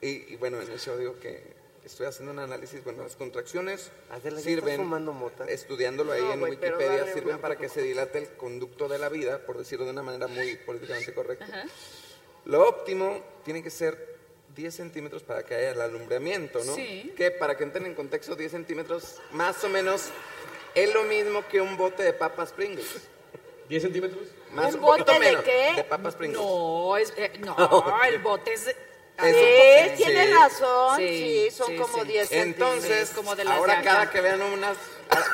Speaker 5: y, y bueno, en eso digo que estoy haciendo un análisis. Bueno, las contracciones
Speaker 3: Adela, ¿ya
Speaker 5: sirven,
Speaker 3: estás fumando mota?
Speaker 5: estudiándolo ahí
Speaker 3: No,
Speaker 5: en
Speaker 3: güey, pero
Speaker 5: Wikipedia,
Speaker 3: dale
Speaker 5: sirven
Speaker 3: una-
Speaker 5: para que se dilate el conducto de la vida, por decirlo de una manera muy políticamente correcta.
Speaker 2: Ajá.
Speaker 5: Lo óptimo tiene que ser 10 centímetros para que haya el alumbramiento, ¿no?
Speaker 2: Sí.
Speaker 5: Que para que entren en contexto, 10 centímetros más o menos es lo mismo que un bote de papas Pringles.
Speaker 12: ¿10 centímetros?
Speaker 5: Más
Speaker 2: ¿Un bote
Speaker 5: poquito
Speaker 2: de
Speaker 5: menos,
Speaker 2: qué?
Speaker 5: De papas Pringles.
Speaker 2: No, es, eh, no, eh, el bote es...
Speaker 5: Es un- Sí, tiene sí.
Speaker 4: razón, sí, son como 10
Speaker 5: Entonces,
Speaker 4: centímetros, como de las de
Speaker 5: ahora
Speaker 4: acá.
Speaker 5: cada que vean unas,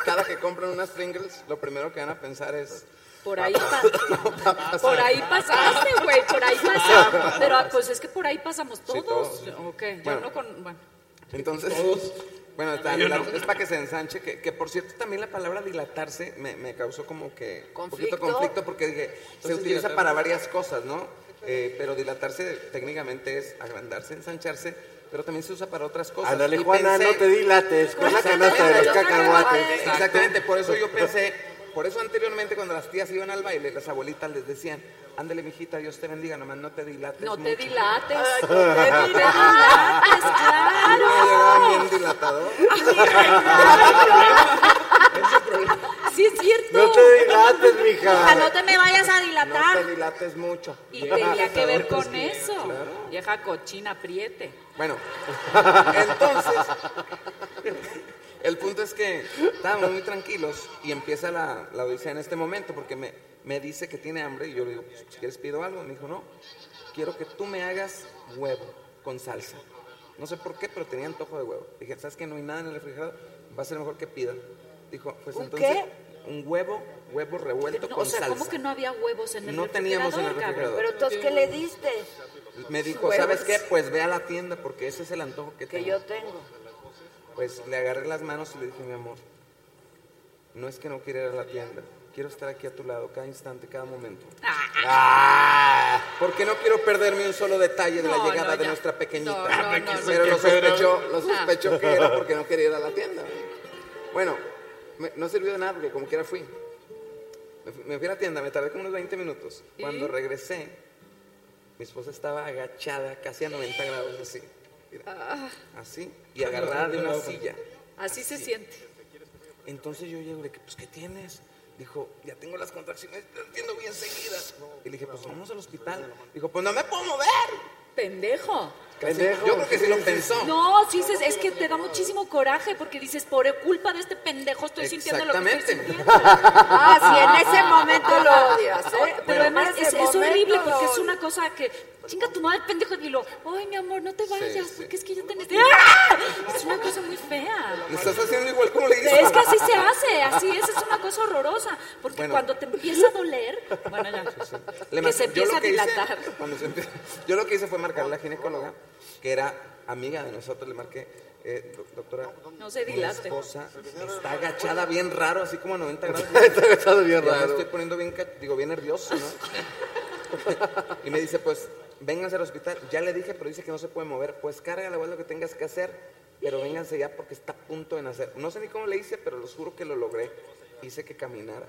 Speaker 5: cada que compran unas Pringles, lo primero que van a pensar es... "Ah,
Speaker 2: Por ahí, pa- por ahí pasaste, güey, por ahí pasaste. Pero ah, pues es que por ahí pasamos todos.
Speaker 5: todos.
Speaker 2: Ok, yo
Speaker 5: Bueno.
Speaker 2: no con... Bueno,
Speaker 5: Entonces, bueno, está-
Speaker 2: yo
Speaker 5: la-
Speaker 2: no.
Speaker 5: es para que se ensanche, que, que por cierto también la palabra dilatarse me, me causó como que un
Speaker 4: ¿Conflicto?
Speaker 5: poquito conflicto porque dije, se
Speaker 15: Entonces,
Speaker 5: utiliza
Speaker 15: dilatar.
Speaker 5: para varias cosas, ¿no? Eh, pero dilatarse técnicamente es agrandarse, ensancharse, pero también se usa para otras cosas.
Speaker 3: Ándale,
Speaker 5: Y
Speaker 3: Juana,
Speaker 5: pensé-
Speaker 3: no te dilates con la canasta de los cacahuates.
Speaker 5: Exactamente, por eso yo pensé, Este, por eso anteriormente cuando las tías iban al baile, las abuelitas les decían, ándale, mijita, Dios te bendiga, nomás no te dilates
Speaker 2: no te
Speaker 5: mucho".
Speaker 2: dilates.
Speaker 5: Ay,
Speaker 2: no te dilates, claro.
Speaker 5: Yo llegaba bien dilatador.
Speaker 2: Sí, es cierto.
Speaker 3: No te dilates, mija.
Speaker 2: Ah, no te me vayas a dilatar.
Speaker 5: No te dilates mucho.
Speaker 2: Y tenía que ver con eso. Vieja cochina, apriete.
Speaker 5: Bueno, entonces, el punto es que estábamos muy tranquilos y empieza la, la odisea en este momento porque me, me dice que tiene hambre y yo le digo, pues, si quieres pido algo. Me dijo, no, quiero que tú me hagas huevo con salsa. No sé por qué, pero tenía antojo de huevo. Dije, ¿sabes que No hay nada en el refrigerador, va a ser mejor que pida. Dijo, pues
Speaker 2: ¿Un
Speaker 5: entonces,
Speaker 2: qué?
Speaker 5: un huevo, huevo revuelto
Speaker 2: No,
Speaker 5: con
Speaker 2: o sea,
Speaker 5: salsa.
Speaker 2: ¿cómo que no había huevos en el
Speaker 5: No teníamos en el
Speaker 2: cabrón?
Speaker 5: refrigerador.
Speaker 4: Pero entonces, ¿qué le diste?
Speaker 5: Me dijo,
Speaker 4: Huevos.
Speaker 5: ¿sabes qué? Pues ve a la tienda porque ese es el antojo que,
Speaker 4: Que
Speaker 5: tengo".
Speaker 4: yo tengo.
Speaker 5: Pues le agarré las manos y le dije, mi amor, no es que no quiera ir a la tienda. Quiero estar aquí a tu lado cada instante, cada momento. Ah, porque no quiero perderme un solo detalle de
Speaker 2: No,
Speaker 5: la llegada
Speaker 2: no,
Speaker 5: de
Speaker 2: ya.
Speaker 5: nuestra pequeñita.
Speaker 2: No, no, no,
Speaker 5: Pero
Speaker 2: no.
Speaker 5: lo sospechó, lo
Speaker 2: Ah.
Speaker 5: sospechó que era porque no quería ir a la tienda. Bueno, me- no sirvió de nada porque como quiera fui. Me fui, me fui a la tienda, me tardé como unos 20 minutos.
Speaker 2: ¿Y?
Speaker 5: Cuando regresé, mi esposa estaba agachada, casi a 90 grados así.
Speaker 2: Ah,
Speaker 5: Así, y agarrada de una silla.
Speaker 2: así se siente.
Speaker 5: Entonces yo llego y le dije, pues, ¿qué tienes? Dijo, ya tengo las contracciones, las entiendo bien seguidas. Y le dije, pues, vamos al hospital. Dijo, pues, no me puedo mover.
Speaker 2: Pendejo.
Speaker 5: Casi-
Speaker 3: Pendejo.
Speaker 5: Yo creo que sí lo pensó.
Speaker 2: No, sí, es, es que te da muchísimo coraje porque dices, por culpa de este pendejo estoy sintiendo lo que estoy
Speaker 5: Exactamente.
Speaker 2: sintiendo.
Speaker 4: Ah, sí, en ese momento lo odias, ¿eh?
Speaker 2: Pero,
Speaker 4: Pero
Speaker 2: además
Speaker 4: en
Speaker 2: es,
Speaker 4: ese
Speaker 2: es horrible
Speaker 4: momento
Speaker 2: porque
Speaker 4: lo
Speaker 2: es una cosa que. Chinga tu madre, pendejo, y lo. Ay, mi amor, no te vayas
Speaker 5: sí.
Speaker 2: porque es que yo te necesito. ¡Ah! Es una cosa muy fea.
Speaker 5: Me estás haciendo igual como le hice.
Speaker 2: Es que así se hace, así es, es una cosa horrorosa. Porque
Speaker 5: Bueno.
Speaker 2: cuando te empieza a doler. Bueno, ya.
Speaker 5: Le
Speaker 2: que
Speaker 5: mar-
Speaker 2: se
Speaker 5: yo
Speaker 2: empieza
Speaker 5: lo
Speaker 2: a
Speaker 5: que hice-
Speaker 2: dilatar.
Speaker 5: cuando se empie- yo lo que hice fue marcar a la ginecóloga, que era amiga de nosotros, le marqué, eh, doc- doctora,
Speaker 2: No se
Speaker 5: mi
Speaker 2: dilate.
Speaker 5: esposa está agachada bien raro, así como a 90 grados.
Speaker 3: Está agachada bien
Speaker 5: Ya me
Speaker 3: raro.
Speaker 5: estoy poniendo bien, ca- digo, bien nervioso, ¿no? y me dice, pues, vénganse al hospital. Ya le dije, pero dice que no se puede mover. Pues cárgala, haz lo que tengas que hacer, pero vénganse ya porque está a punto de nacer. No sé ni cómo le hice, pero los juro que lo logré. Hice que caminara.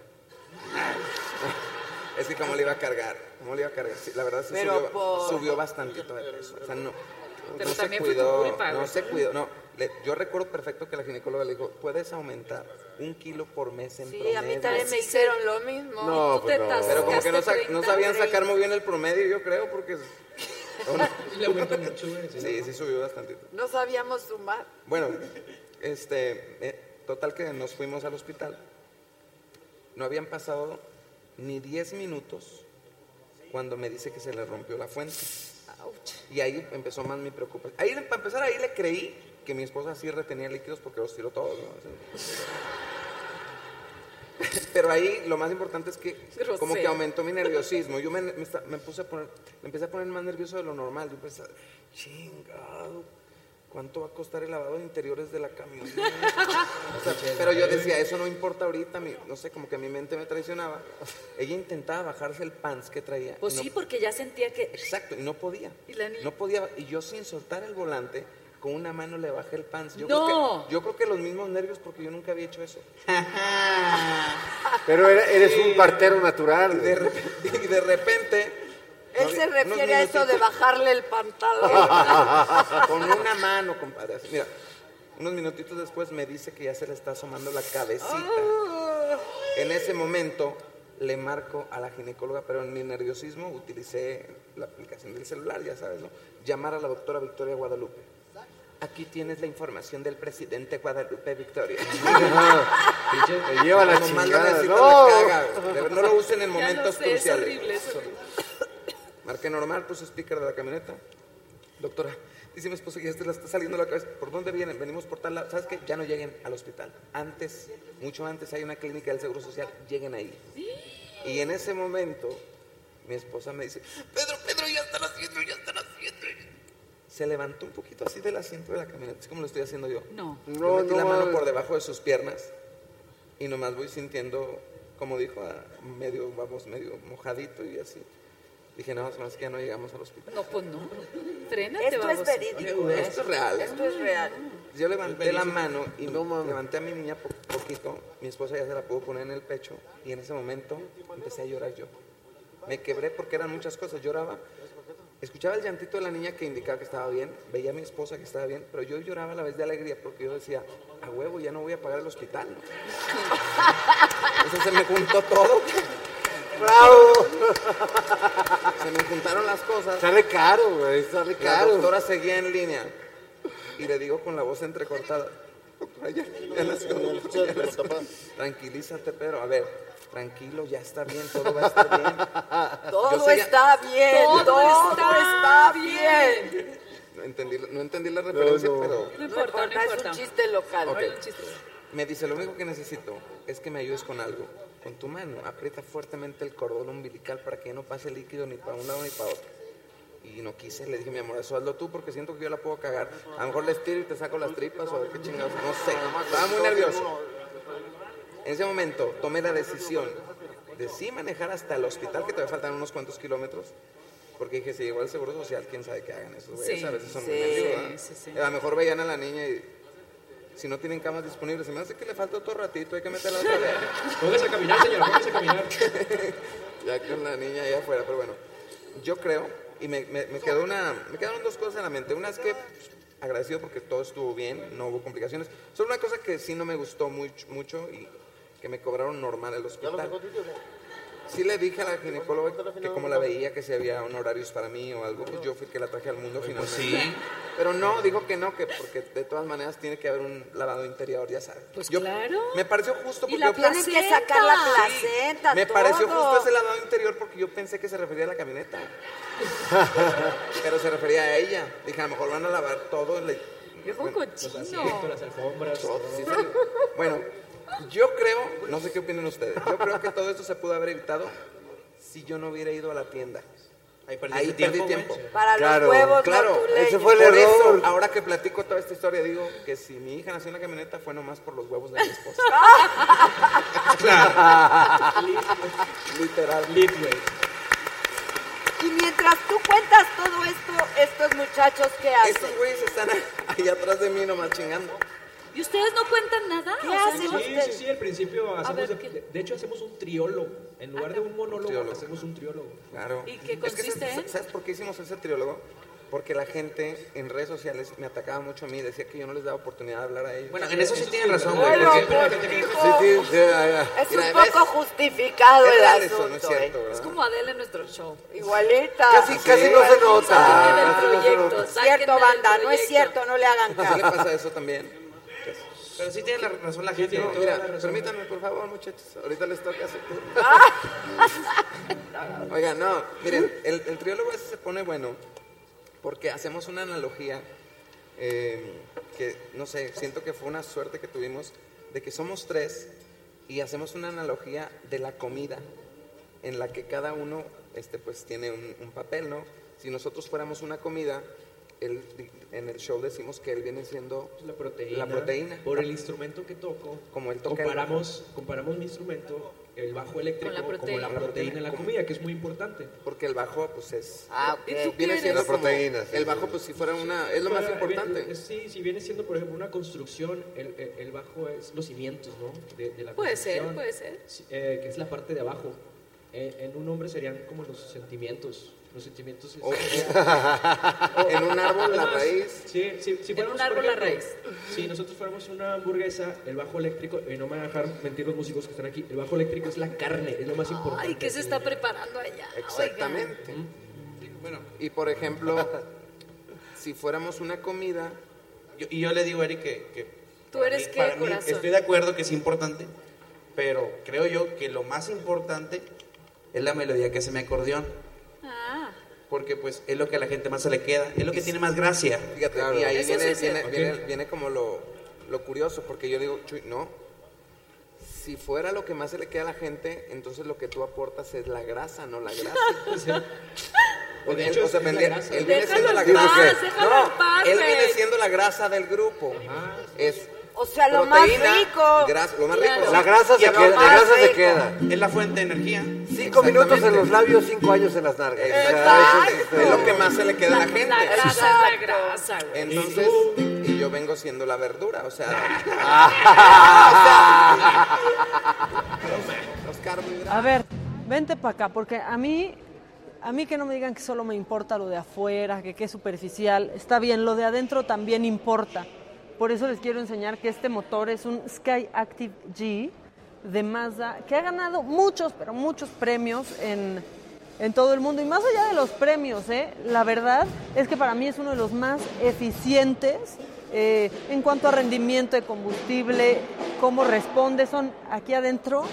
Speaker 5: Es que cómo le iba a cargar, cómo le iba a cargar. Sí, la verdad sí
Speaker 4: Pero
Speaker 5: subió,
Speaker 4: por-
Speaker 5: subió bastante todo de peso. O sea, no.
Speaker 2: Pero
Speaker 5: no
Speaker 2: también
Speaker 5: se
Speaker 2: fue tu
Speaker 5: cuidó,
Speaker 2: culpa,
Speaker 5: no
Speaker 2: güey.
Speaker 5: se cuidó. No, le- yo recuerdo perfecto que la ginecóloga le dijo, puedes aumentar un kilo por mes en
Speaker 4: Sí,
Speaker 5: promedio.
Speaker 4: a mí también me hicieron lo mismo.
Speaker 5: No,
Speaker 4: Tú te
Speaker 5: pues no. Pero como que no, sa-
Speaker 4: atascaste
Speaker 5: no sabían
Speaker 4: 30.
Speaker 5: sacar muy bien el promedio, yo creo, porque... ¿O no?
Speaker 12: Le aumentó mucho, güey.
Speaker 5: Sí, sí subió bastante.
Speaker 4: No sabíamos sumar.
Speaker 5: Bueno, este, eh, total que nos fuimos al hospital. No habían pasado ni 10 minutos cuando me dice que se le rompió la fuente. Y ahí empezó más mi preocupación. Ahí, para empezar, ahí le creí que mi esposa sí retenía líquidos porque los tiró todos. ¿no? Así. Pero ahí lo más importante es que como que aumentó mi nerviosismo. Yo me, me esta- me puse a poner, me empecé a poner más nervioso de lo normal. Yo pensaba, chingado, ¿cuánto va a costar el lavado de interiores de la camioneta? O sea, pero yo decía, eso no importa ahorita, mi- no sé, como que mi mente me traicionaba. Ella intentaba bajarse el pants que traía.
Speaker 2: Pues
Speaker 5: y no-
Speaker 2: sí, porque ya sentía que.
Speaker 5: Exacto, y no podía.
Speaker 2: Y la niña-
Speaker 5: No podía, y yo sin soltar el volante, con una mano le bajé el pants. Yo
Speaker 2: ¡No!
Speaker 5: Creo que, yo creo que los mismos nervios porque yo nunca había hecho eso.
Speaker 8: Pero era- eres un partero natural.
Speaker 5: De repente, Y de repente.
Speaker 4: Él
Speaker 5: no,
Speaker 4: se
Speaker 5: unos
Speaker 4: refiere a eso de
Speaker 5: minutitos-
Speaker 4: bajarle el pantalón.
Speaker 5: Con una mano, compadre. así, Mira, unos minutitos después me dice que ya se le está asomando la cabecita. En ese momento le marco a la ginecóloga, pero en mi nerviosismo utilicé la aplicación del celular, ya sabes, ¿no? Llamar a la doctora Victoria Guadalupe. Aquí tienes la información del presidente Guadalupe Victoria.
Speaker 8: Te lleva la
Speaker 5: Cuando más lo
Speaker 8: chingada,
Speaker 5: necesitas,
Speaker 8: no.
Speaker 5: la caga. De verdad, No lo usen
Speaker 2: Ya
Speaker 5: en
Speaker 2: lo
Speaker 5: momentos
Speaker 2: sé, es
Speaker 5: cruciales.
Speaker 2: horrible, es horrible.
Speaker 5: Marqué normal, puse speaker de la camioneta. Doctora, dice mi esposa que ya se la está saliendo la cabeza. ¿Por dónde vienen? Venimos por tal lado. ¿Sabes qué? Ya no lleguen al hospital. Antes, mucho antes, hay una clínica del Seguro Social. Lleguen ahí. Y en ese momento, mi esposa me dice, Pedro, Pedro, ya están haciendo, ya están haciendo. Se levantó un poquito así del asiento de la camioneta, es como lo estoy haciendo yo.
Speaker 2: No.
Speaker 5: No,
Speaker 8: No,
Speaker 5: metí
Speaker 8: no,
Speaker 5: la mano
Speaker 8: al-
Speaker 5: por debajo de sus piernas y nomás voy sintiendo, como dijo, ah, medio, vamos, medio mojadito y así. Dije, no, es que ya no llegamos al hospital.
Speaker 2: No, pues no. Trénate,
Speaker 4: Esto es
Speaker 2: baboso.
Speaker 4: verídico. ¿eh?
Speaker 5: Esto es real.
Speaker 4: Esto es real.
Speaker 5: Yo levanté la mano y levanté a mi niña po- poquito. Mi esposa ya se la pudo poner en el pecho y en ese momento empecé a llorar yo. Me quebré porque eran muchas cosas. Lloraba. Escuchaba el llantito de la niña que indicaba que estaba bien. Veía a mi esposa que estaba bien. Pero yo lloraba a la vez de alegría porque yo decía, a huevo, ya no voy a pagar el hospital. Entonces se me juntó todo.
Speaker 8: ¡Bravo!
Speaker 5: Se me juntaron las cosas.
Speaker 8: Sale caro, güey, sale
Speaker 5: La
Speaker 8: caro.
Speaker 5: doctora seguía en línea y le digo con la voz entrecortada, doctora, ya, ya nació, ya nació". Tranquilízate, pero a ver, tranquilo, ya está bien, todo va a estar bien. Yo
Speaker 4: Todo
Speaker 5: seguía-
Speaker 4: está bien. Todo, está, bien.
Speaker 5: No entendí, no entendí la referencia, pero
Speaker 4: No importa, no importa. Es un chiste local.
Speaker 5: Ok. me dice, lo único que necesito es que me ayudes con algo. Con tu mano, aprieta fuertemente el cordón umbilical para que ya no pase líquido ni para un lado ni para otro. Y no quise, le dije, mi amor, eso hazlo tú porque siento que yo la puedo cagar. A lo mejor le estiro y te saco las tripas o qué chingados, no sé. Estaba muy nervioso. En ese momento tomé la decisión de sí manejar hasta el hospital, que todavía faltan unos cuantos kilómetros, porque dije, si llegó al Seguro Social, quién sabe qué hagan esos güeyes,
Speaker 2: Sí,
Speaker 5: a veces son
Speaker 2: sí,
Speaker 5: muy nerviosos, ¿verdad?
Speaker 2: sí, sí.
Speaker 5: A lo mejor veían a la niña y si no tienen camas disponibles, se me hace que le falta otro ratito, hay que meterla otra vez.
Speaker 12: Póngase a caminar, señora, póngase a caminar.
Speaker 5: ya con la niña allá afuera, pero bueno, yo creo, y me, me- me quedó una, me quedaron dos cosas en la mente. Una es que pues, agradecido porque todo estuvo bien, no hubo complicaciones. Solo una cosa que sí no me gustó mucho, mucho y que me cobraron normal el hospital. Sí le dije a la ginecóloga que como la veía, que si había honorarios para mí o algo, pues yo fui el que la traje al mundo
Speaker 15: pues
Speaker 5: finalmente.
Speaker 15: sí.
Speaker 5: Pero no, dijo que no, que porque de todas maneras tiene que haber un lavado interior, ya sabes. Pues claro. Me pareció justo porque
Speaker 4: Y la
Speaker 5: yo pensé-
Speaker 4: tienen que sacar la
Speaker 5: Sí,
Speaker 4: placenta.
Speaker 5: me pareció
Speaker 4: todo.
Speaker 5: justo ese lavado interior porque yo pensé que se refería a la camioneta. Pero se refería a ella. Dije, a lo mejor van a lavar todo. Le... pues,
Speaker 2: Viejo cochino.
Speaker 12: Las alfombras.
Speaker 5: todo, sí, serio. Bueno, yo creo, no sé qué opinan ustedes, yo creo que todo esto se pudo haber evitado si yo no hubiera ido a la tienda. Ahí perdí,
Speaker 15: perdiste tiempo,
Speaker 5: tiempo.
Speaker 4: Para los Claro, huevos
Speaker 5: claro,
Speaker 4: naturleños.
Speaker 8: ese fue el
Speaker 5: Por eso,
Speaker 8: error.
Speaker 5: ahora que platico toda esta historia, digo que si mi hija nació en la camioneta fue nomás por los huevos de mi esposa. Literal.
Speaker 4: Y mientras tú cuentas todo esto, estos muchachos que hacen.
Speaker 5: Estos güeyes están ahí atrás de mí nomás chingando.
Speaker 2: ¿Y ustedes no cuentan nada?
Speaker 4: ¿Qué
Speaker 2: O sea,
Speaker 4: hacen
Speaker 2: no-
Speaker 12: Sí, sí, sí, al principio hacemos.
Speaker 2: ver,
Speaker 12: de, de hecho, hacemos un triólogo. En lugar de un monólogo, hacemos un triólogo.
Speaker 5: Claro.
Speaker 2: ¿Y qué
Speaker 5: Es que
Speaker 2: consiste
Speaker 5: ¿sabes-
Speaker 2: en?
Speaker 5: ¿Sabes por qué hicimos ese triólogo? Porque la gente en redes sociales me atacaba mucho a mí, decía que yo no les daba oportunidad de hablar a ellos. Este,
Speaker 15: Bueno, en eso sí tienen
Speaker 5: es
Speaker 15: razón,
Speaker 5: verdad.
Speaker 15: güey, Bueno, porque- pues,
Speaker 5: este, Sí, sí, sí, ah, ah.
Speaker 4: Es
Speaker 5: Mira,
Speaker 4: un
Speaker 5: ¿ves?
Speaker 4: poco justificado
Speaker 5: Es
Speaker 4: el
Speaker 5: real eso,
Speaker 4: asunto.
Speaker 5: no es cierto,
Speaker 4: ¿eh?
Speaker 5: ¿verdad?
Speaker 2: Es como Adele en nuestro show.
Speaker 4: Igualita.
Speaker 8: Casi- casi no se
Speaker 4: igualita.
Speaker 8: nota.
Speaker 4: Sáquenme del
Speaker 8: Casi no se
Speaker 4: proyecto,
Speaker 8: nota.
Speaker 4: Cierto, banda, no es cierto, no le hagan
Speaker 5: ¿Sí le
Speaker 4: caso.
Speaker 5: pasa eso también?
Speaker 15: Pero sí tiene la razón Ah. la
Speaker 5: Sí,
Speaker 15: gente.
Speaker 5: no,
Speaker 15: ¿no?
Speaker 5: mira, permítanme, por favor, muchachos. Ahorita les toca su turno. Oiga, no, miren, el, el triólogo ese se pone bueno porque hacemos una analogía eh, que, no sé, siento que fue una suerte que tuvimos de que somos tres y hacemos una analogía de la comida en la que cada uno este, pues, tiene un, un papel, ¿no? Si nosotros fuéramos una comida, él- en el show decimos que él viene siendo
Speaker 12: Pues La proteína.
Speaker 5: La proteína.
Speaker 12: Por el
Speaker 5: La-
Speaker 12: instrumento que toco.
Speaker 5: Como él toca el
Speaker 12: Comparamos, comparamos mi instrumento, el bajo eléctrico,
Speaker 5: Con la
Speaker 12: como la
Speaker 5: proteína.
Speaker 12: proteína en la
Speaker 5: Como-
Speaker 12: comida, que es muy importante.
Speaker 5: Porque el bajo, pues es.
Speaker 12: Ah, ok. ¿Y tú qué
Speaker 5: Viene
Speaker 12: eres?
Speaker 5: siendo
Speaker 12: La
Speaker 5: como-
Speaker 12: proteína, sí,
Speaker 5: el
Speaker 12: sí.
Speaker 5: bajo, pues si fuera
Speaker 2: Ah,
Speaker 5: una. Es lo más
Speaker 12: Fuera-
Speaker 5: importante.
Speaker 12: vi- eh, Sí, si viene siendo, por ejemplo, una construcción, el, el- el bajo es los cimientos, ¿no? De, de la
Speaker 2: Puede ser,
Speaker 12: construcción.
Speaker 2: puede ser.
Speaker 12: Sí, eh, que es la parte de abajo. Eh, en un hombre serían como los sentimientos. Los
Speaker 2: Oh.
Speaker 12: sentimientos. Oh.
Speaker 5: O- en un árbol, la
Speaker 12: Además,
Speaker 5: raíz.
Speaker 12: Sí, sí, si
Speaker 2: En
Speaker 12: fuéramos,
Speaker 2: un árbol,
Speaker 12: por
Speaker 2: la
Speaker 12: ejemplo,
Speaker 2: raíz.
Speaker 12: Si nosotros fuéramos una hamburguesa, el bajo eléctrico, y no me van a dejar mentir los músicos que están aquí, el bajo eléctrico es la carne, es lo más importante.
Speaker 2: Ay, ¿qué se está preparando allá?
Speaker 5: Exactamente. Y por ejemplo, si fuéramos una comida.
Speaker 15: Yo- y yo le digo a Eric que, que
Speaker 2: ¿Tú eres qué,
Speaker 15: Eh, para mí
Speaker 2: corazón?
Speaker 15: estoy de acuerdo que es importante, pero creo yo que lo más importante es la melodía que hace mi acordeón,
Speaker 2: Ah,
Speaker 15: porque pues es lo que a la gente más se le queda, es lo que tiene más gracia.
Speaker 5: Fíjate, y ahí
Speaker 15: Eso
Speaker 5: viene,
Speaker 15: sí es
Speaker 5: viene,
Speaker 15: cierto.
Speaker 5: viene,
Speaker 15: Ok.
Speaker 5: viene como lo, lo curioso, porque yo digo, "Chuy, no. Si fuera lo que más se le queda a la gente, entonces lo que tú aportas es la grasa, no la grasa.
Speaker 12: De
Speaker 5: Él-
Speaker 12: hecho,
Speaker 5: o sea,
Speaker 12: es la
Speaker 5: él viene-
Speaker 12: grasa.
Speaker 5: él viene
Speaker 12: Déjalo
Speaker 5: siendo la
Speaker 12: en
Speaker 5: grasa.
Speaker 12: paz, déjalo
Speaker 5: No,
Speaker 12: en paz,
Speaker 5: él viene
Speaker 12: güey.
Speaker 5: siendo la grasa del grupo. Es
Speaker 4: O sea, lo más
Speaker 5: proteína,
Speaker 4: rico.
Speaker 5: grasa, lo más rico.
Speaker 4: Claro.
Speaker 5: sí.
Speaker 8: La grasa se
Speaker 5: Y lo
Speaker 8: queda- la
Speaker 5: más
Speaker 8: grasa se
Speaker 5: rico.
Speaker 8: queda.
Speaker 15: eh, Es la fuente de energía.
Speaker 8: Cinco minutos en los labios, cinco años en las nalgas.
Speaker 5: Exacto. Es lo que más se le queda a la gente.
Speaker 2: la grasa es la grasa, güey.
Speaker 5: Entonces, y yo vengo siendo la verdura, o sea. los carbohidratos.
Speaker 1: A ver, vente para acá, porque a mí, a mí que no me digan que solo me importa lo de afuera, que qué es superficial, está bien, lo de adentro también importa. Por eso les quiero enseñar que este motor es un Sky Active G de Mazda, que ha ganado muchos, pero muchos premios en, en todo el mundo. Y más allá de los premios, ¿eh? la verdad es que para mí es uno de los más eficientes eh, en cuanto a rendimiento de combustible, cómo responde, son aquí adentro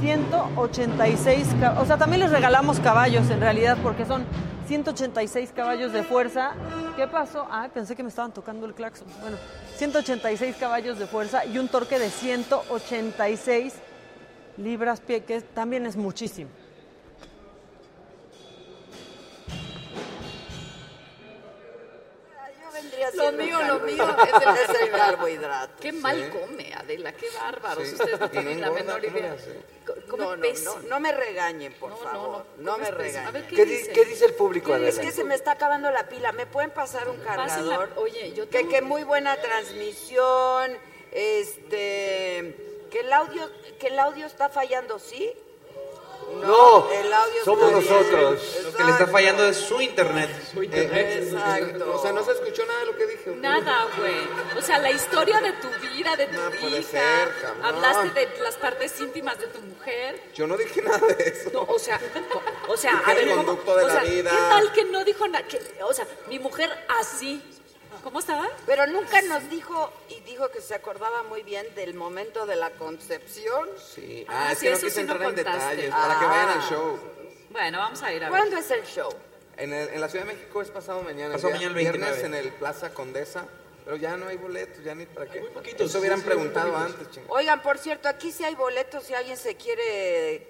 Speaker 1: 186 cab- O sea, también les regalamos caballos en realidad porque son 186 caballos de fuerza. ¿Qué pasó? Ah, pensé que me estaban tocando el claxon. Bueno, 186 caballos de fuerza y un torque de 186 libras pie, que es- también es muchísimo.
Speaker 4: Yo vendría
Speaker 2: Lo
Speaker 4: siendo
Speaker 2: mío, lo
Speaker 4: carbo-
Speaker 2: mío es el,
Speaker 4: es el carbohidrato.
Speaker 2: Qué
Speaker 4: Sí.
Speaker 2: mal come, Adela, qué bárbaros.
Speaker 4: Sí.
Speaker 2: Ustedes no
Speaker 4: Y
Speaker 2: tienen
Speaker 4: no
Speaker 2: la
Speaker 4: engorda,
Speaker 2: menor
Speaker 4: ¿cómo le
Speaker 2: idea.
Speaker 4: hace?
Speaker 2: Co- come
Speaker 4: No, no,
Speaker 2: pésimo.
Speaker 4: no, no me regañen, por
Speaker 2: No, no,
Speaker 4: favor.
Speaker 2: no,
Speaker 4: No,
Speaker 2: come
Speaker 4: me
Speaker 2: pésimo.
Speaker 4: regañen.
Speaker 2: A ver, ¿qué
Speaker 8: ¿Qué, di-
Speaker 2: dice?
Speaker 8: qué dice el público,
Speaker 4: Es
Speaker 8: Adela?
Speaker 4: que se me está acabando la pila. ¿Me pueden pasar un cargador?
Speaker 2: Oye, yo
Speaker 4: que,
Speaker 2: tengo-
Speaker 4: que muy buena transmisión, este, que el audio, que el audio está fallando, ¿sí?
Speaker 8: No,
Speaker 4: el audio
Speaker 8: somos
Speaker 4: está bien.
Speaker 8: nosotros.
Speaker 15: Lo que le está fallando es su internet. Eh,
Speaker 5: O sea, no se escuchó nada de lo que dije.
Speaker 2: Nada, güey. O sea, la historia de tu vida, de tu
Speaker 5: puede
Speaker 2: hija.
Speaker 5: ser, cabrón.
Speaker 2: Hablaste de las partes íntimas de tu mujer.
Speaker 5: Yo no dije nada de eso.
Speaker 2: No, o sea, o sea,
Speaker 5: Dije
Speaker 2: a ver,
Speaker 5: el
Speaker 2: ¿cómo-
Speaker 5: conducto de
Speaker 2: o
Speaker 5: la
Speaker 2: sea,
Speaker 5: vida.
Speaker 2: ¿qué tal que no dijo nada? O sea, mi mujer así. ¿Cómo estaba?
Speaker 4: Pero nunca nos dijo y dijo que se acordaba muy bien del momento de la concepción.
Speaker 5: Sí.
Speaker 2: Ah,
Speaker 5: Ah, es
Speaker 2: sí,
Speaker 5: que no
Speaker 2: eso
Speaker 5: quise
Speaker 2: sí no
Speaker 5: entrar en
Speaker 2: contaste.
Speaker 5: detalles para que vayan al
Speaker 4: Ah.
Speaker 5: show.
Speaker 2: Bueno, vamos a ir a ver.
Speaker 4: ¿Cuándo es el show?
Speaker 5: En, el- en la Ciudad de México es pasado mañana.
Speaker 15: Pasado
Speaker 5: día-
Speaker 15: mañana el 29.
Speaker 5: Viernes en el Plaza Condesa. Pero ya no hay boletos, ya ni para qué. Muy
Speaker 15: poquitos,
Speaker 5: Eso hubieran
Speaker 15: sí, sí, muy
Speaker 5: preguntado
Speaker 15: poquitos.
Speaker 5: antes, chingada.
Speaker 4: Oigan, por cierto, aquí sí hay boletos si alguien se quiere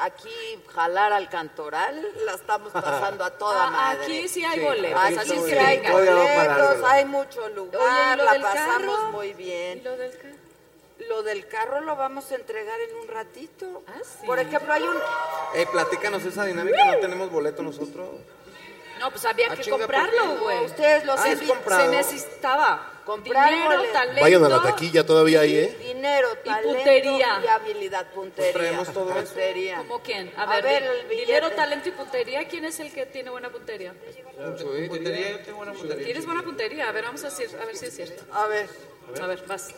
Speaker 4: aquí jalar al cantoral, la estamos pasando a toda
Speaker 2: Ah,
Speaker 4: madre.
Speaker 2: aquí sí hay Sí, boletos,
Speaker 4: Aquí
Speaker 2: así
Speaker 4: sí
Speaker 2: que
Speaker 4: hay
Speaker 2: venga. Todavía va para
Speaker 4: boletos,
Speaker 2: algo.
Speaker 4: hay mucho lugar,
Speaker 2: Oye, ¿y lo
Speaker 4: la
Speaker 2: del
Speaker 4: pasamos
Speaker 2: carro?
Speaker 4: muy bien.
Speaker 2: ¿Y lo del carro?
Speaker 4: Lo del carro lo vamos a entregar en un ratito.
Speaker 2: Ah,
Speaker 4: Por ejemplo, hay un...
Speaker 5: Eh, platícanos esa dinámica, no tenemos boleto nosotros.
Speaker 2: No, pues había
Speaker 5: Ah,
Speaker 2: que
Speaker 5: chinga, ¿por qué
Speaker 2: comprarlo,
Speaker 5: no?
Speaker 2: güey.
Speaker 4: Ustedes los
Speaker 2: se,
Speaker 4: Ah, ¿es
Speaker 2: se
Speaker 5: comprado?
Speaker 2: necesitaba
Speaker 4: Comprar
Speaker 2: dinero,
Speaker 4: boleto.
Speaker 2: talento.
Speaker 8: Vayan a la taquilla todavía ahí, ¿eh?
Speaker 4: Dinero, talento
Speaker 2: puntería.
Speaker 4: y habilidad, puntería.
Speaker 8: traemos todo eso.
Speaker 4: puntería.
Speaker 2: ¿Cómo quién?
Speaker 4: A
Speaker 2: A ver,
Speaker 4: ver,
Speaker 2: di-
Speaker 4: el billete.
Speaker 2: dinero, talento y puntería. ¿Quién es el que tiene buena puntería?
Speaker 15: Puntería, yo tengo una puntería.
Speaker 2: Tienes buena puntería. A ver, vamos a, decir, a ver si es cierto.
Speaker 4: A ver.
Speaker 2: A ver, vas,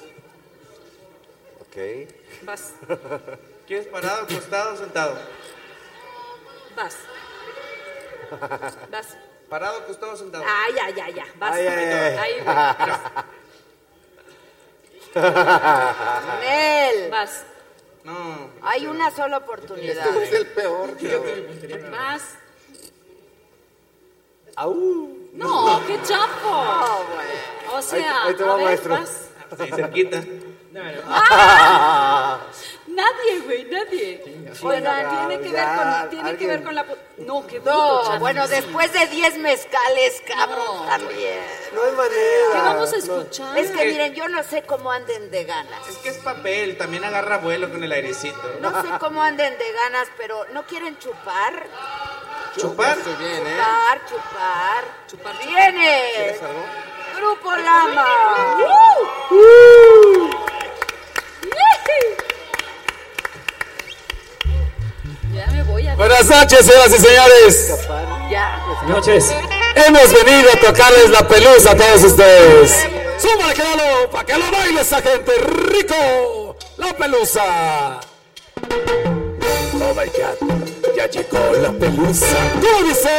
Speaker 8: Ok.
Speaker 2: vas,
Speaker 15: eh. ¿Quieres parado, acostado o sentado?
Speaker 2: vas, vas.
Speaker 15: Parado, acostado o sentado.
Speaker 2: Ay, ya, ya, ya. Vas.
Speaker 15: Ay, ay, ay.
Speaker 2: Ahí, güey.
Speaker 4: Nel.
Speaker 2: Vas.
Speaker 15: No.
Speaker 4: Hay una sola oportunidad.
Speaker 10: Este es el peor.
Speaker 2: Vas.
Speaker 10: Au.
Speaker 2: No, qué chapo.
Speaker 4: No, güey.
Speaker 2: O sea,
Speaker 10: Ahí te- ahí te
Speaker 2: a
Speaker 10: va,
Speaker 2: ver,
Speaker 10: maestro.
Speaker 2: vas.
Speaker 15: Sí, cerquita.
Speaker 2: ¡Ah! Nadie, güey, nadie. Oiga, tiene que ver
Speaker 4: ya,
Speaker 2: con, tiene que ver
Speaker 4: alguien.
Speaker 2: con la... po- No, qué bruto,
Speaker 4: No,
Speaker 2: Charlie.
Speaker 4: bueno, después de 10 mezcales, cabrón, también.
Speaker 10: No hay manera.
Speaker 15: ¿Qué vamos a escuchar?
Speaker 4: Es que miren, yo no sé cómo anden de ganas.
Speaker 15: Es que es papel, también agarra vuelo con el airecito.
Speaker 4: No sé cómo anden de ganas, pero ¿no quieren chupar?
Speaker 15: Chupar.
Speaker 4: Chupar, chupar. Chupar. ¡Viene!
Speaker 15: ¿Quieres algo?
Speaker 4: Grupo Lama. ¡Uh!
Speaker 2: Ya me voy a...
Speaker 13: Buenas noches, señoras y señores.
Speaker 2: Ya.
Speaker 13: Noches. Hemos venido a tocarles la pelusa a todos ustedes. ¡Súbale, Genaro! ¡Para que lo baile esa gente! ¡Rico! ¡La pelusa! Oh my god, ya llegó la pelusa. ¿Cómo dice?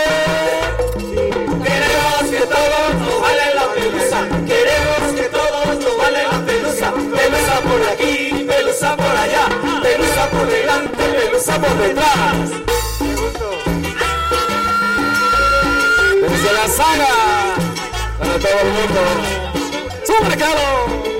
Speaker 13: Queremos que todos nos valen la pelusa. Queremos que todos nos valen la pelusa. Pelusa por aquí, pelusa por allá. Pelusa por delante, pelusa por detrás. Desde la saga para todo el mundo. ¡Súbale, Calo!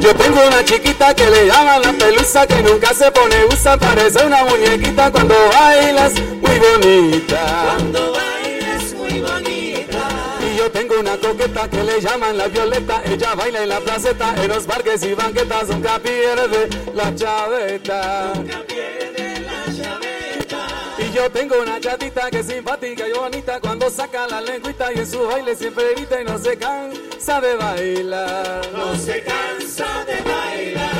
Speaker 13: Yo tengo una chiquita que le llaman la pelusa que nunca se pone usa, parece una muñequita cuando bailas muy bonita. Cuando bailas muy bonita. Y yo tengo una coqueta que le llaman la violeta, ella baila en la placeta, en los parques y banquetas, nunca pierde la chaveta. Y yo tengo una chatita que es simpática y bonita cuando saca la lengüita y en su baile siempre grita y no se cansa de bailar. No se cansa de bailar.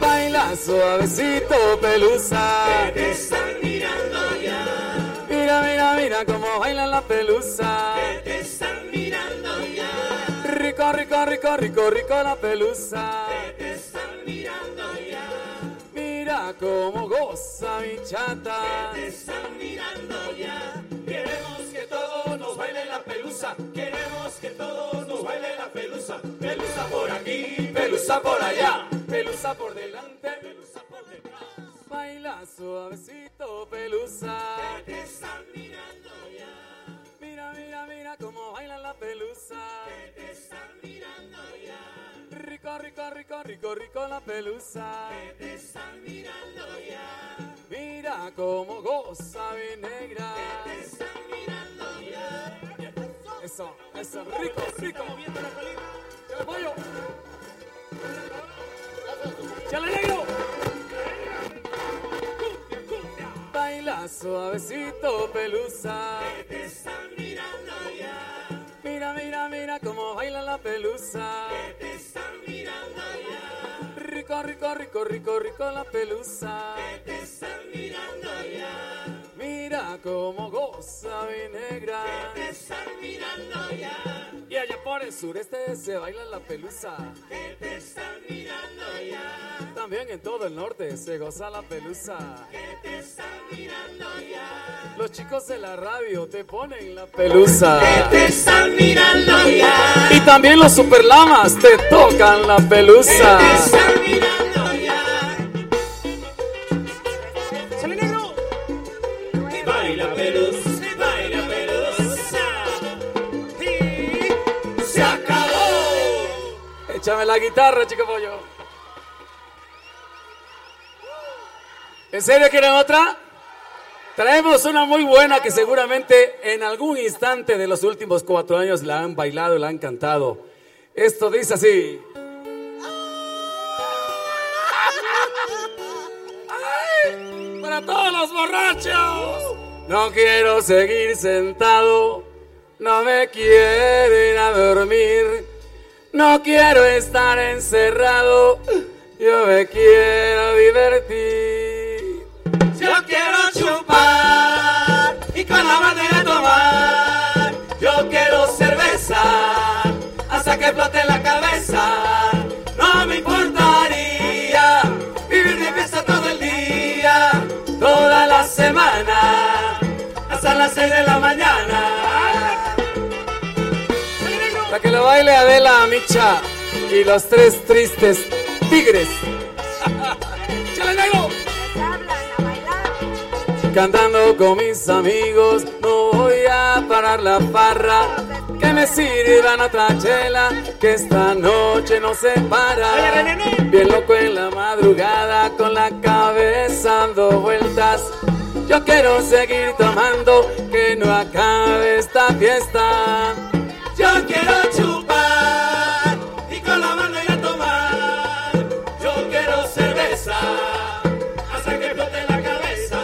Speaker 13: Baila suavecito, pelusa. te están mirando ya. Mira, mira, mira cómo baila la pelusa. te están mirando ya. Rico, rico, rico, rico, rico la pelusa. te están mirando ya. Mira cómo goza mi chata. te están mirando ya. Queremos que todos nos bailen la pelusa. Queremos que todos nos bailen la pelusa. Pelusa por aquí, pelusa por allá. Pelusa por delante, pelusa por detrás. Baila suavecito, pelusa. te están mirando ya. Mira, mira, mira cómo baila la pelusa. te están mirando ya. Rico, rico, rico, rico, rico la pelusa. te están mirando ya. Mira cómo goza mi negra. te están mirando ya. Eso, eso, rico, rico. ¡El pollo! ¡Chale negro! Baila suavecito, pelusa. te están mirando ya. Mira, mira, mira cómo baila la pelusa. te están mirando ya. Rico, rico, rico, rico, rico la pelusa. te están mirando ya. Mira cómo goza mi negra. te están mirando ya. Y allá por el sureste se baila la pelusa. te están mirando ya. También en todo el norte se goza la pelusa. te están mirando ya. Los chicos de la radio te ponen la pelusa. te están mirando ya. Y también los superlamas te tocan la pelusa. te están mirando ya. ¡Sale negro! Y baila pelusa, y baila pelusa. Y se acabó. Échame la guitarra, chico pollo. ¿En serio quieren otra? Traemos una muy buena que seguramente en algún instante de los últimos cuatro años la han bailado, la han cantado. Esto dice así. ¡Ay! ¡Para todos los borrachos! No quiero seguir sentado, no me quiero ir a dormir, no quiero estar encerrado, yo me quiero divertir. Yo quiero chupar y con la bandera tomar, yo quiero cerveza hasta que flote la cabeza, no me importaría 6 de la mañana. Para que lo baile Adela, Micha y los tres tristes tigres. ¡Chale negro! Cantando con mis amigos, no voy a parar la parra. Que me sirvan otra chela, que esta noche no se para. Bien loco en la madrugada, con la cabeza dando vueltas. Yo quiero seguir tomando, que no acabe esta fiesta. Yo quiero chupar y con la mano ir a tomar. Yo quiero cerveza hasta que explote la cabeza.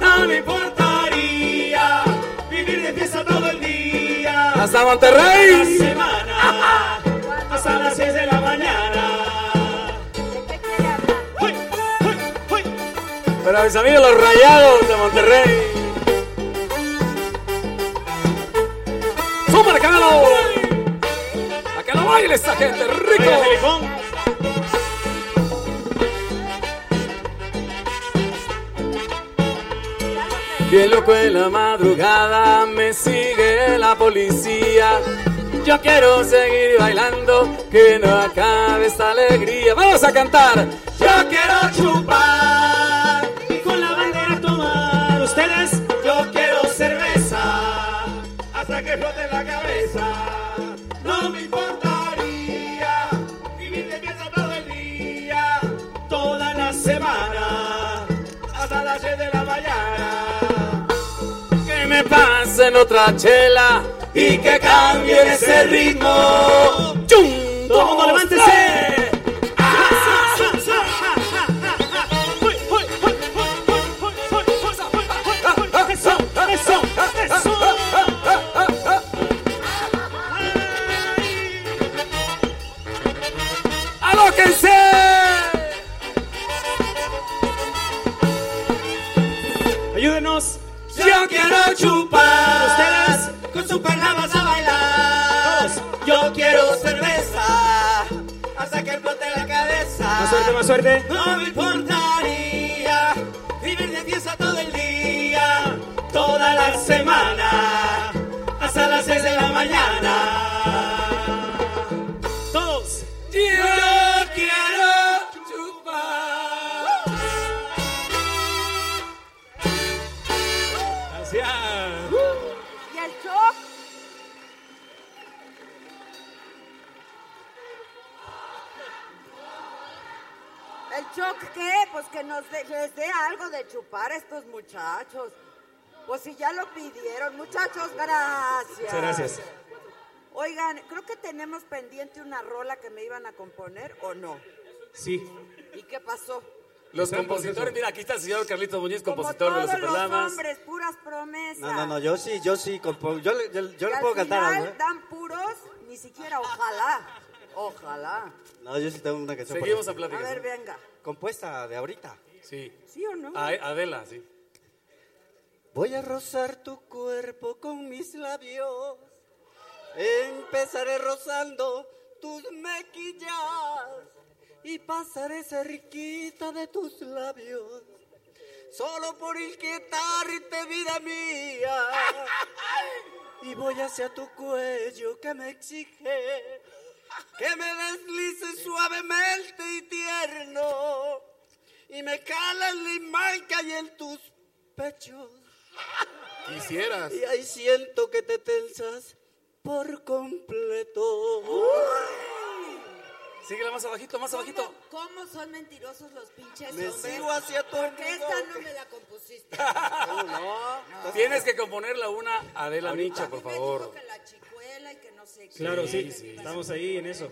Speaker 13: No me importaría vivir de fiesta todo el día. Hasta Monterrey.
Speaker 16: Una semana, hasta las 6 de la mañana.
Speaker 13: Para mis amigos los rayados de Monterrey. ¡Súper Canelo! ¡A que lo baile esta gente rico! Bien loco en la madrugada me sigue la policía. Yo quiero seguir bailando, que no acabe esta alegría. Vamos a cantar. Yo quiero chupar
Speaker 16: Y con la bandera a tomar ustedes, yo quiero cerveza. Hasta que flote la cabeza. No me importaría vivir de fiesta todo el día, toda la semana, hasta las 6 de la mañana.
Speaker 13: que me pasen otra chela y que cambien ese ritmo. ¡Chum! Todo mundo levántese.
Speaker 16: Eso, eso, eso.
Speaker 13: ¡Alóquense!
Speaker 16: Ayúdenos.
Speaker 13: Yo quiero chupar.
Speaker 16: Ustedes con su perla vas a bailar. Yo quiero cerveza. Hasta que explote la cabeza.
Speaker 7: Más suerte, más suerte.
Speaker 16: No me importaría vivir de fiesta todo el día, toda la semana, hasta las 6 de la mañana. Todos. Yo quiero
Speaker 13: Gracias.
Speaker 4: ¿Y el shock? ¿El shock qué? Pues que nos de- les dé algo de chupar a estos muchachos. Pues si ya lo pidieron. Muchachos, gracias.
Speaker 16: Muchas gracias.
Speaker 4: Oigan, creo que tenemos pendiente una rola que me iban a componer o no.
Speaker 12: Sí.
Speaker 4: ¿Y qué pasó?
Speaker 13: Los compositores, mira, aquí está el señor Carlitos Muñiz, compositor de
Speaker 4: Todos
Speaker 13: los
Speaker 4: los
Speaker 13: superdamas.
Speaker 4: hombres, puras promesas.
Speaker 17: No, no, no, yo sí, yo sí, compo- pues, yo, le- yo, yo
Speaker 4: Que
Speaker 17: le
Speaker 4: al
Speaker 17: puedo cantar
Speaker 4: final
Speaker 17: algo, ¿eh?
Speaker 4: dan puros, ni siquiera ojalá. Ojalá.
Speaker 17: No, yo sí tengo una canción. por
Speaker 13: Seguimos
Speaker 17: ahí.
Speaker 13: a platicar.
Speaker 4: A ver, venga.
Speaker 17: Compuesta de ahorita.
Speaker 13: Sí.
Speaker 4: ¿Sí o no?
Speaker 13: A- Ah, eh, Adela, sí.
Speaker 17: Voy a rozar tu cuerpo con mis labios. Empezaré rozando tus mejillas y pasaré cerquita de tus labios. Solo por inquietarte, vida mía. Y voy hacia tu cuello que me exige que me deslice suavemente y tierno. Y me cala en la imaca y en tus pechos.
Speaker 10: Quisieras.
Speaker 17: Y ahí siento que te tensas por completo.
Speaker 13: Síguela más abajito, más abajito.
Speaker 4: ¿Cómo son mentirosos los pinches
Speaker 17: Me
Speaker 4: hombres?
Speaker 17: sigo hacia tu
Speaker 4: ¿Por qué
Speaker 17: amigo?
Speaker 4: esta no me la compusiste?
Speaker 17: No.
Speaker 13: Tienes que componerla una Adela Micha, por favor.
Speaker 4: Que la chicuela y que no sé qué.
Speaker 13: Claro, sí, Ah,
Speaker 18: Estamos ahí en eso.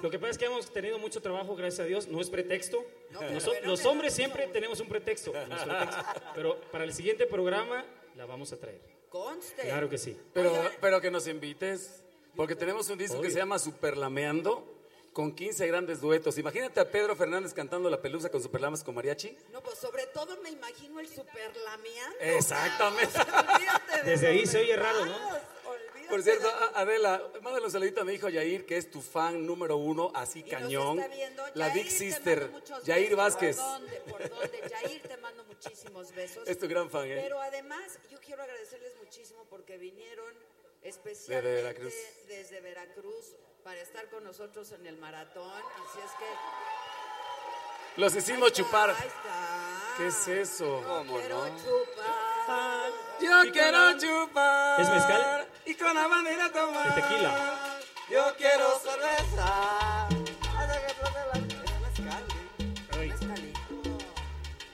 Speaker 18: Lo que pasa es que hemos tenido mucho trabajo, gracias a Dios. No es pretexto.
Speaker 4: pero
Speaker 18: Nos-
Speaker 4: bueno,
Speaker 18: los
Speaker 4: pero
Speaker 18: hombres siempre tenemos un pretexto. nuestro pretexto. Pero para el siguiente programa la vamos a traer.
Speaker 4: Conste.
Speaker 18: Claro que sí.
Speaker 13: Pero, pero que nos invites, porque tenemos un disco que se llama Superlameando, con 15 grandes duetos. Imagínate a Pedro Fernández cantando La Pelusa con Superlamas con mariachi.
Speaker 4: No, pues sobre todo me imagino el super lameando.
Speaker 13: Exactamente.
Speaker 4: Olvídate de
Speaker 18: Desde ahí
Speaker 4: los
Speaker 18: se oye raro, ¿no?
Speaker 4: lameados, olvídate.
Speaker 13: Por cierto, a- Adela, mándale un saludito a mi hijo Yair, que es tu fan número uno, así
Speaker 4: Y nos
Speaker 13: cañón.
Speaker 4: está viendo.
Speaker 13: la
Speaker 4: Yair,
Speaker 13: Big
Speaker 4: te
Speaker 13: Sister,
Speaker 4: mando muchos
Speaker 13: Yair
Speaker 4: besos.
Speaker 13: Vázquez.
Speaker 4: ¿Por dónde? ¿Por dónde? Yair, te mando muchísimos besos.
Speaker 13: Es tu gran fan, ¿eh?
Speaker 4: Pero además, yo quiero agradecerles muchísimo porque vinieron especialmente
Speaker 13: Desde Veracruz.
Speaker 4: desde Veracruz para estar con nosotros en el maratón. Así es que
Speaker 13: Los hicimos chupar.
Speaker 4: ahí está.
Speaker 13: ¿Qué es eso? ¿Cómo no?
Speaker 4: Chupa.
Speaker 13: Yo quiero
Speaker 16: chupar.
Speaker 13: ¿Es mezcal?
Speaker 16: Y con la bandera tomar.
Speaker 13: De tequila.
Speaker 16: Yo quiero cerveza.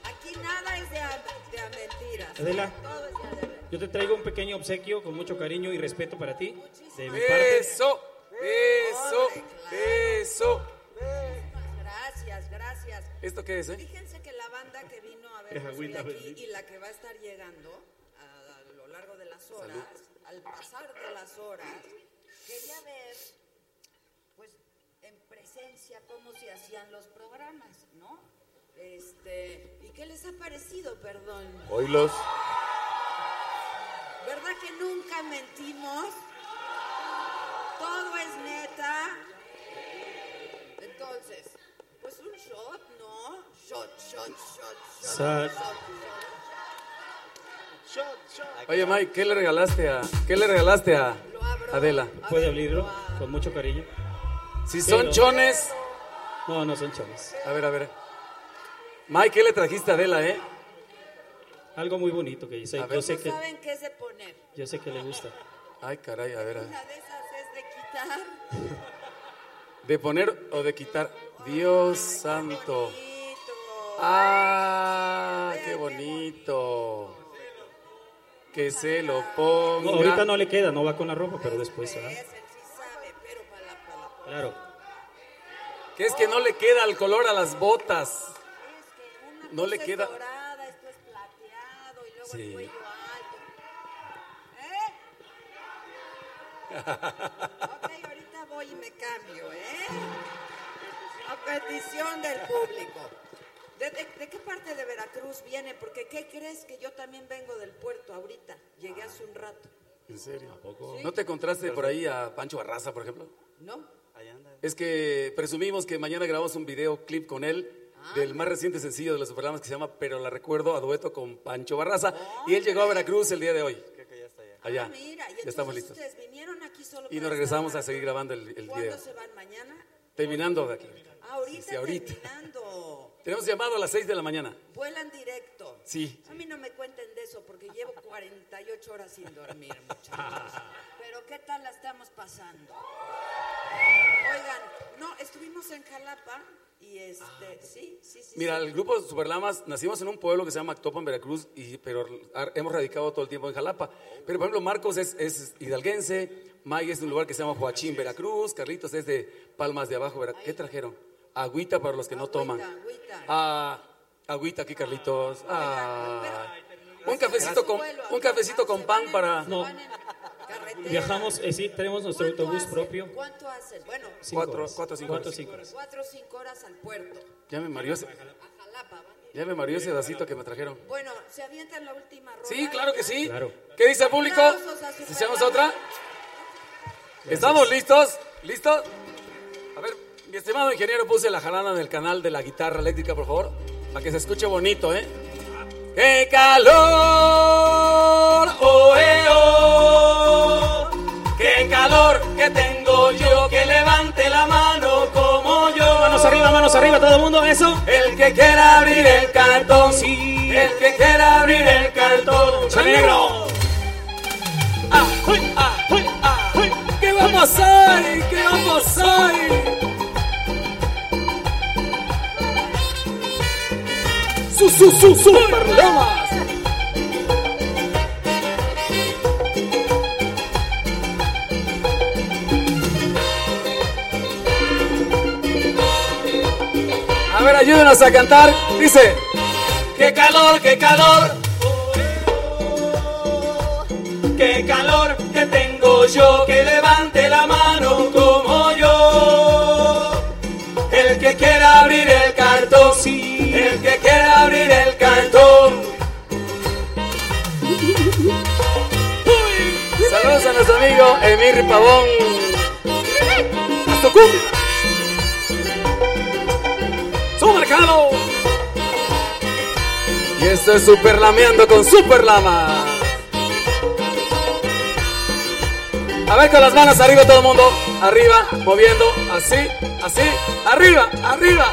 Speaker 4: Aquí nada es de, a- de a mentiras.
Speaker 18: Adela.
Speaker 4: Todo es de a de verdad.
Speaker 18: Yo te traigo un pequeño obsequio con mucho cariño y respeto para ti. De mi parte.
Speaker 13: Eso, eso, eso.
Speaker 4: Gracias, gracias.
Speaker 13: ¿Esto qué es, eh?
Speaker 4: Fíjense que la banda que vino a
Speaker 13: Es
Speaker 4: ver
Speaker 13: agüita,
Speaker 4: aquí
Speaker 13: bendita.
Speaker 4: y la que va a estar llegando a, a lo largo de las horas, al pasar de las horas, quería ver, pues, en presencia cómo se hacían los programas, ¿no? Este, ¿y qué les ha parecido, perdón?
Speaker 3: Oílos.
Speaker 4: ¿Verdad que nunca mentimos? Todo es neta. Entonces, pues un shot, ¿no? Shot, shot, shot, shot.
Speaker 13: Shot.
Speaker 4: Shot, shot.
Speaker 13: Oye, Mike, ¿qué le regalaste a, qué le regalaste a Adela?
Speaker 18: Puede abrirlo con mucho cariño.
Speaker 13: Si son chones.
Speaker 18: No, no son chones.
Speaker 13: A ver, a ver. Mike, ¿qué le trajiste a Adela, eh?
Speaker 18: Algo muy bonito que yo sé, yo sé que,
Speaker 4: ¿Saben qué es de poner?
Speaker 18: yo sé que le gusta.
Speaker 13: Ay, caray, a ver. a-
Speaker 4: Una de esas es de quitar.
Speaker 13: ¿De poner o de quitar? Dios santo. Ah, qué bonito. Que se lo ponga.
Speaker 18: No, ahorita no le queda, no va con la ropa, pero después. ¿verdad? Claro.
Speaker 13: Que es que no le queda el color a las botas. No le queda. Sí.
Speaker 4: ¿Eh? Ok, ahorita voy y me cambio, ¿eh? A petición del público. ¿De, de, de qué parte de Veracruz viene? Porque ¿qué crees que yo también vengo del puerto ahorita? Llegué hace un rato,
Speaker 13: ¿En serio?
Speaker 4: Sí.
Speaker 13: ¿No te encontraste por ahí a Pancho Barraza, por ejemplo?
Speaker 4: ¿no?
Speaker 13: Es que presumimos que mañana grabamos un videoclip con él
Speaker 4: Ah,
Speaker 13: del más reciente sencillo de los Superlamas que se llama Pero la recuerdo a dueto con Pancho Barraza. Y él llegó a Veracruz el día de hoy. Allá.
Speaker 4: Ah, mira, y
Speaker 13: Ya
Speaker 4: entonces
Speaker 13: estamos listos.
Speaker 4: ustedes vinieron aquí solo
Speaker 13: Y
Speaker 4: para
Speaker 13: nos regresamos a seguir grabando el, el
Speaker 4: estar- ¿Cuándo
Speaker 13: video.
Speaker 4: se van mañana?
Speaker 13: Terminando de aquí.
Speaker 4: Ah, ahorita,
Speaker 13: Sí, sí, ahorita.
Speaker 4: terminando.
Speaker 13: Tenemos llamado a las 6 de la mañana.
Speaker 4: Vuelan directo.
Speaker 13: Sí.
Speaker 4: A mí no me cuenten de eso porque llevo 48 horas sin dormir, muchachos. Pero ¿qué tal la estamos pasando? Oigan, no, estuvimos en Jalapa y este,
Speaker 18: Ah.
Speaker 4: sí, sí, sí.
Speaker 13: Mira,
Speaker 4: sí.
Speaker 13: el grupo Superlamas, nacimos en un pueblo que se llama Actopan, Veracruz, y, pero ar- hemos radicado todo el tiempo en Jalapa. Pero, por ejemplo, Marcos es, es hidalguense, May es de un lugar que se llama Joachín, Veracruz, Carlitos es de Palmas de Abajo, Veracruz. ¿Qué trajeron? Agüita para los que no toman. Ah, agüita aquí, Carlitos. Ah, un cafecito con, un cafecito con pan para...
Speaker 18: No. Viajamos, eh, sí, tenemos nuestro autobús propio.
Speaker 4: ¿Cuánto hacen? Bueno,
Speaker 18: Cinco
Speaker 13: Cuatro-
Speaker 18: horas.
Speaker 13: cuatro, cinco
Speaker 18: Cuatro,
Speaker 13: horas.
Speaker 18: cinco horas.
Speaker 4: cuatro o cinco horas al puerto.
Speaker 13: Ya me mareó ese,
Speaker 4: A Jalapa. ¿va?
Speaker 13: ya me mareó ese vasito que me trajeron.
Speaker 4: Bueno, se avientan la última ronda.
Speaker 13: Sí, claro que sí. ¿Qué dice el público?
Speaker 4: Aplausos a Superlamas.
Speaker 13: ¿Hacemos otra? ¿Estamos listos? ¿Listos? A ver, mi estimado ingeniero, puse la jarana en el canal de la guitarra eléctrica, por favor, para que se escuche bonito, ¿eh? ¡Qué calor! ¡Oh, eh, oh!
Speaker 16: ¡Qué calor que tengo yo! Que levante la mano como yo.
Speaker 18: Manos arriba, manos arriba, todo el mundo, eso.
Speaker 16: El que quiera abrir el cartón, sí. El que quiera abrir el cartón, ¡Mucho negro. Ah, uy, ah, uy, ah, uy. ¿Qué vamos a hacer? ¿Qué vamos a hacer?
Speaker 13: ¡Su, su, su,
Speaker 16: ah.
Speaker 13: superlamas! A ver, ayúdenos a cantar. Dice,
Speaker 16: ¡Qué calor, qué calor! ¡Qué calor que tengo yo! Que levante la mano como yo. El que quiera abrir el cartón, sí. El que quiera abrir el cartón.
Speaker 13: saludos a nuestro amigo Emilio Emir Pavón. ¡A su cumbia! ¡Su mercado! Y esto es Super Lameando con Super Lama. A ver con las manos arriba todo el mundo. Arriba, moviendo, así, así, arriba, arriba.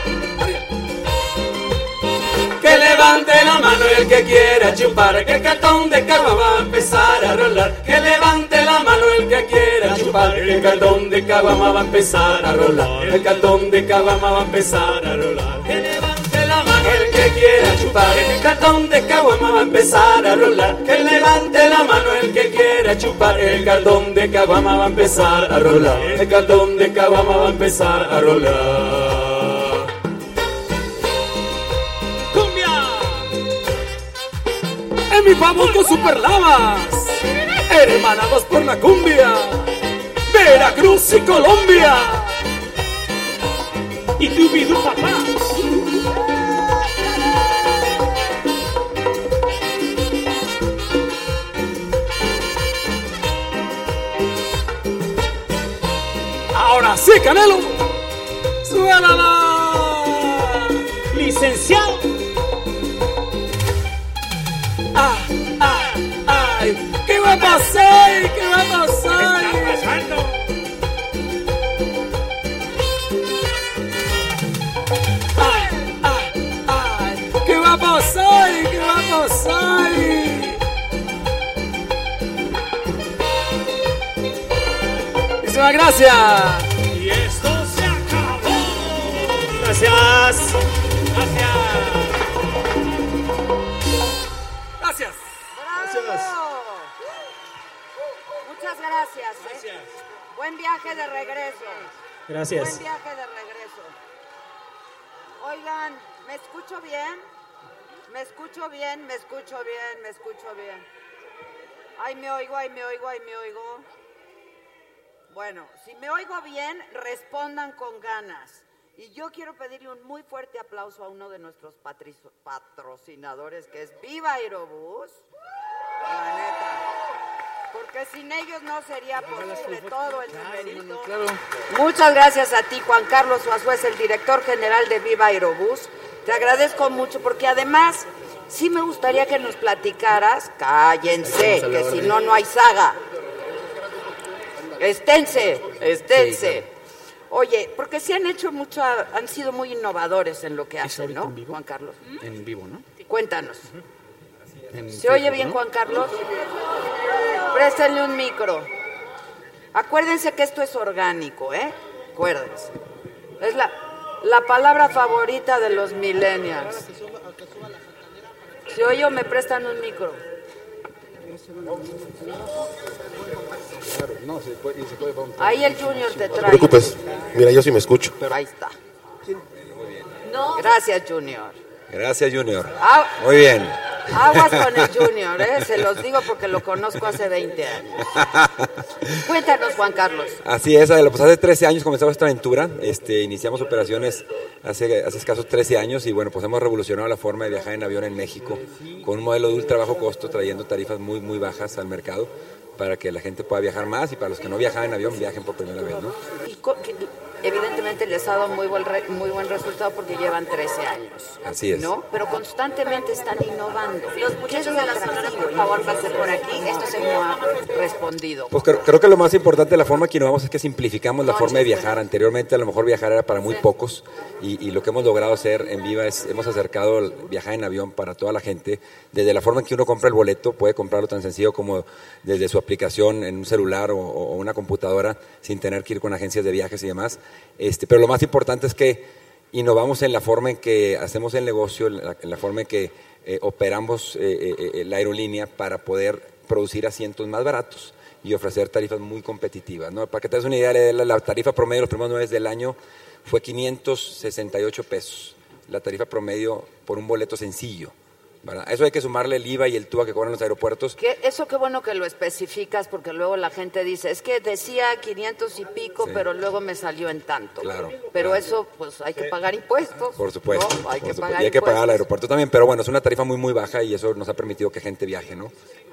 Speaker 16: Que levante la mano el que quiera chupar, que el cartón de caguama va a empezar a rolar. Que levante la mano el que quiera chupar, que el cartón de caguama va a empezar a rolar. El cartón de caguama va a empezar a rolar. Que levante la mano el que quiera chupar, que el cartón de caguama va a empezar a rolar. Que levante la mano el que quiera chupar, el cartón de caguama va a empezar a rolar. El cartón de caguama va a empezar a rolar.
Speaker 13: En mi pavón con Super Lamas. Hermanados por la cumbia. Veracruz y Colombia. Y tu papá. Ahora sí, Canelo. Suélala. Licenciado. Ah, ah, ay. ¿Qué va a pasar? ¿Qué va a pasar? ¿Qué está pasando? Ay, ay, ay. ¿Qué va a pasar? ¿Qué va a pasar? Muchísimas gracias.
Speaker 16: Y esto se acabó. Gracias. Gracias.
Speaker 13: Gracias.
Speaker 4: ¡Bravo! Muchas gracias. ¿eh? Buen viaje de regreso.
Speaker 18: Gracias.
Speaker 4: Buen viaje de regreso. Oigan, ¿me escucho bien? Me escucho bien, me escucho bien, me escucho bien. Ay, me oigo, ay, me oigo, ay, me oigo. Bueno, si me oigo bien, respondan con ganas. Y yo quiero pedirle un muy fuerte aplauso a uno de nuestros patrizo- patrocinadores, que es Viva Aerobús. La neta. Porque sin ellos no sería posible todo el numerito. Muchas gracias a ti, Juan Carlos Suazuez, el director general de Viva Aerobús. Te agradezco mucho porque además sí me gustaría que nos platicaras, cállense, que si no, no hay saga. Esténse, esténse. Oye, porque sí han hecho mucho, han sido muy innovadores en lo que hacen, ¿no, Juan Carlos?
Speaker 15: En vivo, ¿no?
Speaker 4: Cuéntanos.
Speaker 15: En
Speaker 4: ¿Se oye
Speaker 15: Facebook,
Speaker 4: bien,
Speaker 15: ¿no?
Speaker 4: Juan Carlos? Préstenle un micro. Acuérdense que esto es orgánico, ¿eh? Acuérdense. Es la, la palabra favorita de los millennials. ¿Se oye o me prestan un micro?
Speaker 19: Claro, no, se puede, y se puede preguntar.
Speaker 4: Ahí el Junior te
Speaker 19: No te
Speaker 4: trae.
Speaker 19: preocupes, mira, yo sí me escucho.
Speaker 4: Ahí está. Gracias, Junior.
Speaker 20: Gracias, Junior.
Speaker 4: Ah.
Speaker 20: Muy bien.
Speaker 4: Aguas con el Junior, ¿eh? Se los digo porque lo conozco hace 20 años. Cuéntanos, Juan Carlos.
Speaker 20: Así es, Adela, pues hace 13 años comenzamos esta aventura, este, iniciamos operaciones hace, hace escasos 13 años y bueno, pues hemos revolucionado la forma de viajar en avión en México con un modelo de ultra bajo costo trayendo tarifas muy, muy bajas al mercado para que la gente pueda viajar más y para los que no viajaban en avión viajen por primera vez, ¿no?
Speaker 4: Y co- que- evidentemente les ha dado muy buen, re- muy buen resultado porque llevan 13 años.
Speaker 20: Así es.
Speaker 4: ¿No? Pero constantemente están innovando. Los muchachos de la sonora, por favor, pasen por aquí. Esto se me ha respondido.
Speaker 20: Pues creo, creo que lo más importante de la forma que innovamos es que simplificamos la forma de viajar. Anteriormente a lo mejor viajar era para muy pocos y, y lo que hemos logrado hacer en Viva es hemos acercado el viajar en avión para toda la gente. Desde la forma en que uno compra el boleto, puede comprarlo tan sencillo como desde su aplicación en un celular o, o una computadora sin tener que ir con agencias de viajes y demás. Este, pero lo más importante es que innovamos en la forma en que hacemos el negocio, en la, en la forma en que eh, operamos eh, eh, eh, la aerolínea para poder producir asientos más baratos y ofrecer tarifas muy competitivas. ¿no? Para que te des una idea, la, la tarifa promedio de los primeros nueve del año fue 568 pesos, la tarifa promedio por un boleto sencillo. ¿verdad? A Eso hay que sumarle el IVA y el TUA que cobran los aeropuertos.
Speaker 4: Que eso qué bueno que lo especificas porque luego la gente dice, es que decía 500 y pico,
Speaker 20: Sí.
Speaker 4: pero luego me salió en tanto.
Speaker 20: Claro.
Speaker 4: Pero eso, pues hay que pagar impuestos.
Speaker 20: Por supuesto.
Speaker 4: ¿no? Hay
Speaker 20: por
Speaker 4: que
Speaker 20: supuesto.
Speaker 4: pagar
Speaker 20: y hay que pagar al
Speaker 4: impuestos.
Speaker 20: aeropuerto también, pero bueno, es una tarifa muy, muy baja y eso nos ha permitido que gente viaje, ¿no?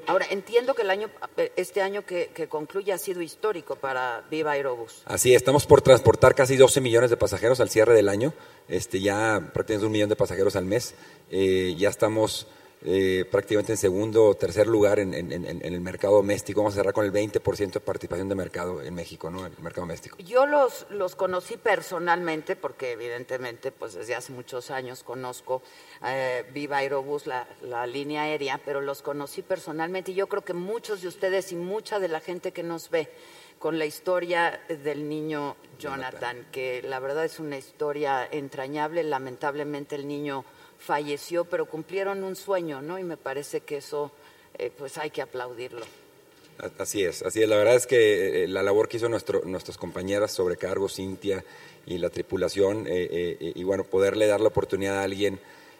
Speaker 4: Ahora, entiendo que el año, este año que, que concluye ha sido histórico para Viva Aerobús.
Speaker 20: Así es, estamos por transportar casi 12 millones de pasajeros al cierre del año, este, ya prácticamente un millón de pasajeros al mes. Eh, ya estamos eh, prácticamente en segundo o tercer lugar en, en- en- en el mercado doméstico. Vamos a cerrar con el 20% de participación de mercado en México, ¿no? El mercado doméstico.
Speaker 4: Yo los, los conocí personalmente porque evidentemente pues desde hace muchos años conozco eh, Viva Aerobús, la, la línea aérea, pero los conocí personalmente y yo creo que muchos de ustedes y mucha de la gente que nos ve con la historia del niño Jonathan, que la verdad es una historia entrañable, lamentablemente el niño falleció, pero cumplieron un sueño, ¿no? Y me parece que eso eh, pues hay que aplaudirlo.
Speaker 20: A- Así es, así es. La verdad es que eh, la labor que hizo nuestro, nuestras compañeras sobrecargo, Cintia y la tripulación, eh, eh, eh, y bueno, poderle dar la oportunidad a alguien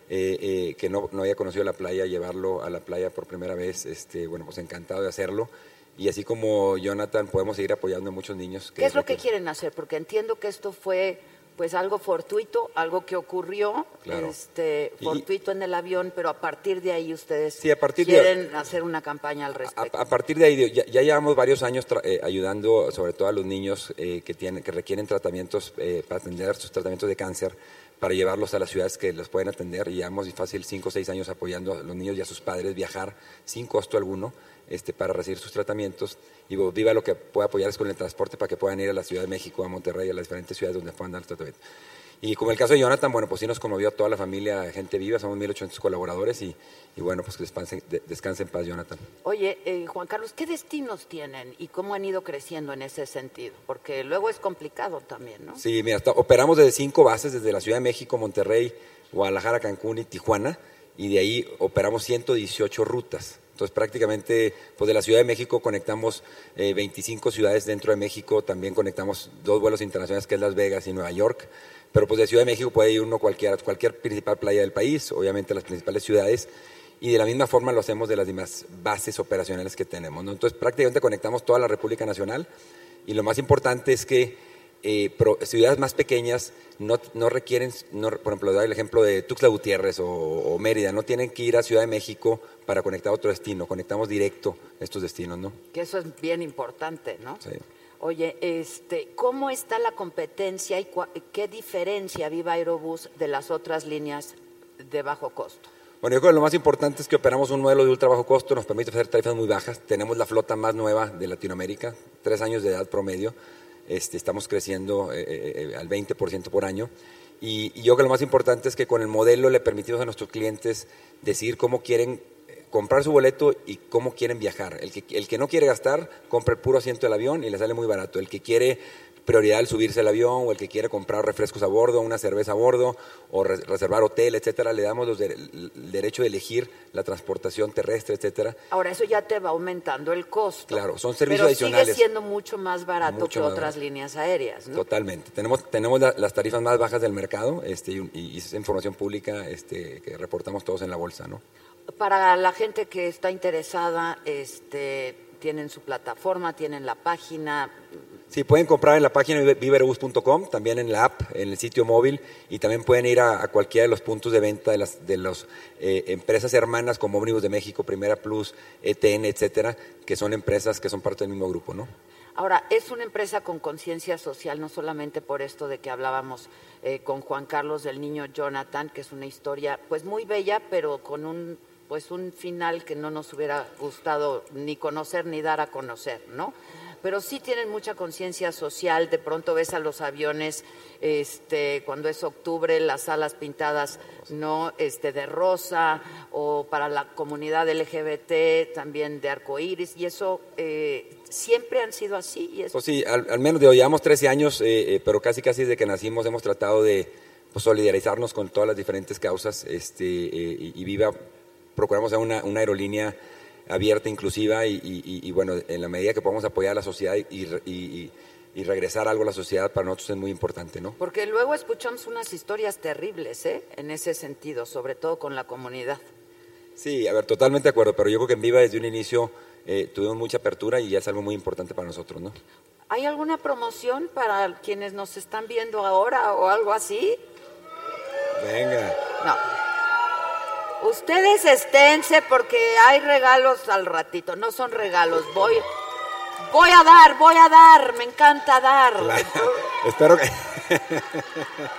Speaker 20: eh, eh, que no, no había conocido la playa, llevarlo a la playa por primera vez, este, bueno, pues encantado de hacerlo. Y así como Jonathan, podemos seguir apoyando a muchos niños.
Speaker 4: ¿Qué es lo que quieren hacer? Porque entiendo que esto fue pues algo fortuito, algo que ocurrió,
Speaker 20: Claro.
Speaker 4: este,
Speaker 20: Y-
Speaker 4: fortuito en el avión, pero a partir de ahí ustedes
Speaker 20: Sí, a partir de-
Speaker 4: quieren hacer una campaña al respecto.
Speaker 20: a partir de ahí, ya, ya llevamos varios años tra- eh, ayudando sobre todo a los niños eh, que, tienen, que requieren tratamientos eh, para atender sus tratamientos de cáncer, para llevarlos a las ciudades que los pueden atender. Y llevamos fácil 5 o 6 años apoyando a los niños y a sus padres viajar sin costo alguno este, para recibir sus tratamientos. Y bueno, Viva lo que puede apoyar es con el transporte para que puedan ir a la Ciudad de México, a Monterrey, a las diferentes ciudades donde puedan dar el tratamiento. Y como el caso de Jonathan, bueno, pues sí nos conmovió a toda la familia, gente viva, somos 1.800 colaboradores y, y bueno, pues que descanse, de- descanse en paz, Jonathan.
Speaker 4: Oye, eh, Juan Carlos, ¿qué destinos tienen y cómo han ido creciendo en ese sentido? Porque luego es complicado también, ¿no?
Speaker 20: Sí, mira, está- operamos desde cinco bases, desde la Ciudad de México, Monterrey, Guadalajara, Cancún y Tijuana, y de ahí operamos 118 rutas. Entonces prácticamente, pues de la Ciudad de México conectamos eh, 25 ciudades dentro de México, también conectamos dos vuelos internacionales que es Las Vegas y Nueva York, pero pues de Ciudad de México puede ir uno cualquiera, cualquier principal playa del país, obviamente las principales ciudades, y de la misma forma lo hacemos de las demás bases operacionales que tenemos. ¿no? Entonces prácticamente conectamos toda la República Nacional y lo más importante es que eh, pro- ciudades más pequeñas no, no requieren, no, por ejemplo, dar el ejemplo de Tuxtla Gutiérrez o, o Mérida, no tienen que ir a Ciudad de México para conectar a otro destino, conectamos directo estos destinos, ¿no?
Speaker 4: Que eso es bien importante, ¿no?
Speaker 20: Sí.
Speaker 4: Oye, este, ¿cómo está la competencia y cua- qué diferencia Viva Aerobús de las otras líneas de bajo costo?
Speaker 20: Bueno, yo creo que lo más importante es que operamos un modelo de ultra bajo costo, nos permite hacer tarifas muy bajas. Tenemos la flota más nueva de Latinoamérica, tres años de edad promedio. Este, estamos creciendo eh, eh, eh, al 20% por año. Y, y yo creo que lo más importante es que con el modelo le permitimos a nuestros clientes decidir cómo quieren eh, comprar su boleto y cómo quieren viajar. El que, el que no quiere gastar, compra el puro asiento del avión y le sale muy barato. El que quiere prioridad al subirse al avión o el que quiere comprar refrescos a bordo, una cerveza a bordo o re- reservar hotel, etcétera, le damos los de- el derecho de elegir la transportación terrestre, etcétera.
Speaker 4: Ahora, eso ya te va aumentando el costo.
Speaker 20: Claro, son servicios
Speaker 4: pero
Speaker 20: adicionales.
Speaker 4: sigue siendo mucho más barato
Speaker 20: Mucho
Speaker 4: que
Speaker 20: más
Speaker 4: otras
Speaker 20: barato.
Speaker 4: líneas aéreas, ¿no?
Speaker 20: Totalmente. Tenemos, tenemos la- las tarifas más bajas del mercado este, y, un- y- y esa es información pública este, que reportamos todos en la bolsa, ¿no?
Speaker 4: Para la gente que está interesada, este, tienen su plataforma, tienen la página.
Speaker 20: Sí, pueden comprar en la página viverebus.com, también en la app, en el sitio móvil y también pueden ir a, a cualquiera de los puntos de venta de las de los, eh, empresas hermanas como Ómnibus de México, Primera Plus, ETN, etcétera, que son empresas que son parte del mismo grupo, ¿no?
Speaker 4: Ahora, es una empresa con conciencia social, no solamente por esto de que hablábamos eh, con Juan Carlos del niño Jonathan, que es una historia pues muy bella, pero con un pues un final que no nos hubiera gustado ni conocer ni dar a conocer, ¿no? pero sí tienen mucha conciencia social. De pronto ves a los aviones, este, cuando es octubre, las alas pintadas no, este, de rosa, o para la comunidad LGBT también de arcoíris, y eso eh, siempre han sido así. Y es-
Speaker 20: Pues sí, al, al menos digo, llevamos 13 años, eh, eh, pero casi casi desde que nacimos hemos tratado de pues, solidarizarnos con todas las diferentes causas este, eh, y, y viva, procuramos ser una, una aerolínea abierta, inclusiva y, y- y- y, bueno, en la medida que podamos apoyar a la sociedad y, y- y- y regresar algo a la sociedad para nosotros es muy importante, ¿no?
Speaker 4: porque luego escuchamos unas historias terribles, ¿eh? En ese sentido, sobre todo con la comunidad.
Speaker 20: Sí, a ver, totalmente de acuerdo, pero yo creo que en Viva desde un inicio eh, tuvimos mucha apertura y ya es algo muy importante para nosotros, ¿no?
Speaker 4: ¿Hay alguna promoción para quienes nos están viendo ahora o algo así?
Speaker 20: Venga.
Speaker 4: No. Ustedes esténse porque hay regalos al ratito. No son regalos. Voy, voy a dar, voy a dar. Me encanta dar.
Speaker 20: Espero que.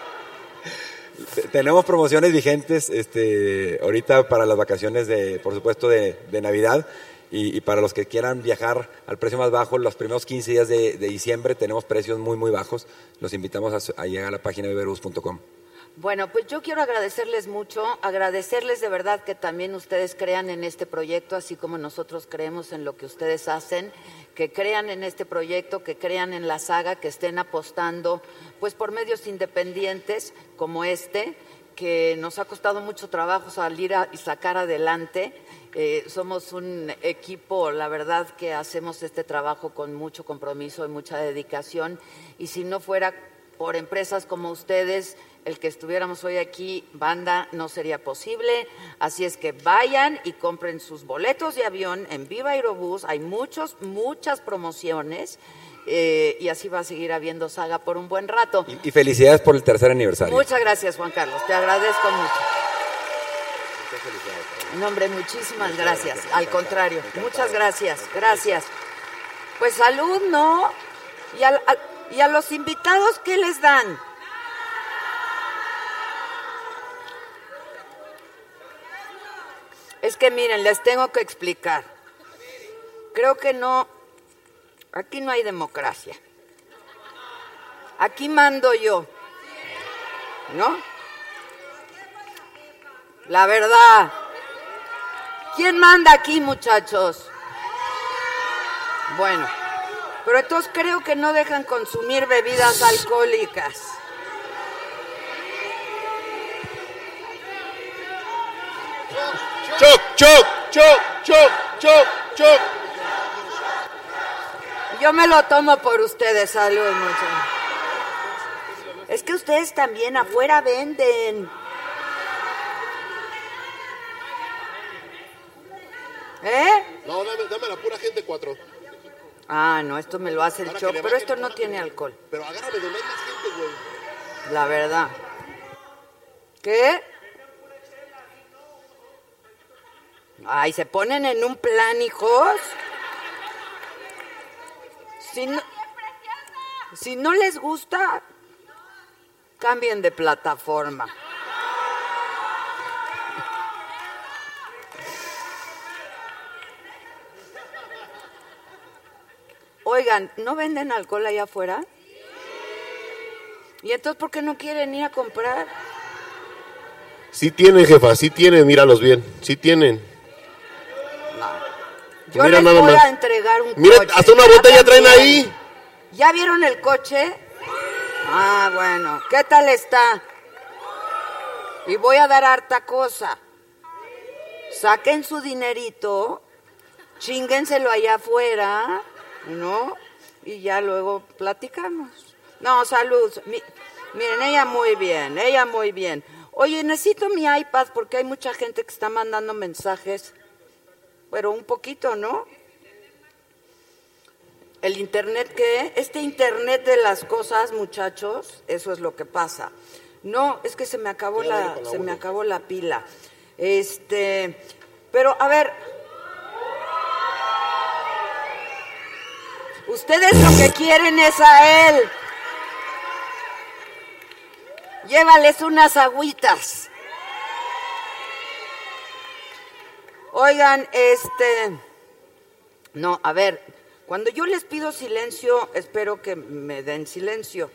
Speaker 20: Te- Tenemos promociones vigentes este, ahorita para las vacaciones, de, por supuesto, de, de Navidad. Y, y para los que quieran viajar al precio más bajo, los primeros 15 días de, de diciembre tenemos precios muy, muy bajos. Los invitamos a, su- a llegar a la página viverus.com.
Speaker 4: Bueno, pues yo quiero agradecerles mucho, agradecerles de verdad que también ustedes crean en este proyecto, así como nosotros creemos en lo que ustedes hacen, que crean en este proyecto, que crean en la saga, que estén apostando, pues por medios independientes como este, que nos ha costado mucho trabajo salir a- y sacar adelante. Eh, somos un equipo, la verdad, que hacemos este trabajo con mucho compromiso y mucha dedicación. Y si no fuera por empresas como ustedes, el que estuviéramos hoy aquí, banda, no sería posible. Así es que vayan y compren sus boletos de avión en Viva Aerobús. Hay muchos, muchas promociones. eh, y así va a seguir habiendo saga por un buen rato.
Speaker 20: Y felicidades por el tercer aniversario.
Speaker 4: Muchas gracias, Juan Carlos. Te agradezco mucho. No, hombre, muchísimas gracias. Al contrario, muchas gracias. Gracias. Pues salud, ¿no? Y, al- al- y a los invitados, ¿qué les dan? Es que miren, les tengo que explicar. Creo que no, aquí no hay democracia. Aquí mando yo. ¿No? La verdad. ¿Quién manda aquí, muchachos? Bueno, pero entonces creo que no dejan consumir bebidas alcohólicas.
Speaker 6: Choc, choc, choc, choc, choc, choc.
Speaker 4: Yo me lo tomo por ustedes, salud, muchachos. Es que ustedes también afuera venden. ¿Eh?
Speaker 21: No, dame, dame a la pura gente cuatro.
Speaker 4: Ah, no, esto me lo hace el
Speaker 21: Ahora que
Speaker 4: choc,
Speaker 21: le
Speaker 4: pero
Speaker 21: bajen,
Speaker 4: esto no tiene alcohol,
Speaker 21: Pero agárrame donde hay más gente, güey.
Speaker 4: la verdad. ¿Qué? Ay, se ponen en un plan, hijos. Si no, si no les gusta, cambien de plataforma. Oigan, ¿no venden alcohol allá afuera? ¿Y entonces por qué no quieren ir a comprar?
Speaker 21: Sí tienen, jefa, sí tienen, míralos bien. Sí tienen.
Speaker 4: Yo
Speaker 21: Mira
Speaker 4: les
Speaker 21: nada
Speaker 4: voy
Speaker 21: más.
Speaker 4: a entregar un
Speaker 21: Mira,
Speaker 4: coche.
Speaker 21: hasta una
Speaker 4: Ya
Speaker 21: botella traen
Speaker 4: también.
Speaker 21: ahí.
Speaker 4: ¿Ya vieron el coche? Ah, bueno. ¿Qué tal está? Y voy a dar harta cosa. Saquen su dinerito, chinguenselo allá afuera, ¿no? Y ya luego platicamos. No, salud. Mi- miren, ella muy bien, ella muy bien. Oye, necesito mi iPad porque hay mucha gente que está mandando mensajes, pero un poquito, ¿no? El internet que este internet de las cosas, muchachos, eso es lo que pasa. No, es que se me acabó
Speaker 21: Ya
Speaker 4: la,
Speaker 21: voy con la
Speaker 4: se me
Speaker 21: uno.
Speaker 4: acabó la pila. Este, pero a ver, ustedes lo que quieren es a él. Llévales unas agüitas. Oigan, este, no, a ver, cuando yo les pido silencio, espero que me den silencio.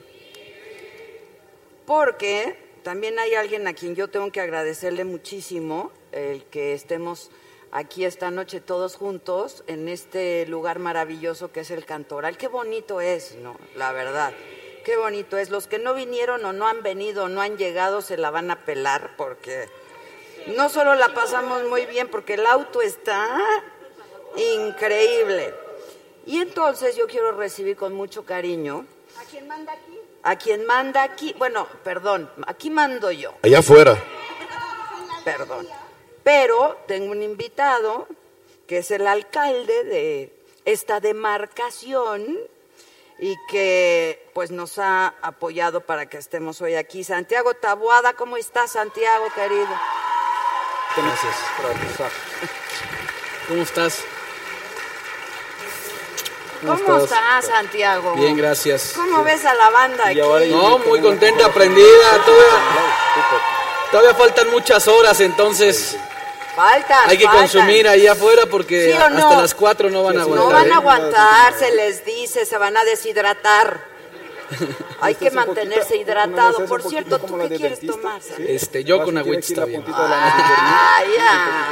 Speaker 4: Porque también hay alguien a quien yo tengo que agradecerle muchísimo el que estemos aquí esta noche todos juntos en este lugar maravilloso que es el Cantoral. Qué bonito es, ¿no? La verdad. Qué bonito es. Los que no vinieron o no han venido o no han llegado se la van a pelar porque no solo la pasamos muy bien, porque el auto está increíble. Y entonces yo quiero recibir con mucho cariño
Speaker 22: ¿A quién manda aquí?
Speaker 4: a quien manda aquí, bueno, perdón, aquí mando yo,
Speaker 21: Allá afuera.
Speaker 4: perdón. Pero tengo un invitado que es el alcalde de esta demarcación y que pues nos ha apoyado para que estemos hoy aquí. Santiago Taboada, ¿cómo estás, Santiago, querido?
Speaker 15: Gracias.
Speaker 23: ¿Cómo estás?
Speaker 4: ¿Cómo estás, Santiago?
Speaker 23: Bien, gracias.
Speaker 4: ¿Cómo ves a la banda aquí?
Speaker 23: No, muy contenta, aprendida. Todavía, todavía faltan muchas horas, entonces
Speaker 4: Faltan,
Speaker 23: hay que
Speaker 4: faltan.
Speaker 23: consumir ahí afuera
Speaker 4: ¿Sí
Speaker 23: porque
Speaker 4: o no?
Speaker 23: hasta las 4 no van a aguantar.
Speaker 4: No van
Speaker 23: ¿eh?
Speaker 4: a aguantar, se les dice, se van a deshidratar. Hay que mantenerse hidratado. Por cierto, ¿tú qué quieres tomar? Santiago?
Speaker 23: Este, yo con agüita está bien.
Speaker 4: Ah,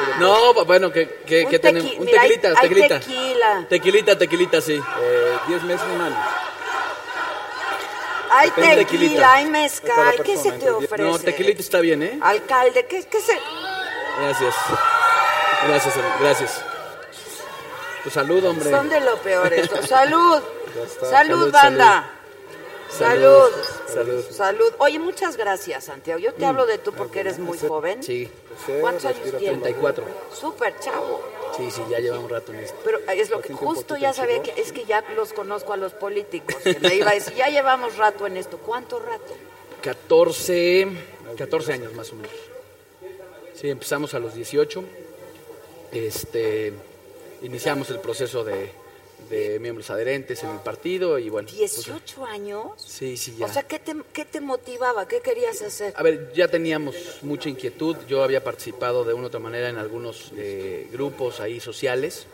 Speaker 4: ya.
Speaker 23: No, pa- bueno, ¿qué, qué, qué tenemos?
Speaker 4: Tequi-
Speaker 23: Un
Speaker 4: mira, hay-
Speaker 23: tequilita,
Speaker 4: hay
Speaker 23: tequilita.
Speaker 4: tequila.
Speaker 23: Tequilita, tequilita, sí. 10 Eh, meses, un año.
Speaker 4: Hay
Speaker 23: Depende de
Speaker 4: tequila,
Speaker 23: tequilita.
Speaker 4: hay mezcal. ¿Qué se te ofrece?
Speaker 23: No, tequilita está bien, ¿eh?
Speaker 4: Alcalde, ¿qué, qué se...?
Speaker 23: Gracias. Gracias, hombre, gracias. Tu salud, hombre.
Speaker 4: Son de lo peor esto. Salud.
Speaker 23: está.
Speaker 4: Salud,
Speaker 23: Salud,
Speaker 4: banda. Salud.
Speaker 23: Salud.
Speaker 4: Salud. Oye, muchas gracias, Santiago. Yo
Speaker 23: Mm.
Speaker 4: te hablo de
Speaker 23: Ah,
Speaker 4: tú porque
Speaker 23: pues,
Speaker 4: eres muy joven.
Speaker 23: Sí.
Speaker 4: ¿Cuántos años tienes?
Speaker 23: 34.
Speaker 4: Súper chavo.
Speaker 23: Sí, sí, ya lleva un rato en esto.
Speaker 4: Pero eh, es lo que justo ya sabía que es que ya los conozco a los políticos. que Me iba a decir, ya llevamos rato en esto. ¿Cuánto rato?
Speaker 23: 14, 14 años más o menos. Sí, empezamos a los 18. Este, iniciamos el proceso de, de miembros adherentes en el partido y bueno. pues,
Speaker 4: ¿18 años?
Speaker 23: sí, sí, ya.
Speaker 4: O sea, ¿qué te, qué te motivaba? ¿Qué querías hacer?
Speaker 23: A ver, ya teníamos mucha inquietud. Yo había participado de una u otra manera en algunos eh, grupos ahí sociales.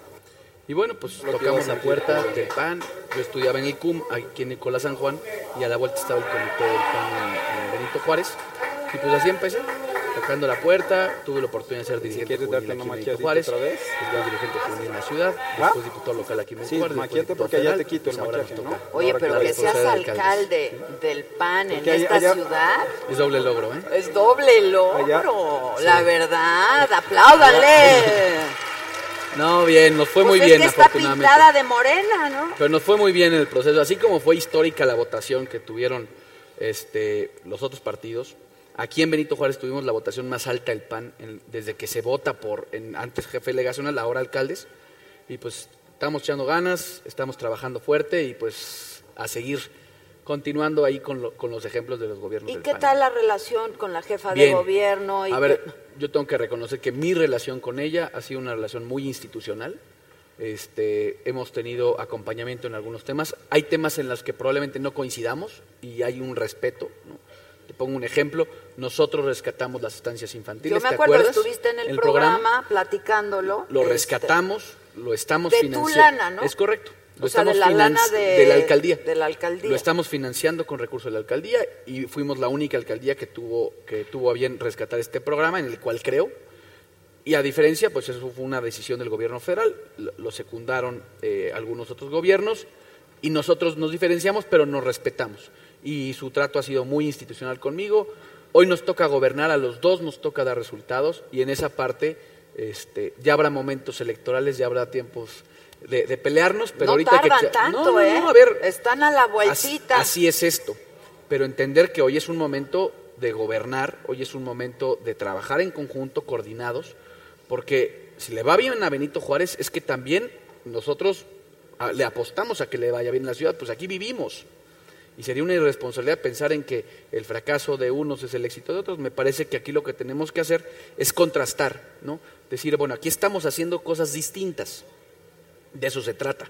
Speaker 23: Y bueno, pues tocamos la puerta del PAN. Yo estudiaba en el CUM, aquí en Nicolás San Juan, y a la vuelta estaba el comité del PAN en, en Benito Juárez. Y pues así empecé, tocando la puerta. Tuve la oportunidad de ser dirigente
Speaker 19: quieres
Speaker 23: juvenil
Speaker 19: darte
Speaker 23: aquí en
Speaker 19: una
Speaker 23: Benito
Speaker 19: maquiadita
Speaker 23: Juárez.
Speaker 19: otra vez. Ah.
Speaker 23: Después dirigente juvenil en la ciudad, después diputado local aquí en Benito
Speaker 19: Sí,
Speaker 23: Juárez. después
Speaker 19: maquiate
Speaker 23: diputado
Speaker 19: porque allá
Speaker 23: federal,
Speaker 19: te quito el
Speaker 23: pues ahora
Speaker 19: maquiaje,
Speaker 23: me
Speaker 19: ¿no?
Speaker 23: toca.
Speaker 4: Oye, pero
Speaker 23: Ahora
Speaker 4: que
Speaker 23: me toca
Speaker 4: seas
Speaker 23: ser alcalde.
Speaker 4: alcalde del PAN en
Speaker 23: Porque allá-
Speaker 4: esta
Speaker 23: allá-
Speaker 4: ciudad
Speaker 23: Es doble logro, ¿eh?
Speaker 4: es doble logro.
Speaker 23: Allá-
Speaker 4: La
Speaker 23: Sí.
Speaker 4: verdad, apláudanle.
Speaker 23: No, bien, nos fue muy
Speaker 4: Pues es
Speaker 23: bien,
Speaker 4: que está
Speaker 23: afortunadamente.
Speaker 4: pintada de morena, ¿no?
Speaker 23: Pero nos fue muy bien el proceso, así como fue histórica la votación que tuvieron este, los otros partidos. Aquí en Benito Juárez tuvimos la votación más alta del PAN en- desde que se vota por en- antes jefe delegacional, ahora alcaldes. Y pues estamos echando ganas, estamos trabajando fuerte y pues a seguir continuando ahí con, lo- con los ejemplos de los gobiernos
Speaker 4: ¿Y
Speaker 23: del
Speaker 4: qué
Speaker 23: PAN.
Speaker 4: tal la relación con la jefa de
Speaker 23: Bien.
Speaker 4: gobierno? Y
Speaker 23: A ver, yo tengo que reconocer que mi relación con ella ha sido una relación muy institucional. Este, hemos tenido acompañamiento en algunos temas. Hay temas en los que probablemente no coincidamos y hay un respeto. ¿no? Te pongo un ejemplo. Nosotros rescatamos las estancias
Speaker 4: que-
Speaker 23: infantiles.
Speaker 4: yo me
Speaker 23: ¿te
Speaker 4: acuerdo,
Speaker 23: acuerdas?
Speaker 4: estuviste en el,
Speaker 23: El
Speaker 4: programa, platicándicándolo.
Speaker 23: Lo
Speaker 4: Este,
Speaker 23: rescatamos, lo estamos
Speaker 4: de tu
Speaker 23: financiando.
Speaker 4: lana, ¿no?
Speaker 23: Es correcto. Lo
Speaker 4: O sea, de
Speaker 23: estamos
Speaker 4: la lana
Speaker 23: financi-
Speaker 4: de-
Speaker 23: la alcaldía.
Speaker 4: de la alcaldía.
Speaker 23: Lo estamos financiando con recursos de la alcaldía y fuimos la única alcaldía que tuvo, que tuvo a bien rescatar este programa, en el cual creo. Y a diferencia, pues eso fue una decisión del gobierno federal, lo- lo secundaron eh, algunos otros gobiernos y nosotros nos diferenciamos, pero nos respetamos. Y su trato ha sido muy institucional conmigo. Hoy nos toca gobernar, a los dos nos toca dar resultados y en esa parte este, ya habrá momentos electorales, ya habrá tiempos de, de pelearnos, pero
Speaker 4: no
Speaker 23: ahorita que...
Speaker 4: tardan
Speaker 23: que-
Speaker 4: tanto,
Speaker 23: no, no,
Speaker 4: ¿eh?
Speaker 23: no, a ver,
Speaker 4: Están a la
Speaker 23: Así,
Speaker 4: vueltita.
Speaker 23: así es esto. Pero entender que hoy es un momento de gobernar, hoy es un momento de trabajar en conjunto, coordinados, porque si le va bien a Benito Juárez es que también nosotros ah, le apostamos a que le vaya bien la ciudad, pues aquí vivimos. Y sería una irresponsabilidad pensar en que el fracaso de unos es el éxito de otros. Me parece que aquí lo que tenemos que hacer es contrastar, ¿no? Decir, bueno, aquí estamos haciendo cosas distintas. De eso se trata,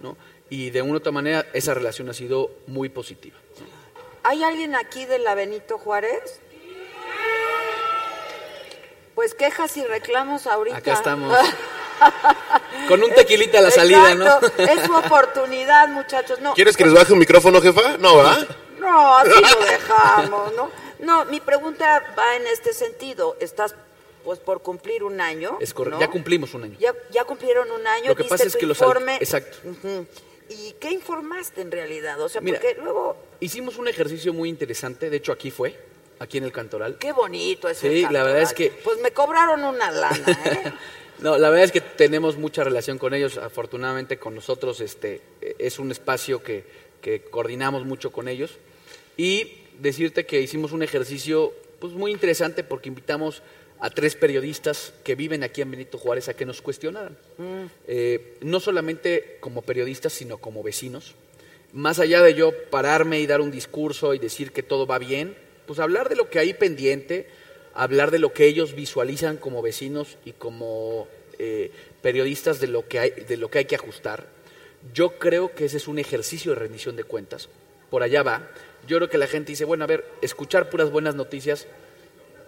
Speaker 23: ¿no? Y de una u otra manera esa relación ha sido muy positiva.
Speaker 4: ¿Hay alguien aquí de la Benito Juárez? Pues quejas y reclamos ahorita.
Speaker 23: Acá estamos. Con un tequilita a la salida, ¿no?
Speaker 4: Exacto, Es su oportunidad, muchachos. No, pues
Speaker 21: ¿Quieres que les baje un micrófono, jefa? No, ¿verdad?
Speaker 4: No, así lo dejamos, ¿no? No, mi pregunta va en este sentido. Estás, pues, por cumplir un año.
Speaker 23: Es correcto.
Speaker 4: ¿no?
Speaker 23: Ya cumplimos un año.
Speaker 4: Ya, ya cumplieron un año.
Speaker 23: Lo que
Speaker 4: diste
Speaker 23: pasa es
Speaker 4: tu
Speaker 23: que los al-
Speaker 4: informe.
Speaker 23: Exacto.
Speaker 4: Ujú. ¿Y qué informaste en realidad? O sea,
Speaker 23: Mira.
Speaker 4: porque luego,
Speaker 23: Hicimos un ejercicio muy interesante, de hecho aquí fue, aquí en el Cantoral.
Speaker 4: qué bonito es el
Speaker 23: Sí, la verdad es
Speaker 4: Cantoral.
Speaker 23: que-
Speaker 4: Pues me cobraron una lana.
Speaker 23: No, la verdad es que tenemos mucha relación con ellos. Afortunadamente con nosotros este, eh, es un espacio que, que coordinamos mucho con ellos. Y decirte que hicimos un ejercicio pues, muy interesante porque invitamos a tres periodistas que viven aquí en Benito Juárez a que nos cuestionaran. Eh, no solamente como periodistas, sino como vecinos. Más allá de yo pararme y dar un discurso y decir que todo va bien, pues hablar de lo que hay pendiente, hablar de lo que ellos visualizan como vecinos y como eh, periodistas de lo, que hay, de lo que hay que ajustar. Yo creo que ese es un ejercicio de rendición de cuentas. Por allá va. Yo creo que la gente dice, bueno, a ver, escuchar puras buenas noticias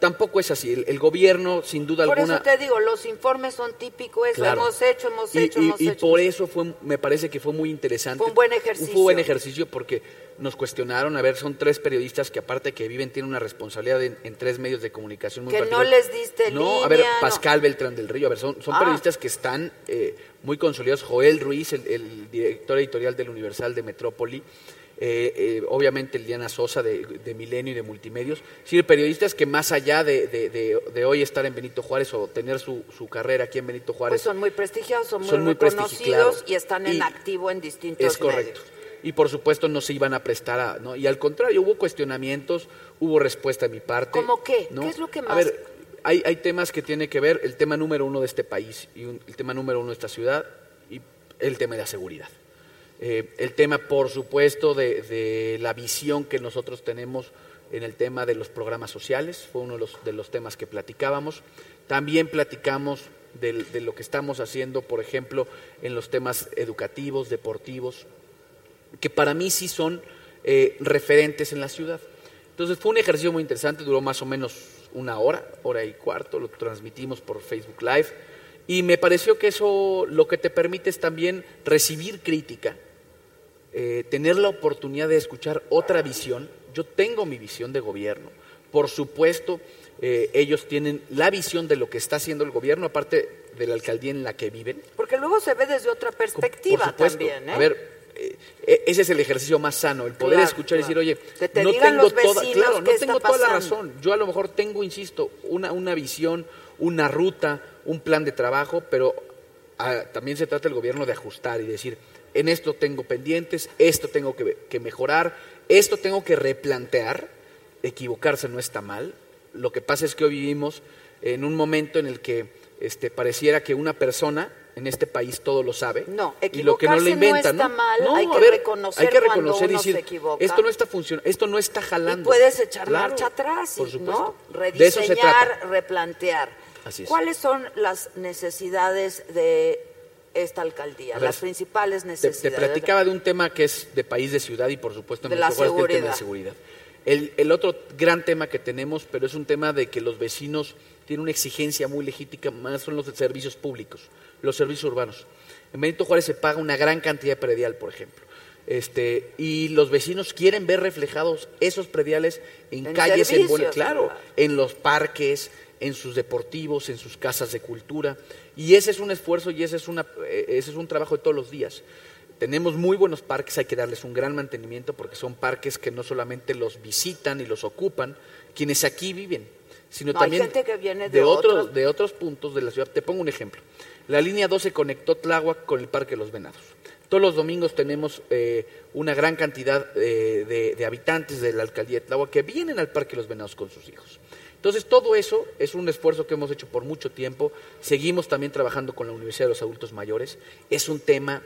Speaker 23: tampoco es así. El, el gobierno, sin duda
Speaker 4: Por
Speaker 23: alguna...
Speaker 4: eso te digo, los informes son típicos, eso
Speaker 23: Claro.
Speaker 4: hemos hecho, hemos
Speaker 23: Y-
Speaker 4: hecho,
Speaker 23: y,
Speaker 4: hemos
Speaker 23: y
Speaker 4: hecho.
Speaker 23: por eso fue, me parece que fue muy interesante.
Speaker 4: Fue un buen ejercicio.
Speaker 23: Fue un buen ejercicio porque nos cuestionaron, a ver, son tres periodistas que aparte que viven tienen una responsabilidad en, en tres medios de comunicación muy
Speaker 4: Que no
Speaker 23: particulares.
Speaker 4: les diste
Speaker 23: No,
Speaker 4: línea,
Speaker 23: a ver,
Speaker 4: no.
Speaker 23: Pascal Beltrán del Río, a ver, son, son
Speaker 4: Ah.
Speaker 23: periodistas que están eh, muy consolidados. Joel Ruiz, el, el director editorial del Universal de Metrópoli. eh, eh, obviamente Liana Sosa de, de Milenio y de Multimedios, es decir, periodistas que más allá de, de- de- de hoy estar en Benito Juárez o tener su, su carrera aquí en Benito
Speaker 4: Pues
Speaker 23: Juárez,
Speaker 4: son muy prestigiosos, son muy,
Speaker 23: Son muy prestigi- claro.
Speaker 4: reconocidos y están en
Speaker 23: Y
Speaker 4: activo en distintos
Speaker 23: es correcto.
Speaker 4: medios.
Speaker 23: Y por supuesto no se iban a prestar a, ¿no? Y al contrario, hubo cuestionamientos, hubo respuesta de mi parte.
Speaker 4: ¿Cómo qué?
Speaker 23: ¿no?
Speaker 4: ¿Qué es lo que más?
Speaker 23: A ver, hay, hay temas que tiene que ver el tema número uno de este país y un- el tema número uno de esta ciudad y el tema de la seguridad. Eh, el tema, por supuesto, de, de la visión que nosotros tenemos en el tema de los programas sociales, fue uno de los, de los temas que platicábamos. También platicamos del- de lo que estamos haciendo, por ejemplo, en los temas educativos, deportivos, que para mí sí son eh, referentes en la ciudad. Entonces fue un ejercicio muy interesante, duró más o menos una hora, hora y cuarto, lo transmitimos por Facebook Live y me pareció que eso lo que te permite es también recibir crítica, eh, tener la oportunidad de escuchar otra visión. Yo tengo mi visión de gobierno. Por supuesto, eh, ellos tienen la visión de lo que está haciendo el gobierno, aparte de la alcaldía en la que viven.
Speaker 4: Porque luego se ve desde otra
Speaker 23: Por
Speaker 4: perspectiva
Speaker 23: supuesto.
Speaker 4: también, ¿eh?
Speaker 23: A ver, eh, e- ese es el ejercicio más sano, el poder
Speaker 4: Claro,
Speaker 23: escuchar y decir,
Speaker 4: claro.
Speaker 23: oye,
Speaker 4: Que te
Speaker 23: no
Speaker 4: digan
Speaker 23: tengo
Speaker 4: los
Speaker 23: toda,
Speaker 4: vecinos
Speaker 23: claro, no
Speaker 4: qué
Speaker 23: tengo
Speaker 4: está
Speaker 23: toda la
Speaker 4: pasando.
Speaker 23: razón. Yo a lo mejor tengo, insisto, una, una visión, una ruta, un plan de trabajo, pero ah, también se trata el gobierno de ajustar y decir, en esto tengo pendientes, esto tengo que, que mejorar, esto tengo que replantear. Equivocarse no está mal. Lo que pasa es que hoy vivimos en un momento en el que este, pareciera que una persona en este país todo lo sabe. No, y lo que no
Speaker 4: equivocarse no
Speaker 23: le inventan,
Speaker 4: está mal, hay
Speaker 23: a
Speaker 4: que
Speaker 23: ver,
Speaker 4: reconocer
Speaker 23: hay que
Speaker 4: cuando
Speaker 23: reconocer y
Speaker 4: uno
Speaker 23: decir,
Speaker 4: se equivoca.
Speaker 23: esto no está funcionando, esto no está jalando.
Speaker 4: Y puedes echar
Speaker 23: Claro,
Speaker 4: marcha atrás,
Speaker 23: por
Speaker 4: y-
Speaker 23: supuesto.
Speaker 4: ¿no?
Speaker 23: De eso se trata.
Speaker 4: Rediseñar, replantear.
Speaker 23: Así es.
Speaker 4: ¿Cuáles son las necesidades de esta alcaldía?
Speaker 23: A ver,
Speaker 4: las principales
Speaker 23: Te, te
Speaker 4: necesidades.
Speaker 23: platicaba de un tema que es de país, de ciudad y por supuesto en
Speaker 4: De
Speaker 23: el
Speaker 4: la
Speaker 23: el tema de seguridad. El, el otro gran tema que tenemos, pero es un tema de que los vecinos tienen una exigencia muy legítima, más son los de servicios públicos, los servicios urbanos. En Benito Juárez se paga una gran cantidad de predial, por ejemplo. Este, y los vecinos quieren ver reflejados esos prediales en,
Speaker 4: En
Speaker 23: calles, en buen-
Speaker 4: servicios,
Speaker 23: claro,
Speaker 4: claro.
Speaker 23: en los parques, en sus deportivos, en sus casas de cultura. Y ese es un esfuerzo y ese es, una, eh, ese es un trabajo de todos los días. Tenemos muy buenos parques, hay que darles un gran mantenimiento porque son parques que no solamente los visitan y los ocupan quienes aquí viven, sino
Speaker 4: No, hay
Speaker 23: también
Speaker 4: gente que viene de otros-
Speaker 23: de otros puntos de la ciudad. Te pongo un ejemplo. La línea 12 conectó Tláhuac con el Parque de los Venados. Todos los domingos tenemos eh, una gran cantidad eh, de, de habitantes de la alcaldía de Tláhuac que vienen al Parque de los Venados con sus hijos. Entonces, todo eso es un esfuerzo que hemos hecho por mucho tiempo. Seguimos también trabajando con la Universidad de los Adultos Mayores. Es un tema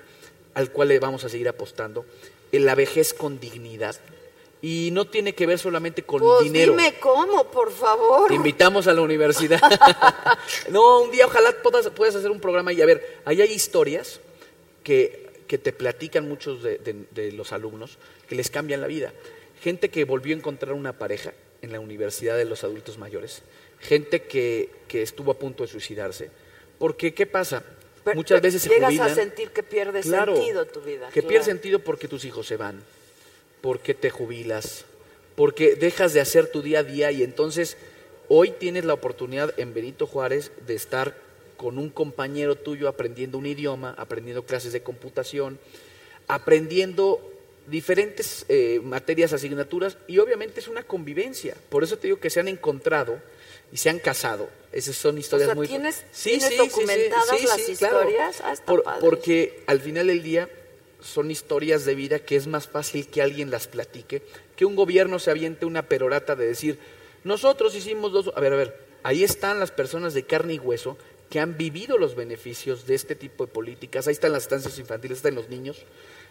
Speaker 23: al cual le vamos a seguir apostando. Eh, La vejez con dignidad. Y no tiene que ver solamente con
Speaker 4: Pues
Speaker 23: dinero.
Speaker 4: dime cómo, por favor.
Speaker 23: Te invitamos a la universidad. no, un día ojalá puedas, puedas hacer un programa y a ver, ahí hay historias que, que te platican muchos de, de- de los alumnos que les cambian la vida. Gente que volvió a encontrar una pareja en la universidad de los adultos mayores, gente que, que estuvo a punto de suicidarse. Porque, ¿qué pasa? Muchas veces se
Speaker 4: Llegas a
Speaker 23: jubilan
Speaker 4: sentir que pierdes
Speaker 23: Claro,
Speaker 4: sentido tu vida.
Speaker 23: que
Speaker 4: Claro.
Speaker 23: pierde sentido porque tus hijos se van, porque te jubilas, porque dejas de hacer tu día a día y entonces hoy tienes la oportunidad en Benito Juárez de estar con un compañero tuyo aprendiendo un idioma, aprendiendo clases de computación, aprendiendo diferentes eh, materias, asignaturas y obviamente es una convivencia. Por eso te digo que se han encontrado y se han casado. Esas son historias
Speaker 4: O sea,
Speaker 23: muy...
Speaker 4: ¿tienes,
Speaker 23: Sí,
Speaker 4: tienes
Speaker 23: sí, sí, sí,
Speaker 4: documentadas
Speaker 23: sí,
Speaker 4: las
Speaker 23: sí, claro.
Speaker 4: historias? Ah, está
Speaker 23: Por-
Speaker 4: padre.
Speaker 23: porque al final del día son historias de vida que es más fácil que alguien las platique, que un gobierno se aviente una perorata de decir, nosotros hicimos dos... A ver, a ver, ahí están las personas de carne y hueso que han vivido los beneficios de este tipo de políticas, ahí están las estancias infantiles, ahí están los niños,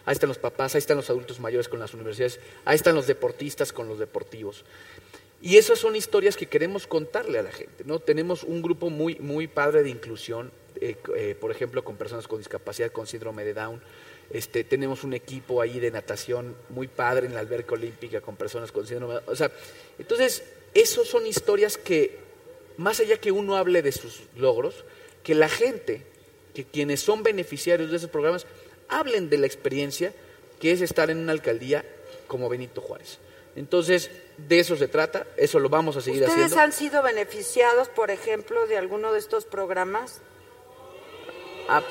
Speaker 23: ahí están los papás, ahí están los adultos mayores con las universidades, ahí están los deportistas con los deportivos. Y esas son historias que queremos contarle a la gente. ¿no? Tenemos un grupo muy, muy padre de inclusión, eh, eh, por ejemplo, con personas con discapacidad, con síndrome de Down. Este, tenemos un equipo ahí de natación muy padre en la alberca olímpica con personas con síndrome de Down. O sea, entonces, esas son historias que, más allá que uno hable de sus logros, que la gente, que quienes son beneficiarios de esos programas, hablen de la experiencia que es estar en una alcaldía como Benito Juárez. Entonces, de eso se trata, eso lo vamos a seguir
Speaker 4: ¿Ustedes
Speaker 23: haciendo.
Speaker 4: han sido beneficiados, por ejemplo, de alguno de estos programas?
Speaker 23: Ah,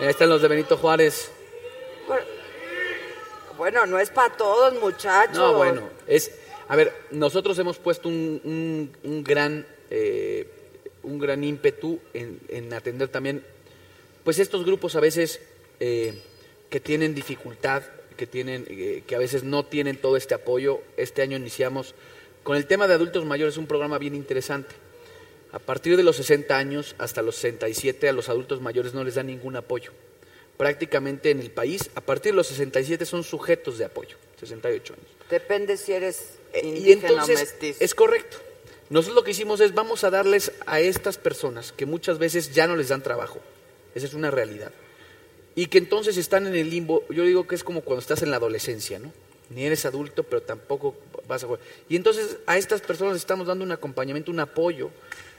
Speaker 23: ahí están los de Benito Juárez.
Speaker 4: Por- Bueno, no es para todos, muchachos.
Speaker 23: No, bueno, es. A ver, nosotros hemos puesto un, un- un gran eh, un gran ímpetu en, en atender también, pues estos grupos a veces eh, que tienen dificultad, que tienen, eh, que a veces no tienen todo este apoyo. Este año iniciamos con el tema de adultos mayores, un programa bien interesante. A partir de los 60 años hasta los 67 a los adultos mayores no les da ningún apoyo. Prácticamente en el país, a partir de los 67 son sujetos de apoyo, 68 años.
Speaker 4: Depende si eres indígena
Speaker 23: Eh, Y
Speaker 4: o
Speaker 23: entonces
Speaker 4: mestizo.
Speaker 23: es correcto. Nosotros lo que hicimos es vamos a darles a estas personas que muchas veces ya no les dan trabajo. Esa es una realidad. Y que entonces están en el limbo. Yo digo que es como cuando estás en la adolescencia, ¿no? Ni eres adulto, pero tampoco vas a jugar. Y entonces a estas personas les estamos dando un acompañamiento, un apoyo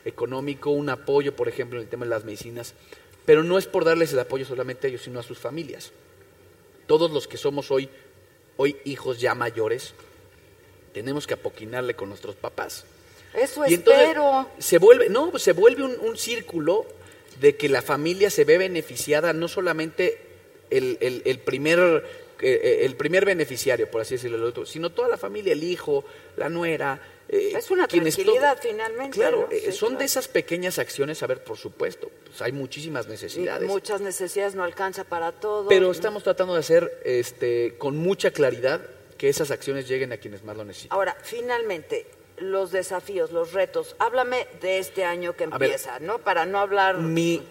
Speaker 23: económico, un apoyo, por ejemplo, en el tema de las medicinas. Pero no es por darles el apoyo solamente a ellos, sino a sus familias. Todos los que somos hoy, hoy hijos ya mayores, tenemos que apoquinarle con nuestros papás.
Speaker 4: Eso
Speaker 23: Y entonces-
Speaker 4: espero.
Speaker 23: Se vuelve, no, pues se vuelve un, un círculo de que la familia se ve beneficiada, no solamente el, el- el primer eh, el primer beneficiario, por así decirlo, el otro, sino toda la familia, el hijo, la nuera. eh,
Speaker 4: Es una
Speaker 23: quienes to-
Speaker 4: tranquilidad finalmente.
Speaker 23: Claro,
Speaker 4: ¿no?
Speaker 23: eh,
Speaker 4: Sí,
Speaker 23: son
Speaker 4: claro.
Speaker 23: de esas pequeñas acciones, a ver, por supuesto, pues hay muchísimas necesidades.
Speaker 4: Muchas necesidades no alcanza para todo.
Speaker 23: Pero estamos tratando de hacer este, con mucha claridad que esas acciones lleguen a quienes más lo necesitan.
Speaker 4: Ahora, finalmente, los desafíos, los retos. Háblame de este año que
Speaker 23: A ver.
Speaker 4: empieza, ¿no? Para no hablar.
Speaker 23: Mi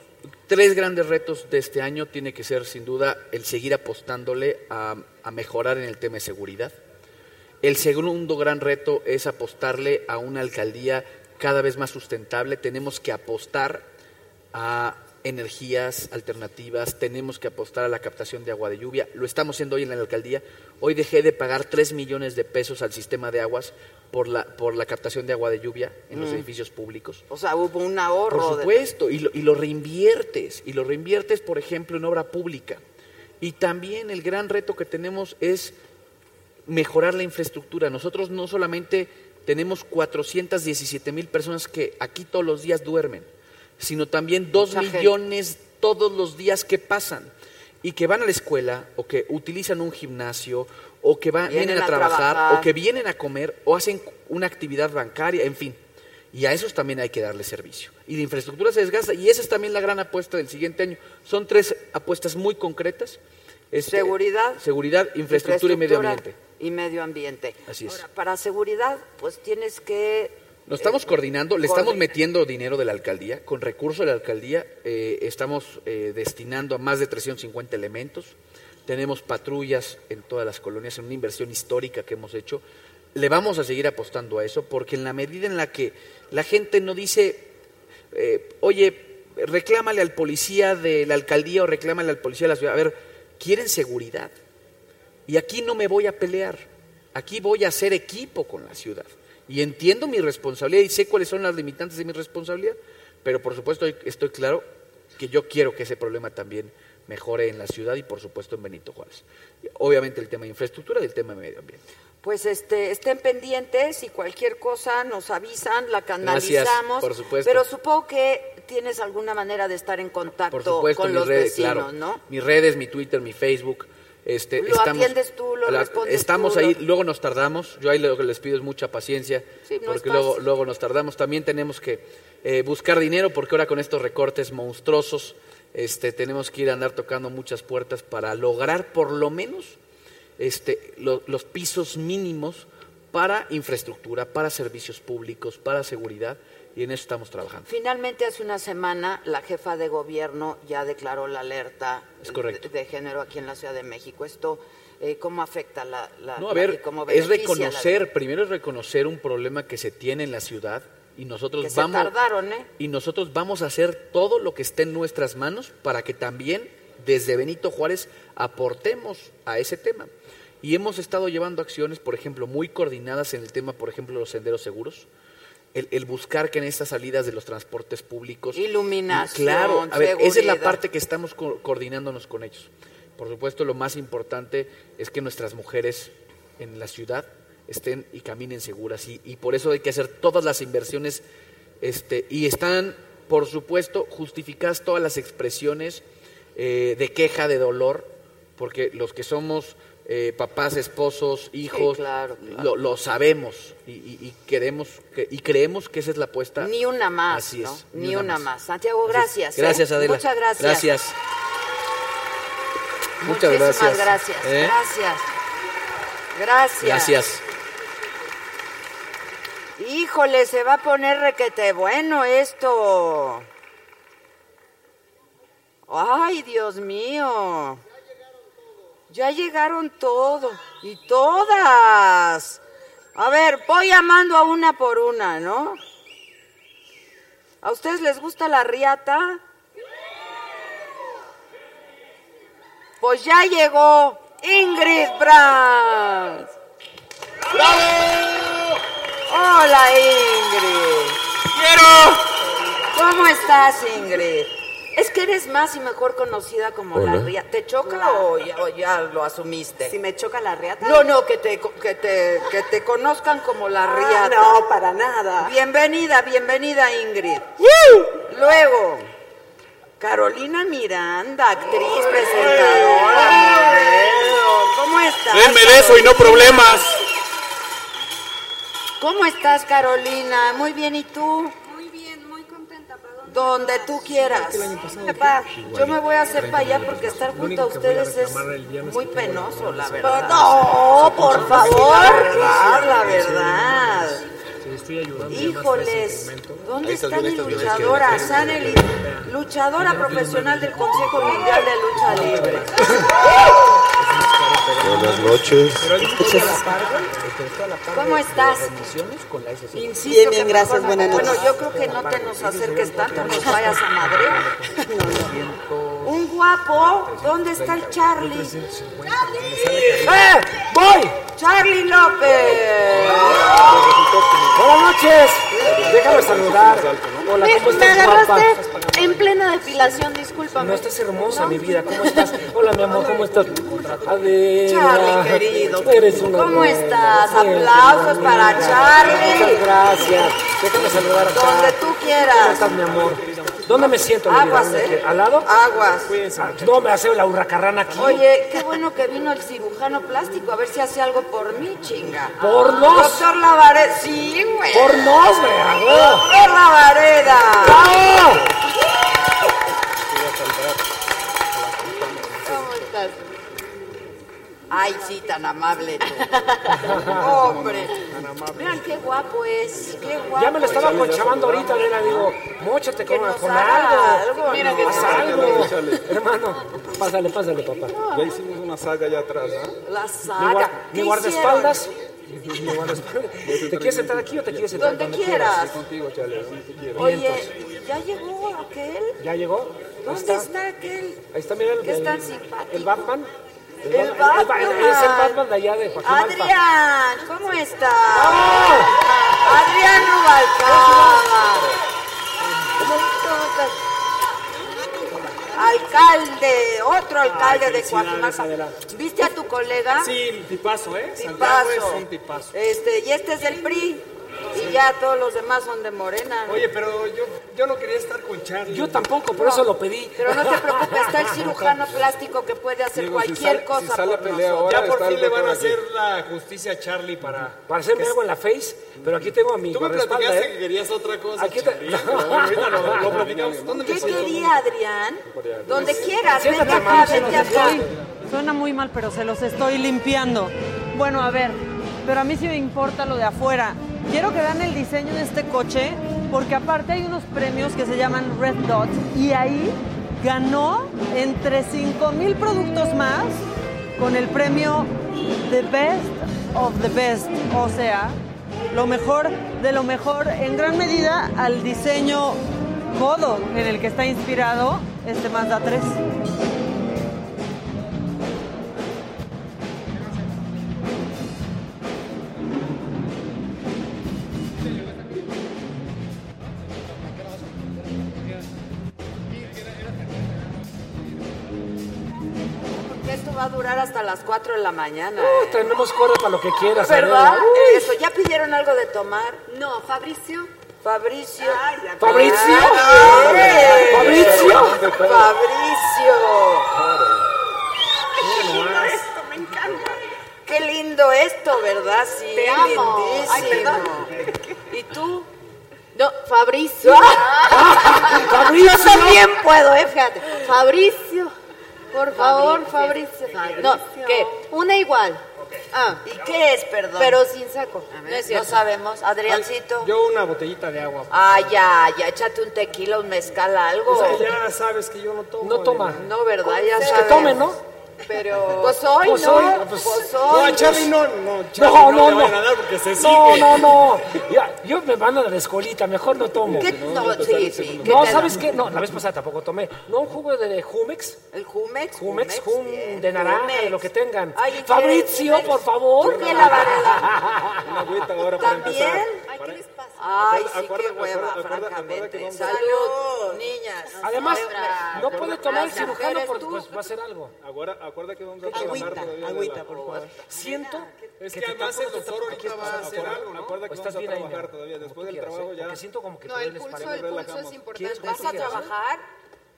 Speaker 23: tres grandes retos de este año tiene que ser sin duda el seguir apostándole a, a mejorar en el tema de seguridad. El segundo gran reto es apostarle a una alcaldía cada vez más sustentable. Tenemos que apostar a energías alternativas, tenemos que apostar a la captación de agua de lluvia. Lo estamos haciendo hoy en la alcaldía. Hoy dejé de pagar 3 millones de pesos al sistema de aguas por la, por la captación de agua de lluvia en los
Speaker 4: Mm.
Speaker 23: edificios públicos.
Speaker 4: O sea, hubo un ahorro.
Speaker 23: Por
Speaker 4: de-
Speaker 23: supuesto, y, lo, y lo reinviertes, y lo reinviertes, por ejemplo, en obra pública. Y también el gran reto que tenemos es mejorar la infraestructura. Nosotros no solamente tenemos 417 mil personas que aquí todos los días duermen, sino también 2
Speaker 4: gente.
Speaker 23: millones todos los días que pasan y que van a la escuela o que utilizan un gimnasio o que van,
Speaker 4: Vienen
Speaker 23: vienen a
Speaker 4: a
Speaker 23: trabajar,
Speaker 4: trabajar.
Speaker 23: o que vienen a comer o hacen una actividad bancaria, en fin. Y a esos también hay que darle servicio. Y la infraestructura se desgasta y esa es también la gran apuesta del siguiente año. Son tres apuestas muy concretas. Este,
Speaker 4: Seguridad.
Speaker 23: Seguridad, infraestructura y medio ambiente.
Speaker 4: Y medio ambiente.
Speaker 23: Así es.
Speaker 4: Ahora, para seguridad, pues tienes que.
Speaker 23: Nos estamos coordinando, le estamos
Speaker 4: coordina-
Speaker 23: metiendo dinero de la alcaldía, con recursos de la alcaldía eh, estamos eh, destinando a más de 350 elementos, tenemos patrullas en todas las colonias, en una inversión histórica que hemos hecho, le vamos a seguir apostando a eso, porque en la medida en la que la gente no dice, eh, oye, reclámale al policía de la alcaldía o reclámale al policía de la ciudad, a ver, quieren seguridad, y aquí no me voy a pelear, aquí voy a hacer equipo con la ciudad. Y entiendo mi responsabilidad y sé cuáles son las limitantes de mi responsabilidad, pero por supuesto estoy claro que yo quiero que ese problema también mejore en la ciudad y por supuesto en Benito Juárez. Obviamente el tema de infraestructura y el tema de medio ambiente.
Speaker 4: Pues este, estén pendientes y cualquier cosa nos avisan, la canalizamos.
Speaker 23: por supuesto.
Speaker 4: Pero supongo que tienes alguna manera de estar en contacto
Speaker 23: Por supuesto,
Speaker 4: con
Speaker 23: mis
Speaker 4: los
Speaker 23: redes,
Speaker 4: vecinos,
Speaker 23: claro.
Speaker 4: ¿no?
Speaker 23: Mis redes, mi Twitter, mi Facebook. Este,
Speaker 4: Lo
Speaker 23: estamos,
Speaker 4: atiendes tú, lo respondes
Speaker 23: Estamos
Speaker 4: tú,
Speaker 23: ahí,
Speaker 4: lo-
Speaker 23: luego nos tardamos. Yo ahí lo que les pido es mucha paciencia,
Speaker 4: Sí, no es
Speaker 23: porque
Speaker 4: fácil.
Speaker 23: luego, luego nos tardamos. También tenemos que eh, buscar dinero, porque ahora con estos recortes monstruosos, este, tenemos que ir a andar tocando muchas puertas para lograr por lo menos este, lo- los pisos mínimos para infraestructura, para servicios públicos, para seguridad, y en eso estamos trabajando.
Speaker 4: Finalmente, hace una semana, la jefa de gobierno ya declaró la alerta
Speaker 23: Es correcto.
Speaker 4: de, de género aquí en la Ciudad de México. Esto eh, cómo afecta la... la-
Speaker 23: No, a
Speaker 4: la- y
Speaker 23: ver,
Speaker 4: cómo
Speaker 23: es
Speaker 4: beneficia la-
Speaker 23: reconocer, primero es reconocer un problema que se tiene en la ciudad y nosotros
Speaker 4: que se
Speaker 23: vamos
Speaker 4: tardaron, ¿eh?
Speaker 23: y nosotros vamos a hacer todo lo que esté en nuestras manos para que también desde Benito Juárez aportemos a ese tema. Y hemos estado llevando acciones, por ejemplo, muy coordinadas en el tema, por ejemplo, de los senderos seguros. El, el buscar que en estas salidas de los transportes públicos...
Speaker 4: Iluminación,
Speaker 23: Pues, Claro, a ver, esa es la
Speaker 4: seguridad.
Speaker 23: parte que estamos co- coordinándonos con ellos. Por supuesto, lo más importante es que nuestras mujeres en la ciudad estén y caminen seguras. Y, y por eso hay que hacer todas las inversiones este, y están, por supuesto, justificadas todas las expresiones eh, de queja, de dolor, porque los que somos eh, papás, esposos, hijos,
Speaker 4: claro, claro.
Speaker 23: Lo, lo sabemos y, y- y queremos que- y creemos que esa es la apuesta.
Speaker 4: Ni una más,
Speaker 23: Así
Speaker 4: ¿no?
Speaker 23: es,
Speaker 4: Ni, una más. Santiago, gracias. ¿eh?
Speaker 23: Gracias, Adela.
Speaker 4: Muchas gracias.
Speaker 23: Gracias. Muchas
Speaker 4: Muchísimas
Speaker 23: gracias.
Speaker 4: gracias.
Speaker 23: ¿Eh?
Speaker 4: Gracias. Gracias.
Speaker 23: Gracias.
Speaker 4: Híjole, se va a poner requete bueno esto. Ay, Dios mío. Ya llegaron todos y todas. A ver, voy llamando a una por una, ¿no? ¿A ustedes les gusta la riata? Pues ya llegó Ingrid Brandt. ¡Bravo! Hola Ingrid. Quiero. ¿Cómo estás Ingrid? Es que eres más y mejor conocida como la
Speaker 24: Hola.
Speaker 4: riata. ¿Te choca o, ya, o ya lo asumiste?
Speaker 24: Si me choca la reata.
Speaker 4: No, no, que te, que te, que te conozcan como la
Speaker 24: Ah,
Speaker 4: riata.
Speaker 24: no, para nada.
Speaker 4: Bienvenida, bienvenida Ingrid. Luego, Carolina Miranda, actriz, presentadora, modelo. ¿Cómo estás?
Speaker 6: Denme de eso y no
Speaker 4: Carolina?
Speaker 6: problemas.
Speaker 4: ¿Cómo estás, Carolina? Muy bien, ¿y tú? Muy bien, muy contenta. Donde tú quieras. Pa, yo me voy a hacer para allá porque estar junto a ustedes es muy penoso, la verdad. No, por favor. La verdad. Híjoles, ¿dónde
Speaker 16: Ahí estás
Speaker 4: está
Speaker 16: bien,
Speaker 4: mi
Speaker 16: ahí estás bien,
Speaker 4: luchadora?
Speaker 16: izquierda.
Speaker 4: Saneli, luchadora profesional del Consejo Mundial de Lucha Libre.
Speaker 21: Buenas noches.
Speaker 4: ¿Cómo estás?
Speaker 24: Bien, bien,
Speaker 4: Insisto que
Speaker 24: gracias,
Speaker 4: mejor no-
Speaker 24: buenas noches.
Speaker 4: Bueno, yo creo que no te nos acerques tanto, nos vayas a madrear. Un guapo, ¿dónde está el Charlie? ¡Eh! ¡Voy! ¡Charlie López!
Speaker 22: Buenas noches. Déjame saludar. Hola,
Speaker 11: me,
Speaker 22: ¿cómo
Speaker 11: me
Speaker 22: estás, guapa?
Speaker 11: agarraste en plena depilación, discúlpame.
Speaker 22: No estás hermosa, mi vida. ¿Cómo estás? Hola, mi amor, ¿cómo estás? Adela.
Speaker 4: Charlie, querido.
Speaker 22: Eres una
Speaker 4: ¿Cómo
Speaker 22: buena,
Speaker 4: estás?
Speaker 22: siempre
Speaker 4: Aplausos
Speaker 22: bonita.
Speaker 4: para Charlie.
Speaker 22: Muchas gracias. Déjame saludar acá.
Speaker 4: Donde tú quieras.
Speaker 22: ¿Cómo estás, mi amor? ¿Dónde me siento, mi vida?
Speaker 4: Aguas,
Speaker 22: ¿Dónde
Speaker 4: ¿eh?
Speaker 22: quieres? ¿Al lado?
Speaker 4: Aguas.
Speaker 22: Ah, No, me hace la hurracarrana aquí.
Speaker 4: Oye, qué bueno que vino el cirujano plástico, a ver si hace algo por mí, chinga. Ah,
Speaker 22: Por nos.
Speaker 4: Doctor Lavareda. Sí, güey.
Speaker 22: Por nos, me hago.
Speaker 4: Doctor Lavareda.
Speaker 22: ¡Bravo!
Speaker 4: ¿Cómo estás? Ay, sí, tan amable tú. Hombre. Vean qué guapo es. Qué guapo.
Speaker 22: Ya me lo estaba
Speaker 4: es.
Speaker 22: conchabando ahorita, Adela, digo, mochate con,
Speaker 4: nos
Speaker 22: con
Speaker 4: haga
Speaker 22: algo.
Speaker 4: algo, Mira ¿no? que
Speaker 22: Haz
Speaker 4: nos haga
Speaker 22: algo.
Speaker 19: algo.
Speaker 22: Hermano, pásale, pásale, papá.
Speaker 19: Ya hicimos una saga allá atrás, ¿ah?
Speaker 4: La
Speaker 22: Mi, guarda-
Speaker 4: saga.
Speaker 22: mi
Speaker 4: ¿Qué
Speaker 22: guardaespaldas. mi guardaespaldas. ¿Te quieres sentar aquí o te quieres sentar
Speaker 4: Donde quieras.
Speaker 19: Estoy contigo, Chale, donde
Speaker 4: hicieron?
Speaker 19: quieras.
Speaker 4: Oye, ¿ya llegó aquel?
Speaker 22: ¿Ya llegó? Ahí
Speaker 4: ¿Dónde está aquel?
Speaker 22: Ahí está, mira el,
Speaker 4: ¿Qué es
Speaker 22: el,
Speaker 4: tan simpático?
Speaker 22: el Batman.
Speaker 4: El
Speaker 22: el Ba-
Speaker 4: Batman.
Speaker 22: Es el Batman de allá de Joaquín
Speaker 4: Adrián, ¿cómo estás? Adrián Rubalcaba. ¿Cómo estás? Alcalde,
Speaker 22: Ah,
Speaker 4: otro alcalde de Coajimalpa. ¿Viste a tu colega?
Speaker 11: ¿Ah?
Speaker 18: Sí, tipazo, ¿eh? Santiago es
Speaker 4: Tipazo.
Speaker 18: un tipazo.
Speaker 4: Este, y este es del PRI. Y ya todos los demás son de Morena.
Speaker 22: Oye, pero yo, yo no quería estar con Charlie. Yo tampoco, por
Speaker 4: No,
Speaker 22: eso lo pedí.
Speaker 4: Pero no te preocupes, está el cirujano plástico que puede hacer
Speaker 22: Digo, si
Speaker 4: cualquier
Speaker 22: sale-
Speaker 4: cosa
Speaker 22: si sale
Speaker 4: por
Speaker 22: a pelear
Speaker 4: nosotros.
Speaker 22: ahora,
Speaker 18: Ya por
Speaker 22: está
Speaker 18: fin
Speaker 22: el
Speaker 18: le van a
Speaker 22: doctor
Speaker 18: hacer la justicia a Charlie para...
Speaker 22: Para hacerme algo en la face, pero aquí tengo a mi
Speaker 18: Tú me
Speaker 22: guardaespaldas,
Speaker 18: platicaste
Speaker 22: ¿eh?
Speaker 18: que querías otra cosa,
Speaker 22: Aquí te-
Speaker 18: Charlie, pero bueno, ahorita lo- lo platicamos. ¿Dónde
Speaker 4: ¿Qué
Speaker 18: me siento?
Speaker 4: quería Adrián? Donde quieras, vente
Speaker 1: Siéntate,
Speaker 4: acá,
Speaker 1: hermano, se
Speaker 4: vente
Speaker 1: los
Speaker 4: acá.
Speaker 1: estoy- Suena muy mal, pero se los estoy limpiando. Bueno, a ver, pero a mí sí me importa lo de afuera. Quiero que vean el diseño de este coche, porque aparte hay unos premios que se llaman Red Dots, y ahí ganó entre 5 mil productos más con el premio The Best of the Best, o sea, lo mejor de lo mejor, en gran medida al diseño codo en el que está inspirado este Mazda 3.
Speaker 4: Porque esto va a durar hasta las 4 de la mañana. ¿eh?
Speaker 22: Uh, tenemos cuerda para lo que quieras.
Speaker 4: ¿Verdad?
Speaker 22: Adela. Uy.
Speaker 4: Eso, ¿ya pidieron algo de tomar? No, Fabricio. Fabricio.
Speaker 22: ¿Fabricio?
Speaker 4: Ay,
Speaker 22: ¿Fabricio?
Speaker 4: Fabricio. Qué lindo esto, ¿verdad? Sí,
Speaker 11: Te amo.
Speaker 4: lindísimo.
Speaker 11: Ay, perdón.
Speaker 4: ¿Y tú?
Speaker 11: No, Fabricio.
Speaker 4: Fabricio.
Speaker 11: Yo también puedo, eh, fíjate. Fabricio. Por favor, Fabricio.
Speaker 4: Fabricio. Fabricio.
Speaker 11: No, ¿qué? Una igual. Ah,
Speaker 4: ¿Y qué es, perdón?
Speaker 11: pero sin saco.
Speaker 4: A ver,
Speaker 11: no es
Speaker 4: no
Speaker 11: cierto.
Speaker 4: sabemos. Adriancito.
Speaker 22: Yo una botellita de agua.
Speaker 4: Ah, ya, ya, échate un tequila, un mezcal, algo.
Speaker 22: O sea, ya sabes que yo no tomo. No toma.
Speaker 4: No, ¿verdad? Ya
Speaker 22: Es que
Speaker 4: sabes.
Speaker 22: tome, ¿no?
Speaker 4: Pero... Pues hoy,
Speaker 22: Pues
Speaker 4: ¿no?
Speaker 22: hoy,
Speaker 4: Pues,
Speaker 22: pues,
Speaker 4: hoy.
Speaker 22: no, a Charlie no, no, Charlie no, no no, le no. van a dar porque se No, sigue. no, no. Ya, yo me mando a la escuelita, mejor no tomo.
Speaker 4: ¿Qué? No, sí,
Speaker 22: total,
Speaker 4: sí,
Speaker 22: segundo.
Speaker 4: ¿qué
Speaker 22: No,
Speaker 4: te
Speaker 22: ¿sabes
Speaker 4: da?
Speaker 22: qué? No, la vez pasada tampoco tomé. No, un jugo de Jumex.
Speaker 4: ¿El Jumex?
Speaker 22: Jumex,
Speaker 4: Jumex,
Speaker 22: jum,
Speaker 4: bien,
Speaker 22: de naranja, de
Speaker 4: Jumex.
Speaker 22: lo que tengan.
Speaker 4: Ay, ¿y qué?
Speaker 22: Fabricio, por favor.
Speaker 4: ¿Tú qué la varela?
Speaker 22: Una agüita ahora
Speaker 4: ¿También? Ay, sí, qué
Speaker 22: Acuérdate,
Speaker 4: hueva,
Speaker 22: acuérdate, acuérdate,
Speaker 4: francamente.
Speaker 22: vamos a-
Speaker 4: Salud, niñas.
Speaker 22: Además,
Speaker 4: Celebra.
Speaker 22: no puede tomar el
Speaker 4: Gracias.
Speaker 22: cirujano
Speaker 4: ¿Eres
Speaker 22: porque
Speaker 4: tú?
Speaker 22: pues, va a hacer algo.
Speaker 19: Ahora, acuerda que vamos a
Speaker 22: Agüita,
Speaker 19: trabajar todavía.
Speaker 22: agüita,
Speaker 19: por favor.
Speaker 22: Siento
Speaker 19: Es que,
Speaker 22: te
Speaker 19: además el
Speaker 22: tapas los
Speaker 19: doctor ahorita va a
Speaker 22: tapas,
Speaker 19: hacer
Speaker 22: acuerda-
Speaker 19: algo, ¿no?
Speaker 22: acuerda que
Speaker 19: O
Speaker 22: vamos
Speaker 19: estás
Speaker 22: a
Speaker 19: bien ahí,
Speaker 22: trabajar
Speaker 19: ¿no?
Speaker 22: todavía.
Speaker 19: Como
Speaker 22: Después
Speaker 19: tú
Speaker 22: del
Speaker 19: quieras,
Speaker 22: trabajo
Speaker 19: ¿eh?
Speaker 22: ya...
Speaker 19: Porque siento
Speaker 22: como que
Speaker 19: No, el pulso- el pulso es
Speaker 22: importante.
Speaker 4: ¿Vas a trabajar?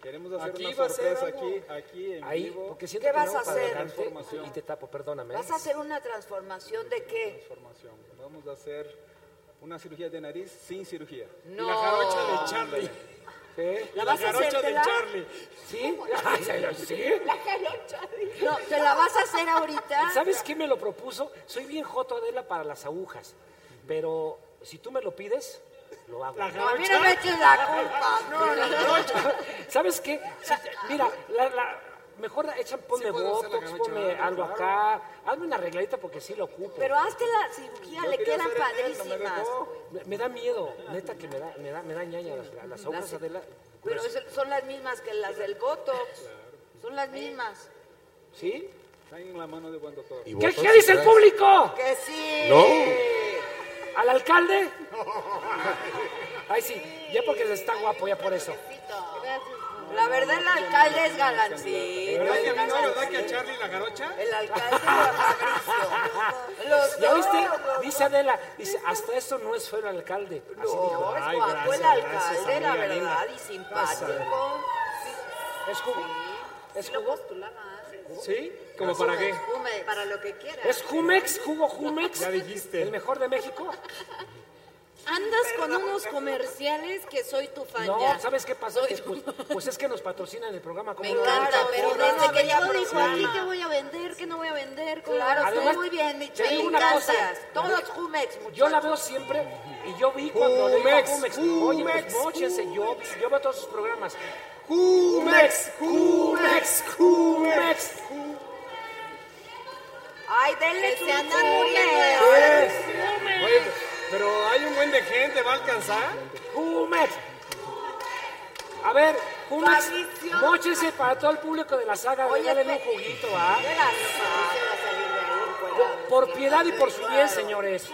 Speaker 19: Queremos hacer
Speaker 22: ¿eh? Aquí
Speaker 19: una
Speaker 22: va a ser
Speaker 19: sorpresa
Speaker 22: algo.
Speaker 19: aquí, aquí en
Speaker 22: Ahí,
Speaker 19: vivo.
Speaker 22: porque siento
Speaker 4: ¿Qué
Speaker 22: que
Speaker 4: vas
Speaker 22: no,
Speaker 4: a
Speaker 22: para
Speaker 4: hacer?
Speaker 22: adelante, Y te tapo, perdóname. ¿eh?
Speaker 4: ¿Vas a hacer una transformación de qué?
Speaker 19: Transformación. Vamos a hacer una cirugía de nariz sin cirugía.
Speaker 4: No. Y la jarocha de
Speaker 19: Charlie. ¿Qué?
Speaker 4: ¿La vas a hacértela?
Speaker 22: ¿Sí? Ay, ay, ¿Sí?
Speaker 4: La jalocha. No, ¿te la vas a hacer ahorita?
Speaker 22: ¿Sabes quién me lo propuso? Soy bien joto, Adela, para las agujas. Pero si tú me lo pides, lo hago.
Speaker 4: No, a mí no me eches la culpa. No, no, no.
Speaker 22: ¿Sabes qué? Sí, mira, la, la- mejor echan, ponme botox, ponme algo acá. Hazme una arregladita porque sí lo ocupo.
Speaker 4: Pero hazte la cirugía,
Speaker 22: Yo
Speaker 4: le
Speaker 22: quería
Speaker 4: quedan
Speaker 22: ser enano, me
Speaker 4: padrísimas.
Speaker 22: dejó. Me, me da miedo, neta que me da, me da, me da ñaña las, las agujas,
Speaker 4: Las-
Speaker 22: Adela.
Speaker 4: Pero es- son las mismas que las del Botox. Son las mismas.
Speaker 22: ¿Sí?
Speaker 19: Está en la mano de buen doctor.
Speaker 22: ¿Qué- ¿Qué, dice el público?
Speaker 4: Que sí.
Speaker 22: No. ¿Al alcalde? Ay, sí, ya porque está guapo, ya por eso.
Speaker 4: La verdad, el alcalde es galancito.
Speaker 19: ¿Verdad que a mí no? ¿Verdad que a Charlie la jarocha?
Speaker 4: El alcalde y a Fabricio. Los
Speaker 22: ¿Ya
Speaker 4: dos.
Speaker 22: viste? Dice Adela, dice, hasta eso no es feo el alcalde. Así dijo.
Speaker 4: No, es
Speaker 22: Ay,
Speaker 4: guapo el
Speaker 22: gracias, gracias,
Speaker 4: alcalde, la
Speaker 22: amiga linda.
Speaker 4: verdad, y simpático.
Speaker 22: Es jugo.
Speaker 4: ¿Es lo postulabas?
Speaker 22: ¿Sí?
Speaker 19: ¿Como para qué?
Speaker 4: Jumex, Para lo que quieras.
Speaker 22: ¿Es Jumex? ¿Jugo Jumex?
Speaker 19: Ya dijiste.
Speaker 22: ¿El mejor de México?
Speaker 8: Andas con unos comerciales que soy tu fan
Speaker 22: No,
Speaker 8: ya.
Speaker 22: ¿sabes qué pasó? Que, pues, pues es que nos patrocinan el programa. ¿cómo
Speaker 8: Me
Speaker 22: no?
Speaker 8: encanta,
Speaker 22: ¿Cómo
Speaker 8: pero
Speaker 22: no?
Speaker 8: desde
Speaker 22: No,
Speaker 8: que
Speaker 22: no,
Speaker 8: ya
Speaker 22: no,
Speaker 8: dijo
Speaker 22: no,
Speaker 8: aquí
Speaker 22: no.
Speaker 8: que voy a vender, que no voy a vender. cómo-
Speaker 4: Claro,
Speaker 22: Además,
Speaker 4: estoy muy bien, mi
Speaker 22: te
Speaker 4: Charlie.
Speaker 22: digo una cosa.
Speaker 4: Gracias. Todos Jumex, muchachos.
Speaker 22: Yo la veo siempre y yo vi cuando le digo a
Speaker 4: Jumex,
Speaker 22: Jumex, oye,
Speaker 4: Jumex,
Speaker 22: pues móchense, yo, vi- yo veo todos sus programas.
Speaker 16: Jumex, Jumex, Jumex.
Speaker 4: Ay, denle
Speaker 8: Que
Speaker 4: su
Speaker 8: se andan
Speaker 4: Jumex.
Speaker 8: muriendo.
Speaker 11: Pues,
Speaker 19: Oye, pero hay un buen de gente, ¿va a alcanzar?
Speaker 22: Jumex. A ver, Jumex,
Speaker 4: Fabricio.
Speaker 22: móchense para todo el público de la saga,
Speaker 4: Oye,
Speaker 22: regalen un
Speaker 4: espera.
Speaker 22: juguito, ¿ah?
Speaker 4: ¿Qué la saca?
Speaker 22: Por, por piedad y por su bien, señores.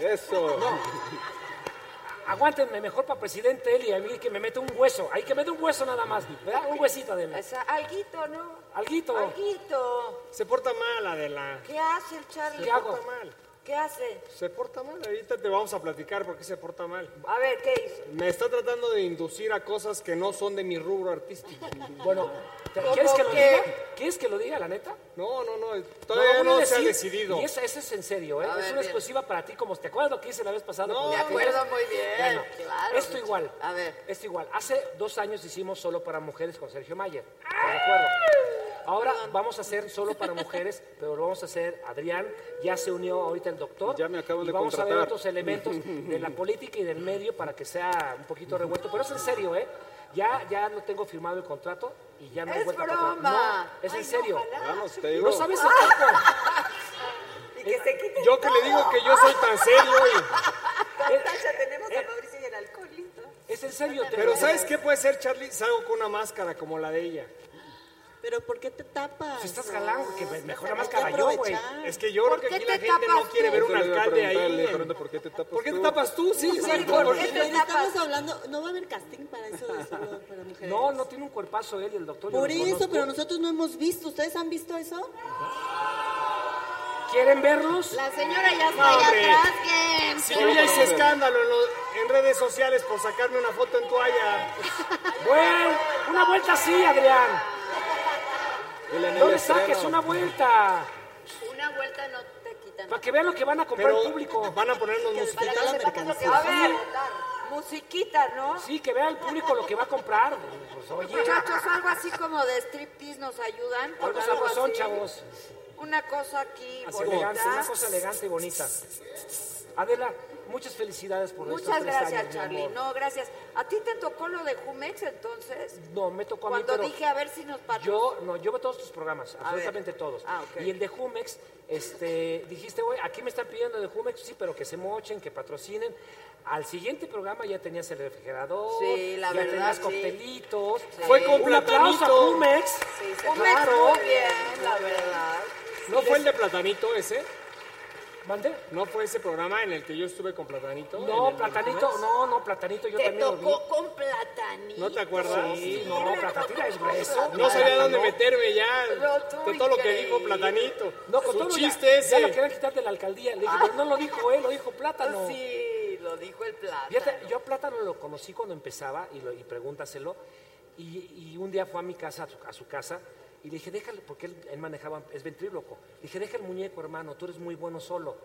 Speaker 19: Eso.
Speaker 22: Aguántenme mejor para presidente él y a mí que me mete un hueso. Hay que meter un hueso nada más, ¿verdad? Un huesito de
Speaker 4: O sea, alguito, ¿no?
Speaker 22: Alguito.
Speaker 4: Alguito.
Speaker 19: Se porta mal, Adela.
Speaker 4: ¿Qué hace el Charlie?
Speaker 19: Se porta mal.
Speaker 4: ¿Qué hace?
Speaker 19: Se porta mal. Ahorita te vamos a platicar por qué se porta mal.
Speaker 4: A ver, ¿qué hizo?
Speaker 19: Me está tratando de inducir a cosas que no son de mi rubro artístico.
Speaker 22: Bueno,
Speaker 4: ¿Cómo
Speaker 22: ¿quieres que lo
Speaker 4: qué?
Speaker 22: diga? ¿Quieres que lo diga, la neta?
Speaker 19: No, no, no. Todavía
Speaker 22: lo voy
Speaker 19: no,
Speaker 22: a
Speaker 19: se ha
Speaker 22: decir,
Speaker 19: decidido.
Speaker 22: Y eso, eso es en serio, ¿eh?
Speaker 4: A
Speaker 22: es
Speaker 4: ver,
Speaker 22: una
Speaker 4: bien.
Speaker 22: exclusiva para ti, como te acuerdas lo que hice la vez pasada. pues,
Speaker 19: No,
Speaker 4: Me acuerdo muy bien,
Speaker 22: Bueno,
Speaker 4: claro.
Speaker 22: esto igual.
Speaker 4: A ver.
Speaker 22: Esto igual. Hace dos años hicimos solo para mujeres con Sergio Mayer. ¿Estás de acuerdo? Ahora vamos a hacer solo para mujeres, pero lo vamos a hacer Adrián. Ya se unió ahorita el doctor. Ya me
Speaker 19: acaban de
Speaker 22: vamos a ver
Speaker 19: contratar.
Speaker 22: otros elementos de la política y del medio para que sea un poquito revuelto. Pero es en serio, ¿eh? Ya, ya no tengo firmado el contrato y ya no hay
Speaker 4: ¡Es
Speaker 22: vuelta para atrás.
Speaker 4: broma!
Speaker 22: No, es
Speaker 4: Ay,
Speaker 22: en
Speaker 4: no,
Speaker 22: serio.
Speaker 4: ojalá. Vamos, te
Speaker 22: No
Speaker 4: digo.
Speaker 22: sabes el tiempo.
Speaker 4: Y que se quite
Speaker 22: Yo que le digo que yo soy tan serio
Speaker 4: Tacha, tenemos
Speaker 8: Eh.
Speaker 4: a Mauricio y el alcoholito.
Speaker 22: Es en serio. te
Speaker 2: Pero
Speaker 22: lo-
Speaker 2: ¿sabes qué puede ser, Charlie? Salgo con una máscara como la de ella.
Speaker 8: Pero ¿por qué te tapas?
Speaker 22: Si estás galán, que me- mejor la
Speaker 2: Hay que
Speaker 22: máscara yo, güey.
Speaker 2: aprovechar. Es que yo creo que aquí la gente no quiere ver
Speaker 19: Eso
Speaker 2: un
Speaker 19: le iba a
Speaker 2: alcalde
Speaker 19: preguntar, le
Speaker 2: ahí.
Speaker 19: iba a preguntar, ¿Por qué te tapas
Speaker 2: ¿Por qué te tapas tú? Sí, exacto.
Speaker 8: estamos hablando, no va a haber casting para eso de solo para mujeres.
Speaker 22: No, no tiene un cuerpazo él y el doctor. yo
Speaker 8: Por
Speaker 22: lo
Speaker 8: eso,
Speaker 22: conozco.
Speaker 8: pero nosotros no hemos visto. ¿Ustedes han visto eso?
Speaker 22: ¿Quieren verlos?
Speaker 8: La señora ya
Speaker 2: No, hombre.
Speaker 8: que...
Speaker 2: Si yo ya hice escándalo en, lo- en redes sociales por sacarme una foto en toalla.
Speaker 22: Bueno, una vuelta así, Adrián. No le saques una vuelta.
Speaker 8: Una vuelta no te quitan.
Speaker 22: Para que vean lo que van a comprar el público.
Speaker 2: Van a ponernos
Speaker 8: musiquita.
Speaker 22: a
Speaker 4: A ver, musiquita, ¿no?
Speaker 22: Sí, que vea el público lo que va a comprar. Pues, oye.
Speaker 4: Muchachos, algo así como de striptease nos ayudan. con
Speaker 22: Algo
Speaker 4: algo
Speaker 22: sabrosón,
Speaker 4: así.
Speaker 22: chavos.
Speaker 4: Una cosa aquí
Speaker 22: Así
Speaker 4: bonita.
Speaker 22: elegante, una cosa elegante y bonita. Adela, muchas felicidades por estos
Speaker 4: Muchas
Speaker 22: tres
Speaker 4: gracias,
Speaker 22: años, mi
Speaker 4: Charlie.
Speaker 22: amor.
Speaker 4: No, gracias. ¿A ti te tocó lo de Jumex entonces?
Speaker 22: No, me tocó a mí,
Speaker 4: Cuando
Speaker 22: pero-
Speaker 4: dije "Ah, a ver si nos patrocinan.
Speaker 22: Yo, no, yo veo todos tus programas,
Speaker 4: ver.
Speaker 22: absolutamente todos.
Speaker 4: Ah, ok.
Speaker 22: Y el de Jumex, este, dijiste, güey, aquí me están pidiendo de Jumex, sí, pero que se mochen, que patrocinen. Al siguiente programa ya tenías el refrigerador,
Speaker 4: Sí, la
Speaker 22: ya
Speaker 4: verdad,
Speaker 22: tenías
Speaker 4: sí.
Speaker 22: coctelitos.
Speaker 4: Fue con
Speaker 22: Un aplauso a
Speaker 2: platanito.
Speaker 22: Jumex.
Speaker 4: Sí, se
Speaker 22: Jumex,
Speaker 4: claro.
Speaker 22: muy
Speaker 4: muy bien, la verdad.
Speaker 2: ¿No fue el de Platanito ese?
Speaker 22: ¿Mande?
Speaker 2: ¿No fue ese programa en el que yo estuve con Platanito?
Speaker 22: No,
Speaker 2: ¿En el-
Speaker 22: platanito, no, no, platanito, yo
Speaker 8: Te
Speaker 22: también lo vi.
Speaker 8: tocó con platanito.
Speaker 2: ¿No te acuerdas?
Speaker 22: Sí, no, platanito es grueso.
Speaker 2: No sabía
Speaker 22: Plátano.
Speaker 2: dónde meterme ya
Speaker 22: Pero tú,
Speaker 2: de todo lo que
Speaker 22: increíble.
Speaker 2: dijo Platanito.
Speaker 22: No, con
Speaker 2: Su
Speaker 22: todo
Speaker 2: chiste
Speaker 22: ya,
Speaker 2: ese. Ah.
Speaker 22: Ya lo querían quitar de la alcaldía. Le dije, pero no lo dijo él, lo dijo Plátano.
Speaker 4: Sí, lo dijo el plátano.
Speaker 22: Fíjate, yo a Plátano lo conocí cuando empezaba y, lo- y pregúntaselo. Y, y un día fue a mi casa, a su, a su casa, y le dije, déjale, porque él, él manejaba, es ventríloco. Le dije, deja el muñeco, hermano, tú eres muy bueno solo.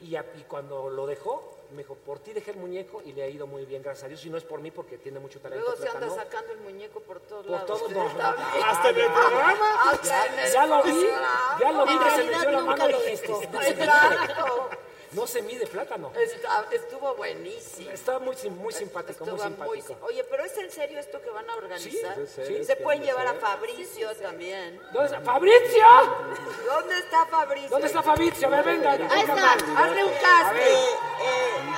Speaker 22: Y, a- y cuando lo dejó, me dijo, por ti dejé el muñeco y le ha ido muy bien, gracias a Dios. Y no es por mí, porque tiene mucho talento.
Speaker 4: Luego se anda
Speaker 22: Plátano.
Speaker 4: sacando el muñeco por todos
Speaker 22: Por
Speaker 4: lados.
Speaker 22: todos
Speaker 4: Él
Speaker 22: lados.
Speaker 4: también.
Speaker 22: Hasta en el programa.
Speaker 4: Hasta en el
Speaker 22: Ya lo vi,
Speaker 4: programa.
Speaker 22: ya lo vi que se metió la
Speaker 8: nunca
Speaker 22: mano y este,
Speaker 8: lo dejó.
Speaker 22: dijiste, "No se mide".
Speaker 4: Exacto.
Speaker 22: No se mide plátano.
Speaker 4: Está- estuvo buenísimo.
Speaker 22: Está muy, sim- muy simpático, muy
Speaker 4: Estuvo muy
Speaker 22: simpático.
Speaker 4: sim- Oye, pero es en serio esto que van a organizar.
Speaker 22: Sí, es en serio,
Speaker 4: Se
Speaker 22: ¿qué
Speaker 4: pueden
Speaker 22: van a
Speaker 4: llevar a
Speaker 22: hacer?
Speaker 4: Fabricio también.
Speaker 22: ¿Dónde está Fabricio?
Speaker 4: ¿Dónde está Fabricio?
Speaker 22: ¿Dónde está Fabricio? A ver, venga.
Speaker 4: Ahí
Speaker 22: venga,
Speaker 4: está.
Speaker 22: Mar.
Speaker 4: Hazle un
Speaker 22: A
Speaker 4: casting.
Speaker 22: ver,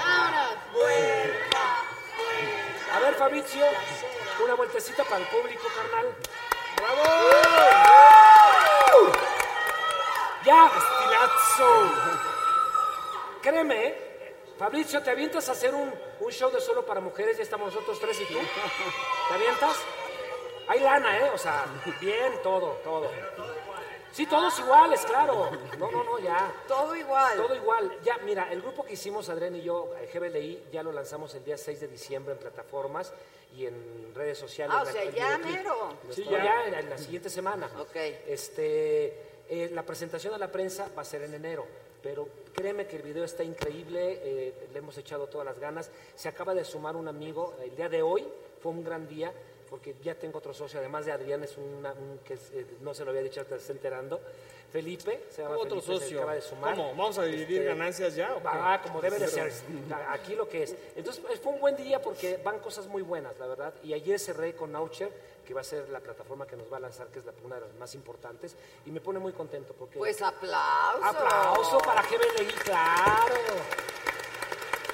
Speaker 22: a ver, Fabricio, una vueltecita para el público, carnal. ¡Bravo! Ya, estilazo. Créeme, ¿eh? Fabricio, ¿te avientas a hacer un, un show de solo para mujeres? Ya estamos nosotros tres y tú. ¿Te avientas? Hay lana, ¿eh? O sea, bien, todo, todo. Sí, todos iguales, claro. No, no, no, ya.
Speaker 4: Todo igual.
Speaker 22: Todo igual. Ya, mira, el grupo que hicimos, Adrián y yo, eh, el GBLI, ya lo lanzamos el día 6 de diciembre en plataformas y en redes sociales.
Speaker 4: Ah, o sea,
Speaker 22: El
Speaker 4: ya
Speaker 22: videoclip.
Speaker 4: mero.
Speaker 22: Sí,
Speaker 4: Sí,
Speaker 22: ya,
Speaker 4: ya.
Speaker 22: en- en la siguiente semana.
Speaker 4: Ok.
Speaker 22: Este, eh, la presentación a la prensa va a ser en enero, pero créeme que el video está increíble, eh, le hemos echado todas las ganas. Se acaba de sumar un amigo, el día de hoy fue un gran día, porque ya tengo otro socio, además de Adrián, es una- un que es, eh, no se lo había dicho, te está enterando. Felipe, se llama
Speaker 2: ¿Cómo otro
Speaker 22: Felipe, se
Speaker 2: socio?
Speaker 22: acaba de sumar. Este,
Speaker 2: ¿Cómo? ¿Vamos a dividir ganancias ya o qué?
Speaker 22: Ah, como debe de ser. Aquí lo que es. Entonces, pues, fue un buen día porque van cosas muy buenas, la verdad. Y ayer cerré con Naucher, que va a ser la plataforma que nos va a lanzar, que es la- una de las más importantes. Y me pone muy contento porque.
Speaker 4: Pues aplauso.
Speaker 22: Aplauso para GBLI, claro.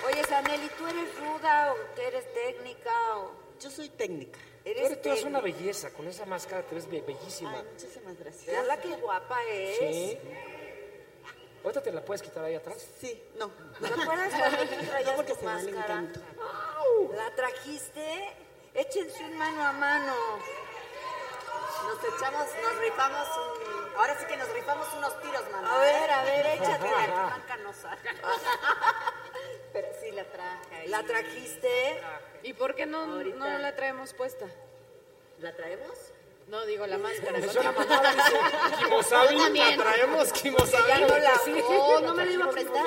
Speaker 4: Oye, Saneli, ¿tú eres ruda o tú eres técnica?
Speaker 8: Yo soy técnica.
Speaker 4: Eres
Speaker 22: Pero tú eres
Speaker 4: técnica.
Speaker 22: una belleza, con esa máscara te ves be- bellísima.
Speaker 8: Muchísimas gracias.
Speaker 4: Mira la que guapa es.
Speaker 22: Sí. Ahorita te la puedes quitar ahí atrás.
Speaker 8: Sí, no.
Speaker 4: ¿Te acuerdas cuando tú traías
Speaker 8: No, porque
Speaker 4: tu
Speaker 8: se vale un
Speaker 4: máscara?
Speaker 8: tanto.
Speaker 4: ¡Au! ¿La trajiste? Échense un mano a mano.
Speaker 11: Nos echamos, nos rifamos un- Ahora sí que nos rifamos unos tiros, mamá.
Speaker 4: A ver, a ver, échate.
Speaker 11: La marca no sale. Pero sí la traje. ahí.
Speaker 4: ¿La trajiste?
Speaker 5: ¿Y por qué no,
Speaker 11: Ahorita.
Speaker 5: no la traemos puesta?
Speaker 11: ¿La traemos?
Speaker 5: No, digo, la máscara.
Speaker 11: Es
Speaker 5: ¿no?
Speaker 11: una mamada, dice,
Speaker 2: Kimosabi,
Speaker 5: Yo también.
Speaker 2: la traemos, Kimosabi.
Speaker 5: Ya no la
Speaker 2: Sí.
Speaker 5: usó, no me la iba a prestar.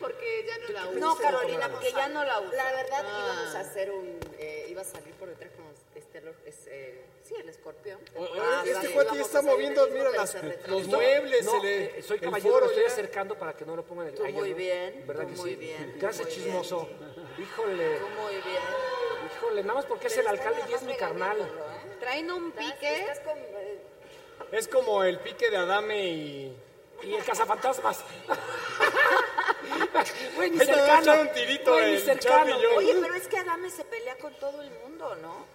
Speaker 5: Porque ya no la uso.
Speaker 11: No, Carolina,
Speaker 5: Vamos
Speaker 11: porque
Speaker 5: a-
Speaker 11: ya no la uso. La verdad,
Speaker 5: Ah.
Speaker 11: íbamos a hacer un. eh, iba a salir por detrás con este. lo- es, eh, sí, el escorpión.
Speaker 2: O- o-
Speaker 11: Ah,
Speaker 2: este
Speaker 11: sí,
Speaker 2: cuate ya
Speaker 11: íbamos
Speaker 2: está
Speaker 11: a salir
Speaker 2: moviendo,
Speaker 11: del
Speaker 2: mira,
Speaker 11: mismo, pero
Speaker 2: las-
Speaker 11: se retrasó.
Speaker 2: los muebles,
Speaker 22: No,
Speaker 2: el-
Speaker 22: eh, soy
Speaker 2: el
Speaker 22: caballero,
Speaker 2: foro
Speaker 22: me estoy
Speaker 2: ya.
Speaker 22: acercando para que no lo pongan en el
Speaker 4: Tú
Speaker 22: Ay,
Speaker 4: muy
Speaker 22: ¿no?
Speaker 4: bien,
Speaker 22: ¿Verdad
Speaker 4: tú
Speaker 22: que
Speaker 4: muy
Speaker 22: sí?
Speaker 4: bien, tú
Speaker 22: Gracias,
Speaker 4: muy
Speaker 22: chismoso. Híjole.
Speaker 4: Muy bien.
Speaker 22: Híjole, nada más porque es el alcalde y es mi carnal.
Speaker 6: Traen un pique.
Speaker 4: eh,
Speaker 22: Es como el pique de Adame y. Y el cazafantasmas. Güey, ni
Speaker 11: Ahí te voy a
Speaker 22: cercano.
Speaker 11: echar un tirito,
Speaker 22: Güey, ni
Speaker 11: el
Speaker 22: cercano.
Speaker 11: Charlie y yo.
Speaker 4: Oye, pero es que Adame se pelea con todo el mundo, ¿no?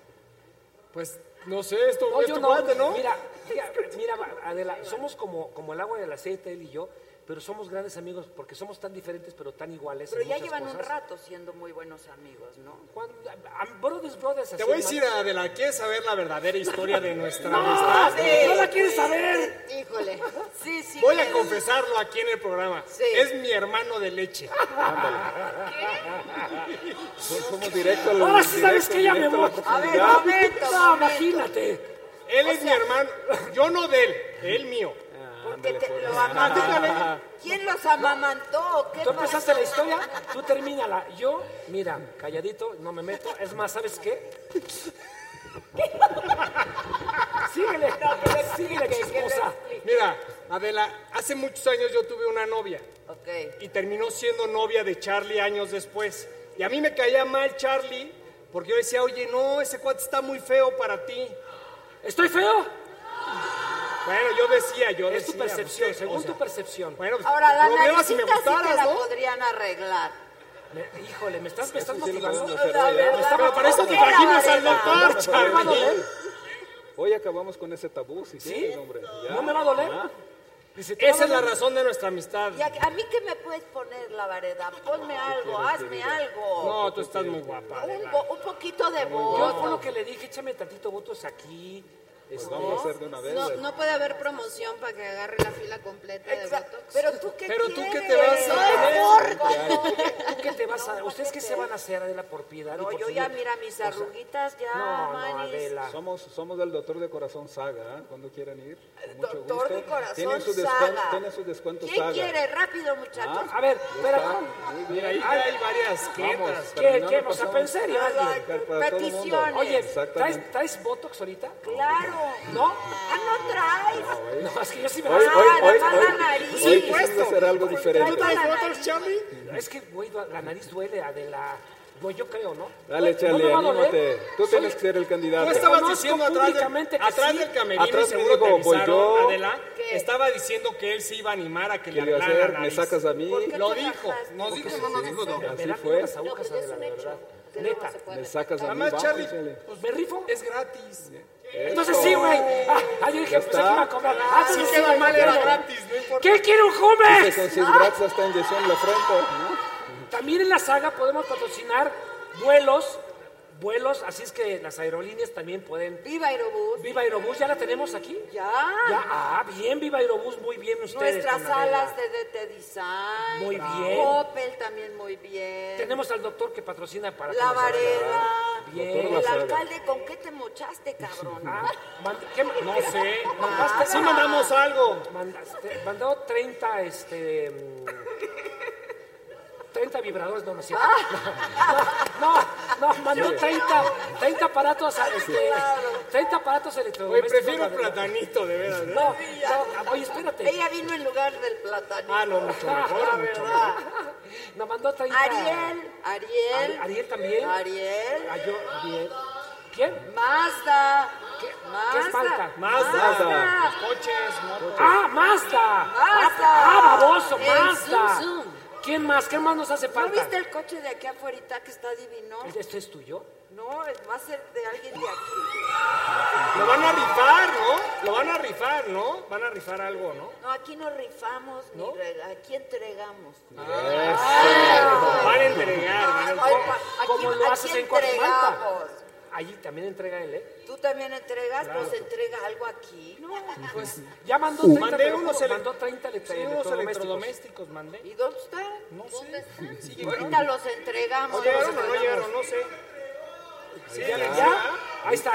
Speaker 22: Pues
Speaker 11: No sé, esto
Speaker 22: No,
Speaker 11: es
Speaker 22: yo
Speaker 11: tu
Speaker 22: no.
Speaker 11: cuate, ¿no?
Speaker 22: Mira, mira, mira, Adela, somos como, como el agua y el aceite, él y yo, pero somos grandes amigos porque somos tan diferentes pero tan iguales.
Speaker 4: Pero
Speaker 22: en
Speaker 4: ya
Speaker 22: muchas
Speaker 4: llevan un
Speaker 22: cosas.
Speaker 4: rato siendo muy buenos amigos, ¿no?
Speaker 22: Am- Brothers, brothers.
Speaker 11: Te
Speaker 22: así,
Speaker 11: voy a decir,
Speaker 22: hermanos.
Speaker 11: Adela, ¿quieres saber la verdadera historia de nuestra
Speaker 22: No,
Speaker 11: amistad?
Speaker 22: sí, no la quieres saber.
Speaker 6: Híjole. Sí, sí.
Speaker 11: Voy a
Speaker 6: quiero.
Speaker 11: confesarlo aquí en el programa. Es mi hermano de leche.
Speaker 19: Somos directos. al-
Speaker 11: Ahora sí sabes
Speaker 19: directo,
Speaker 11: que ya me
Speaker 19: directo
Speaker 11: voy.
Speaker 19: la profundidad.
Speaker 22: No, imagínate.
Speaker 11: Él es mi hermano. Yo no de él, él mío.
Speaker 4: Porque
Speaker 22: pues.
Speaker 4: te lo
Speaker 2: Ah,
Speaker 11: Platícale.
Speaker 4: amaman. ¿Quién los amamantó? o ¿Qué
Speaker 22: Tú empezaste
Speaker 4: pasó?
Speaker 22: la historia, tú termínala. Yo, mira, calladito, no me meto. Es más, ¿sabes qué? síguele, síguele,
Speaker 11: que- que
Speaker 22: chismosa.
Speaker 11: Mira, Adela, hace muchos años yo tuve una novia. Y terminó siendo novia de Charlie años después. Y a mí me caía mal Charlie porque yo decía, oye, no, ese cuate está muy feo para ti.
Speaker 22: ¿Estoy feo?
Speaker 11: Bueno, yo decía, yo
Speaker 22: Es
Speaker 11: decía.
Speaker 22: tu percepción,
Speaker 11: pues,
Speaker 22: según
Speaker 11: o sea,
Speaker 22: tu percepción.
Speaker 11: Bueno, pues,
Speaker 4: Ahora, la
Speaker 11: problema si me
Speaker 4: naricita sí te
Speaker 11: gustaras,
Speaker 4: la
Speaker 11: ¿no?
Speaker 4: podrían arreglar.
Speaker 22: Me- híjole, me estás, me estás
Speaker 19: sí lo
Speaker 22: motivando.
Speaker 19: podemos hacer, ¿verdad?
Speaker 22: Me está-
Speaker 19: Pero para eso te
Speaker 22: ¿Qué la
Speaker 19: trajimos al
Speaker 22: varela?
Speaker 19: doctor,
Speaker 22: No, pero ¿me va a
Speaker 19: Charlie.
Speaker 22: doler?
Speaker 19: Hoy acabamos con ese tabú, si
Speaker 22: ¿Sí?
Speaker 19: quieres, hombre. Ya.
Speaker 22: ¿No me va a doler?
Speaker 19: Ah,
Speaker 22: Dice, ¿te va a
Speaker 11: Esa es la
Speaker 22: doler?
Speaker 11: razón de nuestra amistad.
Speaker 4: ¿Y a, a mí qué me puedes poner, la vareda? Ponme algo, hazme algo.
Speaker 11: No, tú estás muy guapa.
Speaker 4: un, bo- un poquito de
Speaker 22: Yo fue
Speaker 4: voz.
Speaker 22: lo que le dije, échame tantito votos aquí.
Speaker 4: Pues
Speaker 22: este,
Speaker 19: vamos a hacer de una vez.
Speaker 6: No, no puede haber promoción para que agarre la fila completa de Botox.
Speaker 4: Pero tú qué
Speaker 11: Pero tú qué te
Speaker 4: quieres?
Speaker 11: vas a
Speaker 4: Soy
Speaker 11: tener.
Speaker 22: ¿Tú qué te vas a ¿Ustedes qué se van a hacer, Adela, por piedad? y
Speaker 4: No,
Speaker 22: por
Speaker 4: yo
Speaker 22: su
Speaker 4: ya
Speaker 22: bien?
Speaker 4: mira mis arruguitas, ya,
Speaker 22: no, no,
Speaker 4: manis.
Speaker 22: Adela.
Speaker 19: Somos, somos del doctor de corazón Saga, ¿ah? cuando quieran ir. Con mucho
Speaker 4: Doctor
Speaker 19: gusto.
Speaker 4: de Corazón
Speaker 19: tienen su
Speaker 4: Saga.
Speaker 19: Tienen sus descuentos
Speaker 4: ¿Quién
Speaker 19: Saga.
Speaker 4: quiere? Rápido, muchachos.
Speaker 19: Ah,
Speaker 22: ¿Ah? A ver,
Speaker 19: ya
Speaker 22: espera.
Speaker 19: está. Muy bien.
Speaker 11: Mira, ahí
Speaker 22: Ay,
Speaker 11: hay varias
Speaker 19: Vamos,
Speaker 11: quetas.
Speaker 22: ¿Qué,
Speaker 19: terminando,
Speaker 22: qué? O sea,
Speaker 19: pasamos-
Speaker 22: pensé en alguien.
Speaker 19: Para todo el mundo.
Speaker 4: peticiones.
Speaker 22: Oye, ¿traes,
Speaker 19: Exactamente.
Speaker 22: ¿traes Botox ahorita?
Speaker 4: Claro.
Speaker 22: ¿No?
Speaker 4: Ah, no traes.
Speaker 22: No, es que yo sí me
Speaker 19: Hoy, hoy,
Speaker 4: Ah,
Speaker 19: hoy,
Speaker 4: nada más la
Speaker 19: hoy,
Speaker 4: nariz.
Speaker 19: hoy
Speaker 22: Sí,
Speaker 19: quisimos
Speaker 22: puesto.
Speaker 19: hacer algo
Speaker 11: ¿Tú
Speaker 19: diferente.
Speaker 11: traes fotos, Charlie?
Speaker 22: Es que, güey, la nariz duele, Adela. Güey, yo creo, ¿no?
Speaker 19: Dale,
Speaker 22: ¿No
Speaker 19: Charlie,
Speaker 22: me va a doler?
Speaker 19: anímate. Tú
Speaker 22: Soy-
Speaker 19: tienes que ser el
Speaker 11: Tú
Speaker 19: candidato.
Speaker 11: estabas
Speaker 22: Reconozco
Speaker 11: diciendo atrás, del,
Speaker 22: públicamente que
Speaker 11: atrás
Speaker 22: sí.
Speaker 11: del camerino,
Speaker 19: Atrás me
Speaker 11: seguro
Speaker 19: dijo,
Speaker 11: te
Speaker 19: voy
Speaker 11: avisaron,
Speaker 19: yo.
Speaker 11: Adela, estaba diciendo que él se iba a animar a que
Speaker 19: ¿Qué
Speaker 11: le
Speaker 19: le iba a
Speaker 11: hablara
Speaker 19: hacer?
Speaker 11: la
Speaker 19: ¿Me
Speaker 11: nariz.
Speaker 19: sacas a mí?
Speaker 11: Lo dijo, nos dijo, no nos dijo, no.
Speaker 19: Así
Speaker 22: Me dan
Speaker 19: fue.
Speaker 22: unas agujas, Adela, de verdad. Neta.
Speaker 19: ¿Me sacas a mí?
Speaker 11: Además,
Speaker 19: Vamos,
Speaker 11: Charlie,
Speaker 19: échale.
Speaker 11: pues
Speaker 22: ¿Me rifo?
Speaker 11: es gratis. Eh,
Speaker 22: Entonces sí, güey. Ah, ah, yo dije,
Speaker 19: Ya
Speaker 22: pensé que
Speaker 19: está.
Speaker 22: iba a cobrar. Ah,
Speaker 11: Si
Speaker 22: entonces sí,
Speaker 11: queda
Speaker 22: güey,
Speaker 11: mal,
Speaker 22: ya
Speaker 11: era
Speaker 22: no.
Speaker 11: gratis, no importa.
Speaker 22: ¿Qué quiere un
Speaker 19: Dice,
Speaker 22: Jumex? Ah.
Speaker 19: con sus gratis hasta inyección en la frente. ¿no?
Speaker 22: También en la saga podemos patrocinar vuelos, vuelos, así es que las aerolíneas también pueden.
Speaker 4: Viva Aerobús.
Speaker 22: Viva Aerobús, ¿ya la tenemos aquí? Ya,
Speaker 4: Ya.
Speaker 22: ah, bien, Viva Aerobús, muy bien ustedes.
Speaker 4: Nuestras
Speaker 22: con Adela.
Speaker 4: alas de DT Design.
Speaker 22: Muy bien.
Speaker 4: Opel también muy bien.
Speaker 22: Tenemos al doctor que patrocina para... que
Speaker 4: La
Speaker 22: nos haga-
Speaker 4: vareda.
Speaker 22: Bien.
Speaker 4: El
Speaker 22: La saga.
Speaker 4: alcalde, ¿con qué te mochaste, cabrón?
Speaker 22: Ah, mand- ¿qué ma-
Speaker 11: No sé,
Speaker 4: Ah.
Speaker 22: Mandaste,
Speaker 11: sí mandamos algo.
Speaker 22: Mandaste, mandó 30, este... mm, 30 vibradores, no, no es cierto.
Speaker 4: Ah.
Speaker 22: No, no, no, mandó 30, 30 aparatos, este, 30 aparatos
Speaker 11: Oye,
Speaker 22: electrodomésticos.
Speaker 11: prefiero
Speaker 22: la verdad.
Speaker 11: platanito, de veras. ¿eh?
Speaker 22: No, no, oye, espérate.
Speaker 4: Ella vino en lugar del platanito.
Speaker 11: Ah, no, mucho
Speaker 4: La
Speaker 11: mejor, mucho mejor.
Speaker 4: verdad.
Speaker 22: Nos mandó 30...
Speaker 4: Ariel, Ariel.
Speaker 22: Ari- Ariel también.
Speaker 4: Ariel.
Speaker 22: Ah, yo, bien. ¿Quién?
Speaker 4: Mazda.
Speaker 22: ¿Qué es Malta?
Speaker 11: Mazda, coches, motos.
Speaker 22: ¡Ah, Mazda! ¡Ah,
Speaker 4: Mazda.
Speaker 22: ¡Ah, baboso,
Speaker 4: El
Speaker 22: Mazda!
Speaker 4: zum, zum.
Speaker 22: ¿Quién más? ¿Qué más nos hace
Speaker 4: ¿No
Speaker 22: falta?
Speaker 4: viste el coche de aquí afuera que está divino?
Speaker 22: ¿Esto es tuyo?
Speaker 4: No, va a ser de alguien de aquí.
Speaker 11: Lo van a rifar, ¿no? Lo van a rifar, ¿no? Van a rifar algo, ¿no?
Speaker 4: No, aquí no rifamos, ni rega- aquí entregamos. Ah.
Speaker 11: Van a entregar, van a
Speaker 4: Ay,
Speaker 11: entregar.
Speaker 4: pa- aquí,
Speaker 22: ¿Cómo lo
Speaker 4: aquí
Speaker 22: haces en Coajimalpa?
Speaker 4: entregamos.
Speaker 22: Allí también entrega él, ¿eh?
Speaker 4: Tú también entregas,
Speaker 22: Claro.
Speaker 4: pues entrega algo aquí, ¿no?
Speaker 22: Pues ya mandó
Speaker 11: Uh.
Speaker 22: 30,
Speaker 11: Mandé
Speaker 22: te lo
Speaker 11: unos
Speaker 22: juro,
Speaker 11: ele-
Speaker 22: mandó 30 le-
Speaker 11: Sí, unos
Speaker 22: electrodomésticos.
Speaker 11: electrodomésticos mandé.
Speaker 4: ¿Y dónde están?
Speaker 11: No sé. Sí,
Speaker 4: Ahorita los entregamos.
Speaker 11: ¿O llegaron
Speaker 4: los
Speaker 11: o no
Speaker 4: entregamos.
Speaker 11: llegaron? No sé. Sí, ya,
Speaker 22: ¿Ya? Ahí está.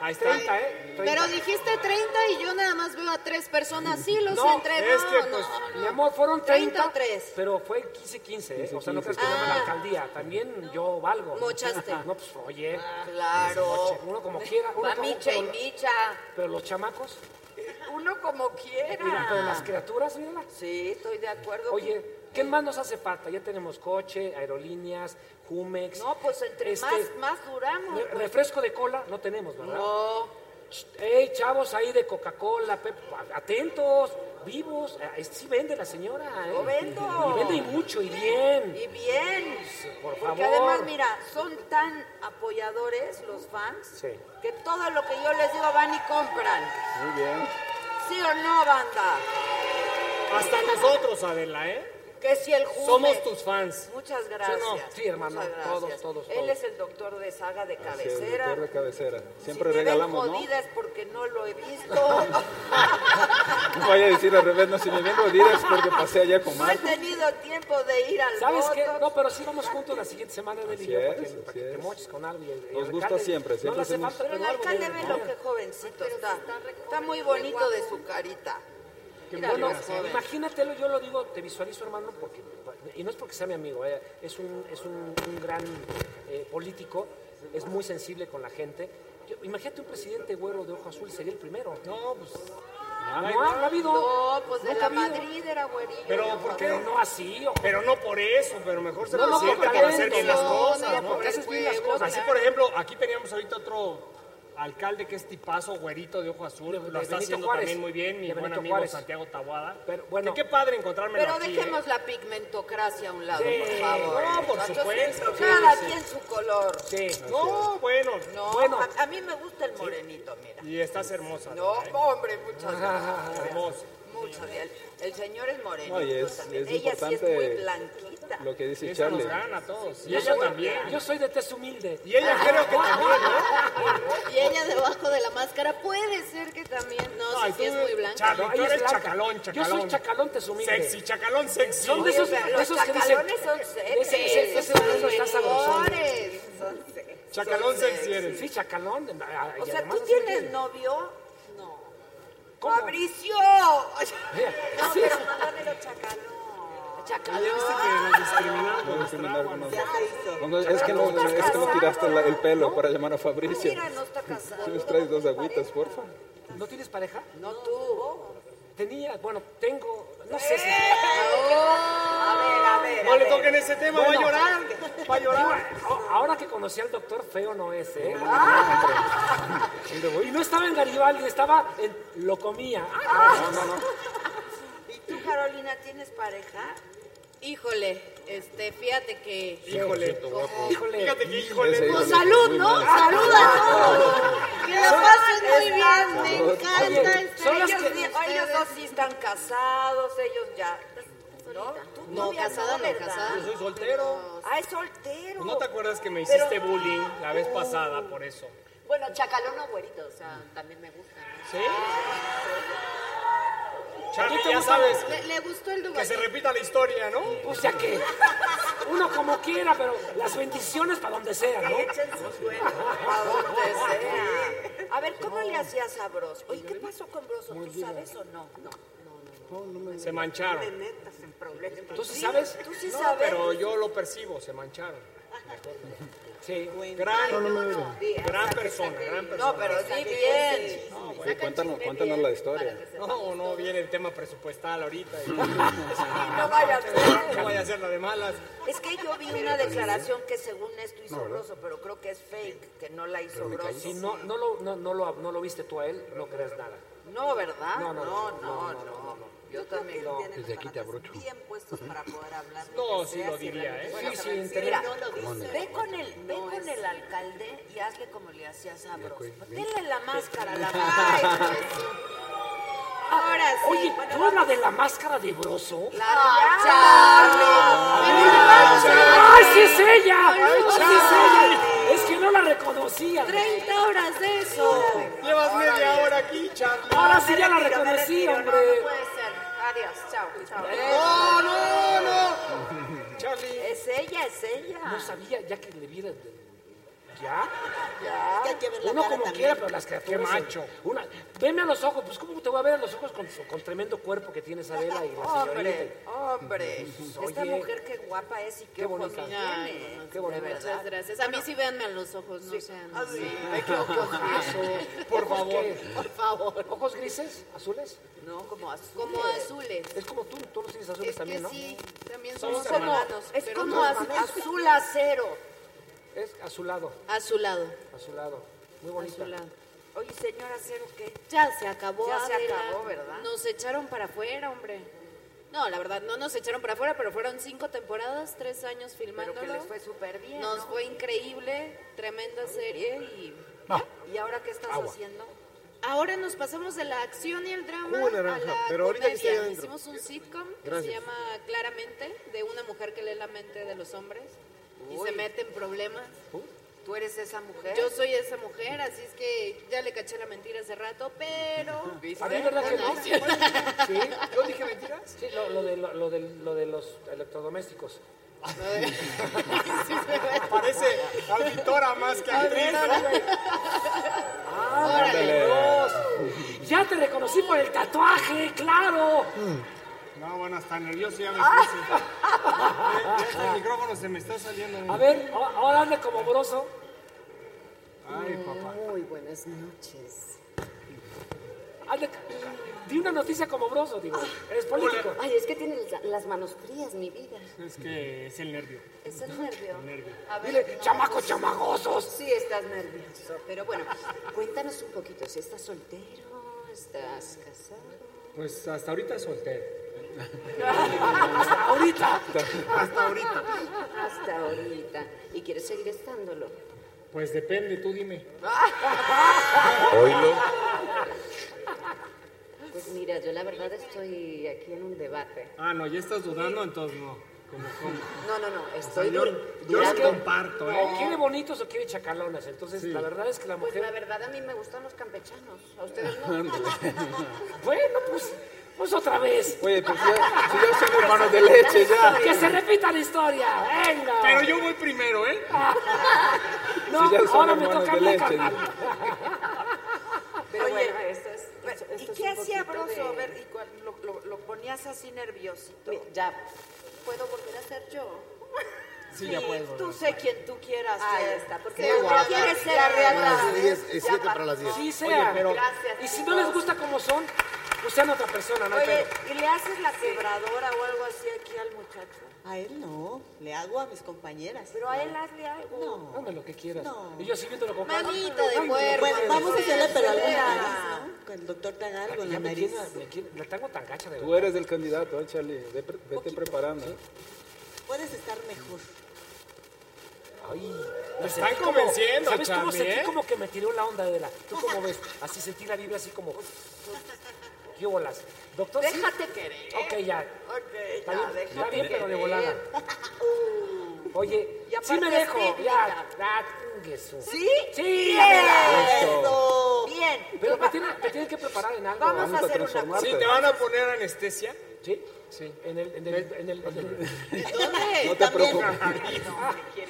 Speaker 11: Ahí está.
Speaker 22: 30, ¿eh? 30.
Speaker 6: Pero dijiste 30 y yo nada más veo a tres personas. Sí, los
Speaker 22: No,
Speaker 6: entregó.
Speaker 11: es que,
Speaker 6: no,
Speaker 11: pues,
Speaker 6: no.
Speaker 22: Mi amor, fueron 30,
Speaker 6: 33.
Speaker 22: pero fue 15-15, ¿eh? O sea, no crees que llama la alcaldía. También yo valgo.
Speaker 6: Mochaste.
Speaker 22: No, pues, oye.
Speaker 4: Claro.
Speaker 22: Uno como quiera. Uno como,
Speaker 4: Mamicha y
Speaker 22: pero,
Speaker 4: micha.
Speaker 22: pero los chamacos,
Speaker 4: Uno como
Speaker 22: mira, pero las
Speaker 4: quiera.
Speaker 22: criaturas, mírala.
Speaker 4: Sí, ah. estoy de acuerdo.
Speaker 22: Oye, ¿Qué más nos hace falta? Ya tenemos coche, aerolíneas, Jumex.
Speaker 4: No, pues entre
Speaker 22: este,
Speaker 4: más, más duramos.
Speaker 22: re-
Speaker 4: pues.
Speaker 22: Refresco de cola no tenemos, ¿verdad?
Speaker 4: No.
Speaker 22: Ch- Ey, chavos ahí de Coca-Cola, Pep- atentos, vivos. Ah, es- Sí vende la señora, ¿eh?
Speaker 4: Yo vendo.
Speaker 22: Y vende y mucho, y bien.
Speaker 4: Y bien.
Speaker 22: por
Speaker 4: Porque
Speaker 22: favor.
Speaker 4: además, mira, son tan apoyadores los fans
Speaker 22: Sí.
Speaker 4: que todo lo que yo les digo van y compran.
Speaker 22: Muy bien.
Speaker 4: ¿Sí o no, banda?
Speaker 22: Hasta nosotros, Adela, ¿eh?
Speaker 4: Que si el Jumex.
Speaker 22: Somos tus fans.
Speaker 4: Muchas gracias.
Speaker 22: Sí, no, sí, hermano,
Speaker 4: muchas
Speaker 22: todos,
Speaker 4: gracias.
Speaker 22: todos,
Speaker 4: Él
Speaker 22: todos.
Speaker 4: es el doctor de saga de
Speaker 19: Así es,
Speaker 4: Ah, cabecera.
Speaker 19: doctor de cabecera. Siempre
Speaker 4: si me
Speaker 19: regalamos,
Speaker 4: ven
Speaker 19: ¿no?
Speaker 4: jodida es porque no lo he visto.
Speaker 19: No vaya a decir al revés, no, si me ven jodida es porque pasé allá con
Speaker 4: no he
Speaker 19: Marco.
Speaker 4: tenido tiempo de ir al
Speaker 22: ¿Sabes qué?
Speaker 4: Botox.
Speaker 22: No, pero sí vamos juntos la siguiente semana, Adela y
Speaker 19: Así
Speaker 22: yo, para
Speaker 19: es,
Speaker 22: que,
Speaker 19: así
Speaker 22: para que te
Speaker 19: es.
Speaker 22: moches con algo. y el- el
Speaker 19: Nos gusta
Speaker 22: alcalde-
Speaker 19: siempre, siempre
Speaker 22: no le hace
Speaker 19: hacemos-
Speaker 22: falta
Speaker 4: Pero el
Speaker 22: tener algo
Speaker 4: alcalde
Speaker 22: de-
Speaker 4: ve
Speaker 22: ¿no?
Speaker 4: lo que jovencito está. Está muy bonito de su carita. Mira,
Speaker 22: Bueno,
Speaker 4: los jóvenes.
Speaker 22: imagínatelo, yo lo digo, te visualizo, hermano, porque y no es porque sea mi amigo, eh, es un, es un, un gran eh, político, es muy sensible con la gente. Yo- imagínate un presidente güero de ojo azul, sería el primero. No, pues. No,
Speaker 11: hay-
Speaker 22: ha habido.
Speaker 4: No, pues de
Speaker 22: Nunca
Speaker 4: la
Speaker 22: ha habido.
Speaker 4: Madrid era güerillo.
Speaker 11: Pero
Speaker 4: ¿no?
Speaker 11: ¿por qué?
Speaker 22: Pero no así.
Speaker 11: Pero no por eso, pero mejor se
Speaker 22: No, no,
Speaker 11: presenta
Speaker 22: por
Speaker 11: para hacer
Speaker 22: talento.
Speaker 11: bien las
Speaker 22: No,
Speaker 11: cosas,
Speaker 22: no,
Speaker 11: ¿no?
Speaker 22: porque haces bien las
Speaker 11: Porque
Speaker 22: cosas, ¿eh?
Speaker 11: Así,
Speaker 22: claro.
Speaker 11: por ejemplo, aquí teníamos ahorita otro alcalde que es tipazo, güerito, de ojo azul.
Speaker 22: de
Speaker 11: Lo
Speaker 22: Benito
Speaker 11: está haciendo
Speaker 22: Juárez.
Speaker 11: también muy bien, mi
Speaker 22: De
Speaker 11: buen
Speaker 22: Benito
Speaker 11: amigo
Speaker 22: Juárez.
Speaker 11: Santiago Taboada.
Speaker 22: Pero bueno.
Speaker 11: Que qué padre encontrármelo
Speaker 4: Pero
Speaker 11: aquí, ¿eh?
Speaker 4: dejemos la pigmentocracia a un lado,
Speaker 11: Sí,
Speaker 4: por favor.
Speaker 11: no, por
Speaker 4: Entonces,
Speaker 11: supuesto, sí,
Speaker 4: Cada
Speaker 11: sí.
Speaker 4: quien su color.
Speaker 11: ¿eh? No, bueno.
Speaker 4: No,
Speaker 11: bueno.
Speaker 4: A, a mí me gusta el morenito, mira.
Speaker 11: Y estás hermosa.
Speaker 4: No,
Speaker 11: ¿eh?
Speaker 4: hombre, muchas gracias.
Speaker 11: Hermosa.
Speaker 4: Mucho. El, el señor es morenito
Speaker 19: No, y es-
Speaker 4: también.
Speaker 19: es
Speaker 4: Ella sí es
Speaker 19: importante
Speaker 4: muy blanquita.
Speaker 19: Lo que dice
Speaker 11: Eso
Speaker 19: Charlie.
Speaker 11: nos gana a todos. Y
Speaker 22: Yo
Speaker 11: ella
Speaker 22: soy-
Speaker 11: también.
Speaker 22: Yo soy de tez humilde.
Speaker 11: Y ella creo que también,
Speaker 6: Y ella debajo de la máscara puede ser que también.
Speaker 22: Ah,
Speaker 6: No,
Speaker 11: Ay,
Speaker 6: si sí es
Speaker 11: tú,
Speaker 6: muy blanca.
Speaker 11: Charlie,
Speaker 22: No,
Speaker 11: tú
Speaker 22: ella es
Speaker 11: eres
Speaker 22: blanca.
Speaker 11: chacalón,
Speaker 22: Yo
Speaker 11: chacalón.
Speaker 22: soy chacalón tesumilde.
Speaker 11: Sexy, chacalón sexy.
Speaker 22: Son de esos,
Speaker 4: Oye, pero
Speaker 22: de esos
Speaker 4: los
Speaker 22: que dicen.
Speaker 4: chacalones son sexy.
Speaker 22: Ese- ese- ese brazo está sabrosón.
Speaker 4: Señores, son sexy.
Speaker 22: Chacalón
Speaker 4: Son
Speaker 22: sexy eres. Sí, chacalón. Ah,
Speaker 4: O sea, ¿tú tienes novio? No.
Speaker 22: ¿Cómo?
Speaker 4: ¡Fabricio!
Speaker 22: Mira,
Speaker 4: No,
Speaker 22: así es.
Speaker 4: pero mándamelo chacalón.
Speaker 11: Ya viste que nos discriminaron con nuestra agua, ¿no?
Speaker 19: No, no, es que no,
Speaker 4: ¿Estás
Speaker 19: es que no
Speaker 4: casada?
Speaker 19: tiraste la- el pelo para llamar a Fabricio.
Speaker 4: Mira, no está casado.
Speaker 19: Si nos traes dos agüitas, porfa.
Speaker 22: ¿No tienes pareja?
Speaker 4: No tú.
Speaker 22: Tenía, bueno, tengo, no sé si...
Speaker 4: ¡Eh! A ver, a ver.
Speaker 11: No
Speaker 4: a
Speaker 11: le
Speaker 4: ver.
Speaker 11: toquen ese tema, va a
Speaker 22: Bueno.
Speaker 11: llorar. Va a llorar.
Speaker 22: Digo, a- Ahora que conocí al doctor feo no es, ¿eh?
Speaker 11: Ah.
Speaker 22: Y no estaba en Garibaldi, estaba en... Lo comía. Ah,
Speaker 4: ¿Y tú, Carolina, tienes pareja?
Speaker 6: Híjole, este, fíjate que.
Speaker 11: Híjole.
Speaker 22: Híjole.
Speaker 11: Fíjate que híjole.
Speaker 19: Ese
Speaker 6: Pues
Speaker 19: híjole,
Speaker 6: salud,
Speaker 19: muy
Speaker 6: ¿no?
Speaker 19: mal.
Speaker 6: Salud a todos. Que la pasen muy bien. Me
Speaker 19: Salud.
Speaker 6: encanta
Speaker 22: Oye,
Speaker 6: estar
Speaker 22: son las
Speaker 4: Ellos,
Speaker 6: aquí con
Speaker 4: di-
Speaker 6: ustedes.
Speaker 4: ellos dos sí están casados, ellos ya. Pues, ¿No? Tú
Speaker 6: No,
Speaker 4: todavía
Speaker 6: casada no,
Speaker 4: ¿verdad?
Speaker 6: casada
Speaker 11: Yo soy soltero.
Speaker 4: Ah, es soltero.
Speaker 11: ¿No te acuerdas que me
Speaker 4: Pero-
Speaker 11: hiciste bullying la vez pasada por eso?
Speaker 25: Bueno, chacalón o güerito, o sea, también me gusta. ¿no?
Speaker 11: ¿Sí? Charlie,
Speaker 22: ¿A ti te
Speaker 11: ya
Speaker 22: gusta?
Speaker 11: sabes
Speaker 6: Le, le gustó el
Speaker 11: que
Speaker 6: lugar.
Speaker 11: se repita la historia, ¿no?
Speaker 22: O sea que uno como quiera, pero las bendiciones para donde sea, ¿no?
Speaker 4: Echen sus huevos a donde sea. A ver, ¿cómo le hacías a Bros? Oye, ¿qué pasó con Broso? ¿Tú sabes o no? No.
Speaker 11: Se mancharon.
Speaker 4: metas en problemas.
Speaker 22: ¿Tú sí sabes?
Speaker 4: ¿Tú sí
Speaker 11: No,
Speaker 4: sabes?
Speaker 11: pero yo lo percibo, se mancharon.
Speaker 22: Sí.
Speaker 11: Gran, gran persona, gran persona.
Speaker 4: No, pero di bien.
Speaker 19: Sí, cuéntanos, cuéntanos la historia.
Speaker 11: No, no viene el tema presupuestal ahorita. y-
Speaker 4: No vaya a ser.
Speaker 11: no vaya a ser la de malas.
Speaker 4: Es que yo vi una declaración que según esto hizo Broso, pero creo que es fake, que no la hizo Broso.
Speaker 22: Si no, no, lo, no, no lo, no lo viste tú a él, no creas nada.
Speaker 4: No, ¿verdad?
Speaker 22: No,
Speaker 4: No,
Speaker 22: no,
Speaker 4: no,
Speaker 22: no,
Speaker 4: no.
Speaker 22: no,
Speaker 4: Yo también no.
Speaker 16: Desde aquí te abrocho.
Speaker 4: Bien puestos para poder hablar. de
Speaker 11: No,
Speaker 4: que
Speaker 11: sí
Speaker 4: sea,
Speaker 11: lo
Speaker 4: si
Speaker 11: diría,
Speaker 4: realmente-
Speaker 11: ¿eh?
Speaker 4: Bueno,
Speaker 22: Sí,
Speaker 4: te
Speaker 22: sí,
Speaker 4: voy a decir,
Speaker 22: internet.
Speaker 4: mira,
Speaker 16: ¿Cómo no?
Speaker 4: Ve con el, ve con el alcalde y hazle como le hacías a Broso. Denle la máscara, la máscara. Ahora sí.
Speaker 22: Oye,
Speaker 4: bueno,
Speaker 22: ¿tú la de la máscara de broso?
Speaker 4: la Charlie.
Speaker 22: ¡Ay, sí es ella! ¡Ay, sí es ella! Es que no la reconocía.
Speaker 6: 30 horas de eso.
Speaker 11: Llevas media hora aquí, Charlie.
Speaker 22: Ahora sí ya la
Speaker 4: Me retiro, me
Speaker 22: reconocí,
Speaker 4: retiro,
Speaker 22: hombre.
Speaker 4: No, no puede ser. Adiós, chao, chao.
Speaker 11: No, no, no. Charlie.
Speaker 4: Es ella, es ella.
Speaker 22: No sabía, ya que le viera. de- ¿Ya?
Speaker 11: Ya. Hay que ver la
Speaker 22: Uno
Speaker 11: cara
Speaker 22: como
Speaker 11: también.
Speaker 22: quiera, pero las criaturas. Qué macho. Una, veme a los ojos, pues ¿cómo te voy a ver a los ojos con, su- con tremendo cuerpo que tiene Adela y la señorita?
Speaker 4: Hombre, hombre. Esta
Speaker 22: Oye.
Speaker 4: mujer qué guapa es y qué,
Speaker 22: Qué bonita.
Speaker 4: ojos
Speaker 22: Ay,
Speaker 4: tiene.
Speaker 22: qué bonita.
Speaker 4: De verdad.
Speaker 8: Muchas gracias. A mí sí véanme a los ojos, no sean.
Speaker 4: Ah, sí, me quedo con eso.
Speaker 22: Por favor.
Speaker 4: Por favor.
Speaker 22: ¿Ojos grises? ¿Azules?
Speaker 4: No, como azules.
Speaker 8: Como azules.
Speaker 22: Es como tú, tú los tienes azules
Speaker 8: Es
Speaker 22: también,
Speaker 8: que
Speaker 22: ¿no?
Speaker 8: sí, también
Speaker 22: Somos
Speaker 8: somos
Speaker 22: hermanos.
Speaker 8: hermanos.
Speaker 4: Es
Speaker 8: pero
Speaker 4: como
Speaker 8: no
Speaker 4: az-
Speaker 8: hermanos.
Speaker 4: azul acero.
Speaker 22: Es azulado,
Speaker 8: Azulado.
Speaker 22: azulado. Muy bonita.
Speaker 8: Azulado.
Speaker 4: Oye, señora acero, ¿qué?
Speaker 8: Ya se acabó.
Speaker 4: Ya se
Speaker 8: Adela.
Speaker 4: acabó, ¿verdad?
Speaker 8: Nos echaron para afuera, hombre. No, la verdad, no nos echaron para afuera, pero fueron cinco temporadas, tres años filmándolo.
Speaker 4: Pero que les fue súper bien.
Speaker 8: Nos
Speaker 4: ¿no?
Speaker 8: fue increíble, tremenda serie y
Speaker 4: ¿Y ahora qué estás
Speaker 8: Agua.
Speaker 4: haciendo?
Speaker 8: ahora nos pasamos de la acción y el drama
Speaker 4: Jugo de
Speaker 8: a
Speaker 4: naranja,
Speaker 8: la
Speaker 4: pero ahorita que esté
Speaker 8: comedia.
Speaker 4: ahí adentro.
Speaker 8: Hicimos un sitcom que
Speaker 4: Gracias.
Speaker 8: se llama Claramente, de una mujer que lee la mente de los hombres y
Speaker 4: Uy.
Speaker 8: se mete en problemas.
Speaker 4: ¿Tú eres esa mujer?
Speaker 8: Yo soy esa mujer, así es que ya le caché la mentira hace rato, pero...
Speaker 4: ¿Viste?
Speaker 22: ¿A mí verdad que
Speaker 8: Bueno,
Speaker 22: no?
Speaker 8: es
Speaker 22: ¿Sí?
Speaker 8: cierto.
Speaker 22: ¿Yo dije mentiras? Sí, lo, lo de, lo, lo de, lo de los electrodomésticos.
Speaker 2: Parece auditora más que actriz.
Speaker 22: ¡Órale! Dios! ¡Ya te reconocí por el tatuaje, claro!
Speaker 2: No, bueno, hasta nervioso ya me
Speaker 11: Ah.
Speaker 2: puse. Eh, ya El micrófono se me está saliendo.
Speaker 22: A ver, a- ahora anda como broso.
Speaker 2: Ay, papá.
Speaker 11: Muy buenas noches.
Speaker 22: Anda, di una noticia como broso, digo. Eres político.
Speaker 11: Ay, es que tiene la- las manos frías, mi vida.
Speaker 2: Es que es el nervio.
Speaker 11: Es el nervio.
Speaker 2: El nervio.
Speaker 11: A ver,
Speaker 2: Dile, chamacos, chamagosos.
Speaker 11: Sí, estás nervioso. Pero bueno, cuéntanos un poquito. Si estás soltero, estás casado.
Speaker 2: Pues hasta ahorita soltero.
Speaker 11: Hasta
Speaker 2: ahorita. Hasta ahorita.
Speaker 11: Hasta ahorita. ¿Y quieres seguir estándolo?
Speaker 2: Pues depende, tú dime.
Speaker 22: Oílo.
Speaker 11: Pues mira, yo la verdad estoy aquí en un debate.
Speaker 2: Ah, no, ya estás dudando, entonces no. Como, como.
Speaker 11: No, no, no,
Speaker 2: O sea,
Speaker 11: estoy
Speaker 2: yo,
Speaker 11: dur-
Speaker 2: yo los
Speaker 11: durando.
Speaker 2: comparto, ¿eh?
Speaker 22: O quiere bonitos o quiere chacalonas. Entonces,
Speaker 2: Sí.
Speaker 22: la verdad es que la
Speaker 11: Pues la
Speaker 22: mujer.
Speaker 11: verdad a mí me gustan los campechanos. A ustedes no.
Speaker 22: bueno, pues, pues otra vez.
Speaker 19: Oye, pues ya, si ya son hermanos de leche, ya.
Speaker 22: Que se repita la historia. Venga.
Speaker 2: Pero yo voy primero, ¿eh?
Speaker 22: No,
Speaker 19: Si ya son
Speaker 22: ahora me
Speaker 19: hermanos
Speaker 22: toca
Speaker 19: de
Speaker 22: a mí,
Speaker 19: leche,
Speaker 22: carnal.
Speaker 11: Pero
Speaker 4: Oye,
Speaker 11: bueno,
Speaker 6: Eh,
Speaker 11: esto es. esto-
Speaker 4: ¿Y
Speaker 11: esto es
Speaker 4: qué
Speaker 11: un
Speaker 4: hacía
Speaker 11: poquito
Speaker 4: Broso?
Speaker 11: de-
Speaker 4: A ver, ¿y cuál- lo, lo- lo ponías así nerviosito?
Speaker 11: Ya. ¿Puedo volver a ser yo?
Speaker 4: Sí,
Speaker 11: ya puedes
Speaker 4: tú
Speaker 11: volver.
Speaker 4: sé quién tú quieras
Speaker 11: Ahí
Speaker 4: ser.
Speaker 11: Ah, está, porque
Speaker 4: Sí,
Speaker 11: la
Speaker 4: tú
Speaker 11: guapa.
Speaker 4: quieres ser
Speaker 11: Ya,
Speaker 4: arreglada.
Speaker 11: buenas
Speaker 4: ¿ves?
Speaker 22: diez, es
Speaker 4: Ya
Speaker 22: siete
Speaker 4: pa-
Speaker 22: para las diez. Sí, sea.
Speaker 4: Oye, pero-
Speaker 11: Gracias,
Speaker 22: Y si no les gusta como son, pues sean otra persona, no hay
Speaker 4: Oye,
Speaker 22: pedo.
Speaker 4: ¿y le haces la quebradora o algo así aquí al muchacho?
Speaker 11: A él no, le hago a mis compañeras.
Speaker 4: Pero a él hazle algo.
Speaker 11: No.
Speaker 22: Dame lo que quieras.
Speaker 11: No.
Speaker 22: Y yo así viéndolo con
Speaker 8: Manita de puerco.
Speaker 11: Bueno, vamos a
Speaker 22: pues,
Speaker 11: hacerle pero algo en la
Speaker 8: Acelera.
Speaker 11: nariz, ¿no? Que el doctor te haga algo en la
Speaker 22: Ya me
Speaker 11: nariz.
Speaker 22: tiene- me tiene- la tengo tan gacha de
Speaker 19: Tú eres el candidato, ¿eh, Charlie. Ve pre- vete preparando. ¿eh?
Speaker 11: Puedes estar mejor.
Speaker 22: Ay,
Speaker 2: Me
Speaker 4: Pues
Speaker 22: sentí
Speaker 2: están
Speaker 22: como-
Speaker 2: convenciendo,
Speaker 22: ¿Sabes cómo
Speaker 2: Charlie,
Speaker 22: sentí?
Speaker 2: ¿eh?
Speaker 22: Como que me tiró la onda de la. ¿Tú cómo ves? Así sentí la vibra, así como. ¿Qué bolas? Doctor, sí.
Speaker 4: Déjate querer.
Speaker 22: Ok, ya.
Speaker 4: Ok,
Speaker 22: Está
Speaker 4: ya,
Speaker 22: bien,
Speaker 4: déjate Uh.
Speaker 22: está bien, pero de volada. Oye,
Speaker 4: Y aparte
Speaker 22: sí me
Speaker 4: es
Speaker 22: dejo.
Speaker 4: técnica.
Speaker 22: Ya, ya, chingue su-
Speaker 4: ¿Sí?
Speaker 22: Sí,
Speaker 4: Bien.
Speaker 22: Eso.
Speaker 4: Bien.
Speaker 22: Pero me tienen, me tienen que preparar en algo.
Speaker 4: Vamos a Vamos a hacer una transformarte.
Speaker 2: ¿Sí, ¿Te van a poner anestesia?
Speaker 22: Sí, sí. En el. En el, en el, en el-
Speaker 8: ¿Dónde?
Speaker 19: No te preocupes.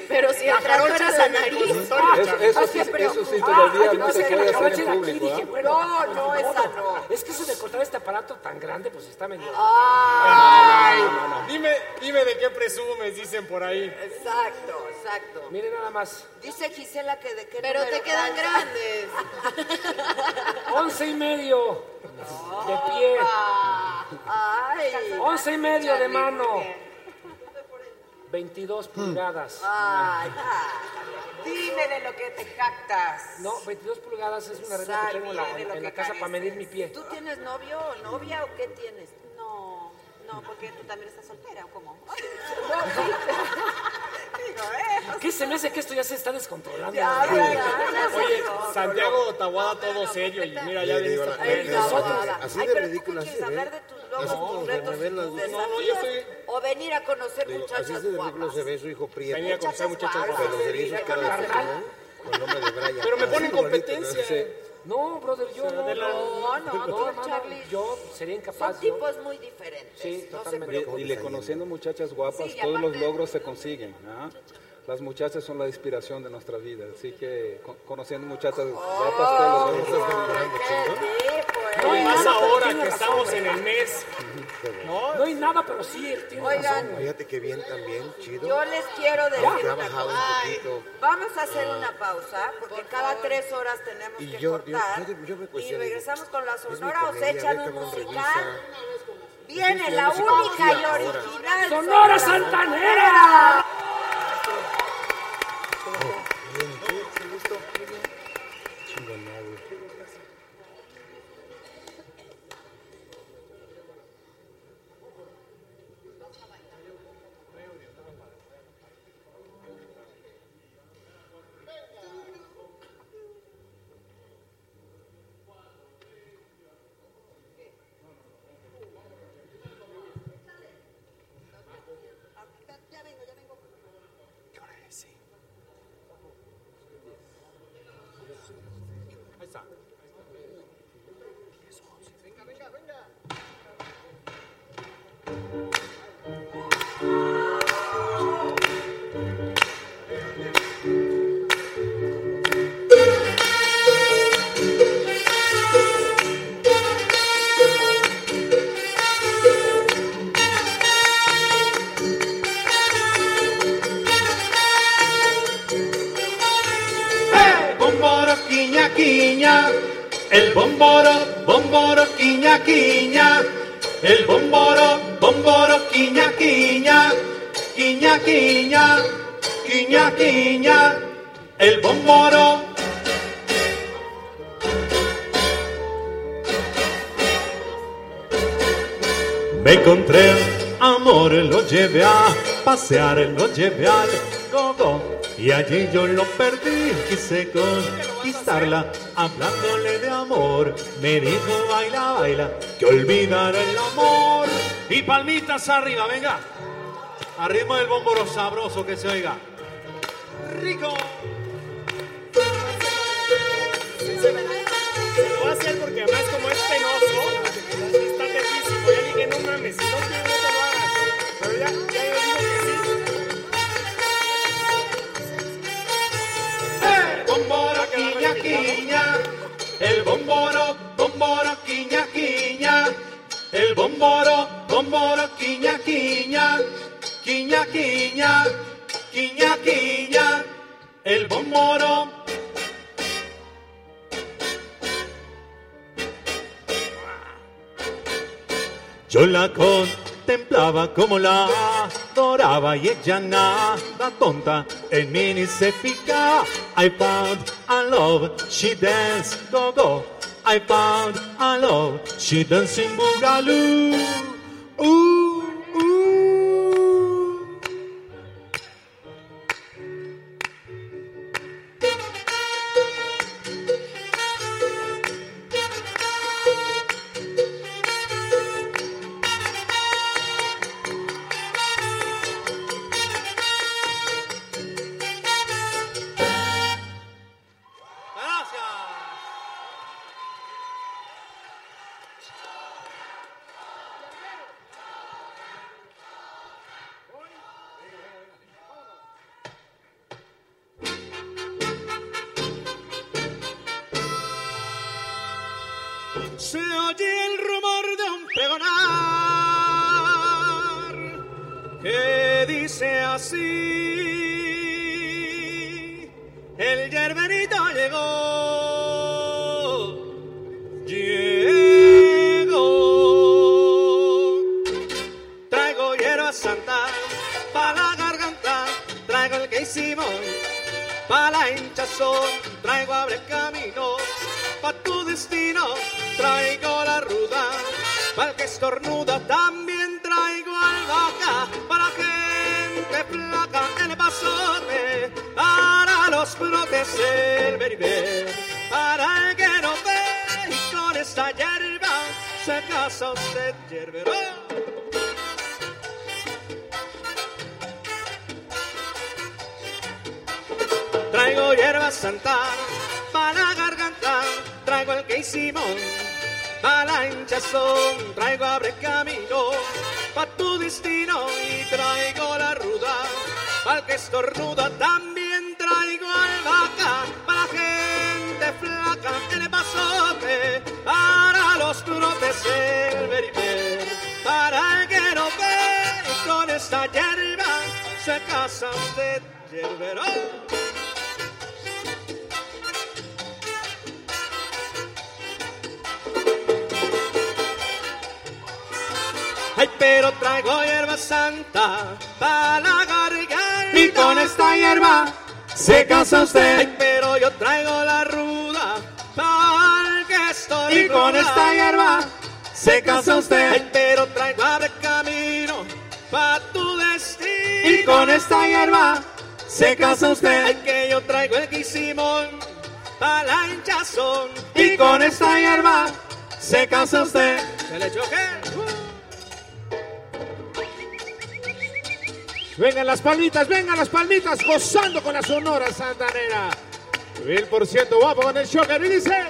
Speaker 8: Pero si el trato era la nariz.
Speaker 19: Eso, eso sí, eso
Speaker 4: Ah,
Speaker 19: sí, todavía no se puede hacer en público. ¿ah?
Speaker 4: No, no, esa no.
Speaker 22: Es que eso de cortar este aparato tan grande, pues está medio.
Speaker 2: Ay,
Speaker 22: No, no, no, no.
Speaker 2: Dime, dime de qué presumes, dicen por ahí.
Speaker 4: Exacto, exacto.
Speaker 22: Miren nada más.
Speaker 4: Dice Gisela que de qué
Speaker 8: Pero te
Speaker 4: número
Speaker 8: quedan
Speaker 4: calza.
Speaker 8: grandes.
Speaker 22: Once y medio de pie.
Speaker 4: Ay.
Speaker 22: Once y medio de
Speaker 4: Charlie, muy
Speaker 22: mano.
Speaker 4: bien.
Speaker 22: 22 pulgadas.
Speaker 4: Ay, ya. Dime de lo que te jactas.
Speaker 22: No, 22 pulgadas es una regla que tengo en la,
Speaker 4: Sabía de lo
Speaker 22: en la
Speaker 4: que
Speaker 22: casa para
Speaker 4: careces.
Speaker 22: medir mi pie.
Speaker 4: ¿Tú tienes novio o novia o qué tienes?
Speaker 11: No, no, porque tú también estás soltera, ¿o cómo?
Speaker 4: Digo, ¿eh?
Speaker 22: ¿Qué se me hace que esto ya se está descontrolando?
Speaker 4: Ya, ya, ya, ya.
Speaker 2: Oye, Santiago Tahuada todo serio y mira, ya
Speaker 7: Le digo
Speaker 2: viniste
Speaker 7: la-
Speaker 2: a
Speaker 7: le
Speaker 2: poner
Speaker 7: digo la-
Speaker 2: nosotros.
Speaker 7: Así
Speaker 4: Ay,
Speaker 7: de
Speaker 4: pero
Speaker 7: ridícula
Speaker 4: tú
Speaker 7: se
Speaker 4: quieres hablar de
Speaker 2: ¿Eh?
Speaker 7: ve.
Speaker 4: tus
Speaker 7: Así
Speaker 4: logros, tus
Speaker 7: de
Speaker 4: retos, y
Speaker 7: revelas-
Speaker 4: tus
Speaker 7: No,
Speaker 2: no,
Speaker 4: desafíos.
Speaker 2: yo estoy-
Speaker 4: O venir a conocer
Speaker 7: Digo, Así
Speaker 4: muchachas
Speaker 7: de ridículo
Speaker 4: guapas.
Speaker 7: se ve su hijo Prieto.
Speaker 2: Venía a conocer muchachas
Speaker 7: Pero
Speaker 2: guapas.
Speaker 7: sería su cara de
Speaker 2: Carnal.
Speaker 7: ¿no? Con el nombre de Brian.
Speaker 2: Pero me
Speaker 7: Así
Speaker 2: ponen
Speaker 7: igualito,
Speaker 2: competencia.
Speaker 7: ¿no? Sí.
Speaker 22: No, brother, yo no.
Speaker 2: de la-
Speaker 4: No, no, tú,
Speaker 22: hermano,
Speaker 4: Charlie.
Speaker 22: Yo sería
Speaker 4: Son
Speaker 22: incapaz. ¿no?
Speaker 4: tipos muy diferentes.
Speaker 22: Sí,
Speaker 4: no se
Speaker 22: totalmente.
Speaker 4: preocupen.
Speaker 19: Y le conociendo muchachas guapas,
Speaker 4: Sí, y
Speaker 19: todos los
Speaker 4: aparte-
Speaker 19: logros se consiguen. ¿ah? Las muchachas son la inspiración de nuestra vida, así que con- conociendo muchachas guapas todos
Speaker 4: Oh,
Speaker 19: los
Speaker 6: pues,
Speaker 2: No, y más ahora
Speaker 22: Tiene
Speaker 2: que
Speaker 22: razón,
Speaker 2: estamos en
Speaker 22: ¿verdad?
Speaker 2: el mes.
Speaker 22: No, no hay nada, pero sí, él tiene
Speaker 4: Oigan.
Speaker 22: razón.
Speaker 7: Fíjate que bien también, chido.
Speaker 4: Yo les quiero decir
Speaker 7: Que ha
Speaker 4: una
Speaker 7: bajado un
Speaker 4: cosa.
Speaker 7: poquito.
Speaker 4: Vamos a hacer
Speaker 7: Ah.
Speaker 4: una pausa porque cada tres horas tenemos
Speaker 7: Y
Speaker 4: que
Speaker 7: yo- yo-
Speaker 4: cortar.
Speaker 7: yo- yo me
Speaker 4: y
Speaker 7: cuestioné,
Speaker 4: regresamos con la
Speaker 7: es mi
Speaker 4: sonora o se
Speaker 7: comedia,
Speaker 4: echan
Speaker 7: vete,
Speaker 4: un
Speaker 7: cabrón,
Speaker 4: musical.
Speaker 7: Estoy
Speaker 4: Viene
Speaker 7: estudiando
Speaker 4: la única y
Speaker 7: psicología ahora.
Speaker 4: original.
Speaker 22: ¡Sonora Santanera! Ahí está.
Speaker 16: bomboro quiña quiña, el bomboro, bomboro quiña quiña, el bomboro, bomboro quiña quiña, quiña quiña, quiña quiña, el bomboro. Me encontré amor, lo llevé a pasear, lo llevé al gogo y allí yo lo perdí, quise conquistarla, hablándole de amor, me dijo baila, baila, que olvidar el amor. Y palmitas arriba, venga, al ritmo del bomboro sabroso que se oiga. Rico.
Speaker 2: Se lo voy a hacer porque además como es penoso, está tejísimo. Ya dije, no mames, si no quieres no te lo hagas. Pero ya, ya yo digo que sí.
Speaker 16: bomboro quiña quiña, el bomboro, bomboro quiña quiña, el bomboro, bomboro quiña quiña, quiña quiña, quiña quiña, el bomboro. Yo la contemplaba como la adoraba y ella nada tonta en mí ni se fija. I found a love, she dance go go. I found a love, she dancing boogaloo. Uh. Ooh, ooh. Se oye el rumor de un pregonar que dice así. El yerberito llegó. Llegó. Traigo hierba santa para la garganta. Traigo el gay Simón para la hinchazón. Traigo abre camino pa' tu destino. Traigo la ruda para que estornuda. También traigo albahaca para gente flaca. El pasote para los brotes. El beribé para el que no ve. Y con esta hierba se casa usted, hierbero. Traigo hierba santa para la garganta, traigo el que hicimos para la hinchazón, traigo abre camino para tu destino y traigo la ruda Al que estornuda también traigo albahaca. Para gente flaca, el pasote. Para los brotes el beribel. Para el que no ve con esta hierba. Se casa usted, hierberón. Ay, pero traigo hierba santa para la garganta.
Speaker 26: Y con esta hierba se casa usted.
Speaker 16: Ay, pero yo traigo la ruda para que estoy
Speaker 26: Y con
Speaker 16: ruda.
Speaker 26: esta hierba se casa usted.
Speaker 16: Ay, pero traigo abre camino para tu destino.
Speaker 26: Y con esta hierba se casa usted.
Speaker 16: Ay, que yo traigo el guisimón para la hinchazón.
Speaker 26: Y con esta hierba se casa usted.
Speaker 16: Se le uh, choque.
Speaker 3: Vengan las palmitas, vengan las palmitas, gozando con la sonora santanera. Mil por ciento guapo con el shocker y dice...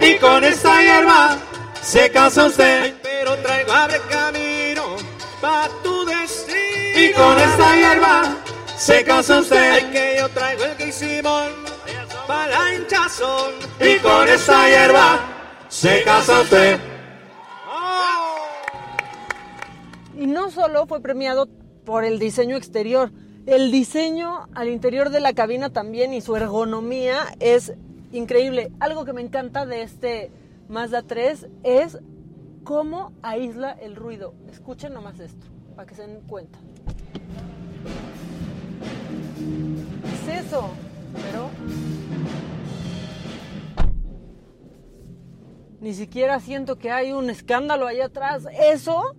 Speaker 26: Y con esta hierba se casa
Speaker 16: Ay,
Speaker 26: usted.
Speaker 16: pero traigo abre camino pa' tu destino.
Speaker 26: Y con esta hierba se casa usted.
Speaker 16: Ay, que yo traigo el guisimón pa' la hinchazón.
Speaker 26: Y con esta hierba se casa usted.
Speaker 1: Y no solo fue premiado por el diseño exterior, el diseño al interior de la cabina también y su ergonomía es increíble. Algo que me encanta de este Mazda 3 es cómo aísla el ruido. Escuchen nomás esto, para que se den cuenta. ¿Qué es eso? Pero ni siquiera siento que hay un escándalo allá atrás. Eso,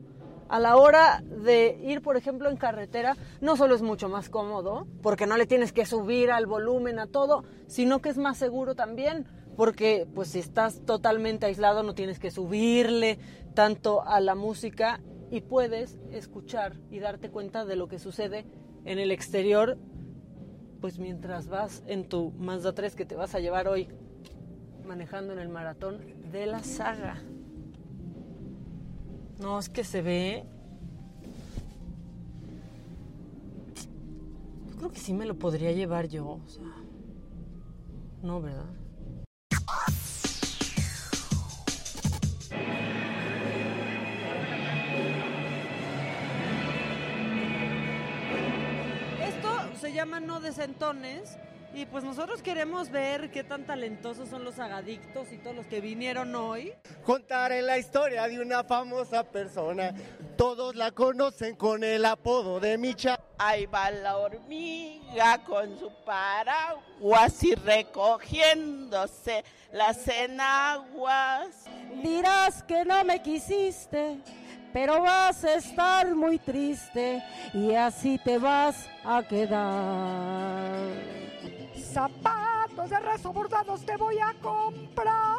Speaker 1: a la hora de ir, por ejemplo, en carretera, no solo es mucho más cómodo, porque no le tienes que subir al volumen, a todo, sino que es más seguro también, porque pues si estás totalmente aislado no tienes que subirle tanto a la música y puedes escuchar y darte cuenta de lo que sucede en el exterior, pues mientras vas en tu Mazda 3 que te vas a llevar hoy manejando en el maratón de la saga. No, es que se ve. Yo creo que sí me lo podría llevar yo. o sea. No, ¿verdad? Esto se llama No Desentones. Y pues nosotros queremos ver qué tan talentosos son los agadictos y todos los que vinieron hoy.
Speaker 27: Contaré la historia de una famosa persona. Todos la conocen con el apodo de Micha.
Speaker 6: Ahí va la hormiga con su paraguas y recogiéndose las enaguas.
Speaker 28: Dirás que no me quisiste, pero vas a estar muy triste y así te vas a quedar.
Speaker 29: Zapatos de raso bordados te voy a comprar.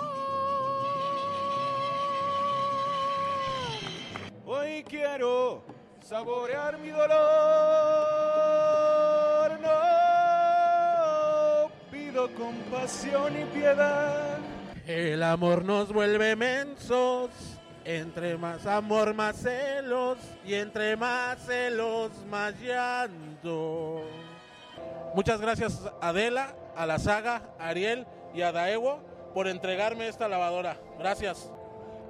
Speaker 30: Hoy quiero saborear mi dolor. No pido compasión y piedad.
Speaker 3: El amor nos vuelve mensos. Entre más amor, más celos. Y entre más celos, más llanto. Muchas gracias, Adela, a la saga, a Ariel y a Daewo por entregarme esta lavadora. Gracias.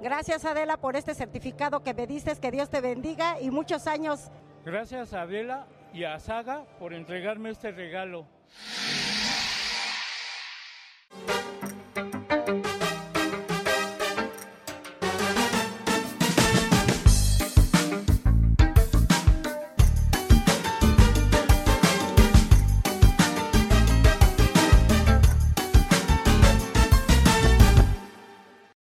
Speaker 28: Gracias Adela por este certificado que me diste, que Dios te bendiga y muchos años.
Speaker 31: Gracias a Adela y a Saga por entregarme este regalo.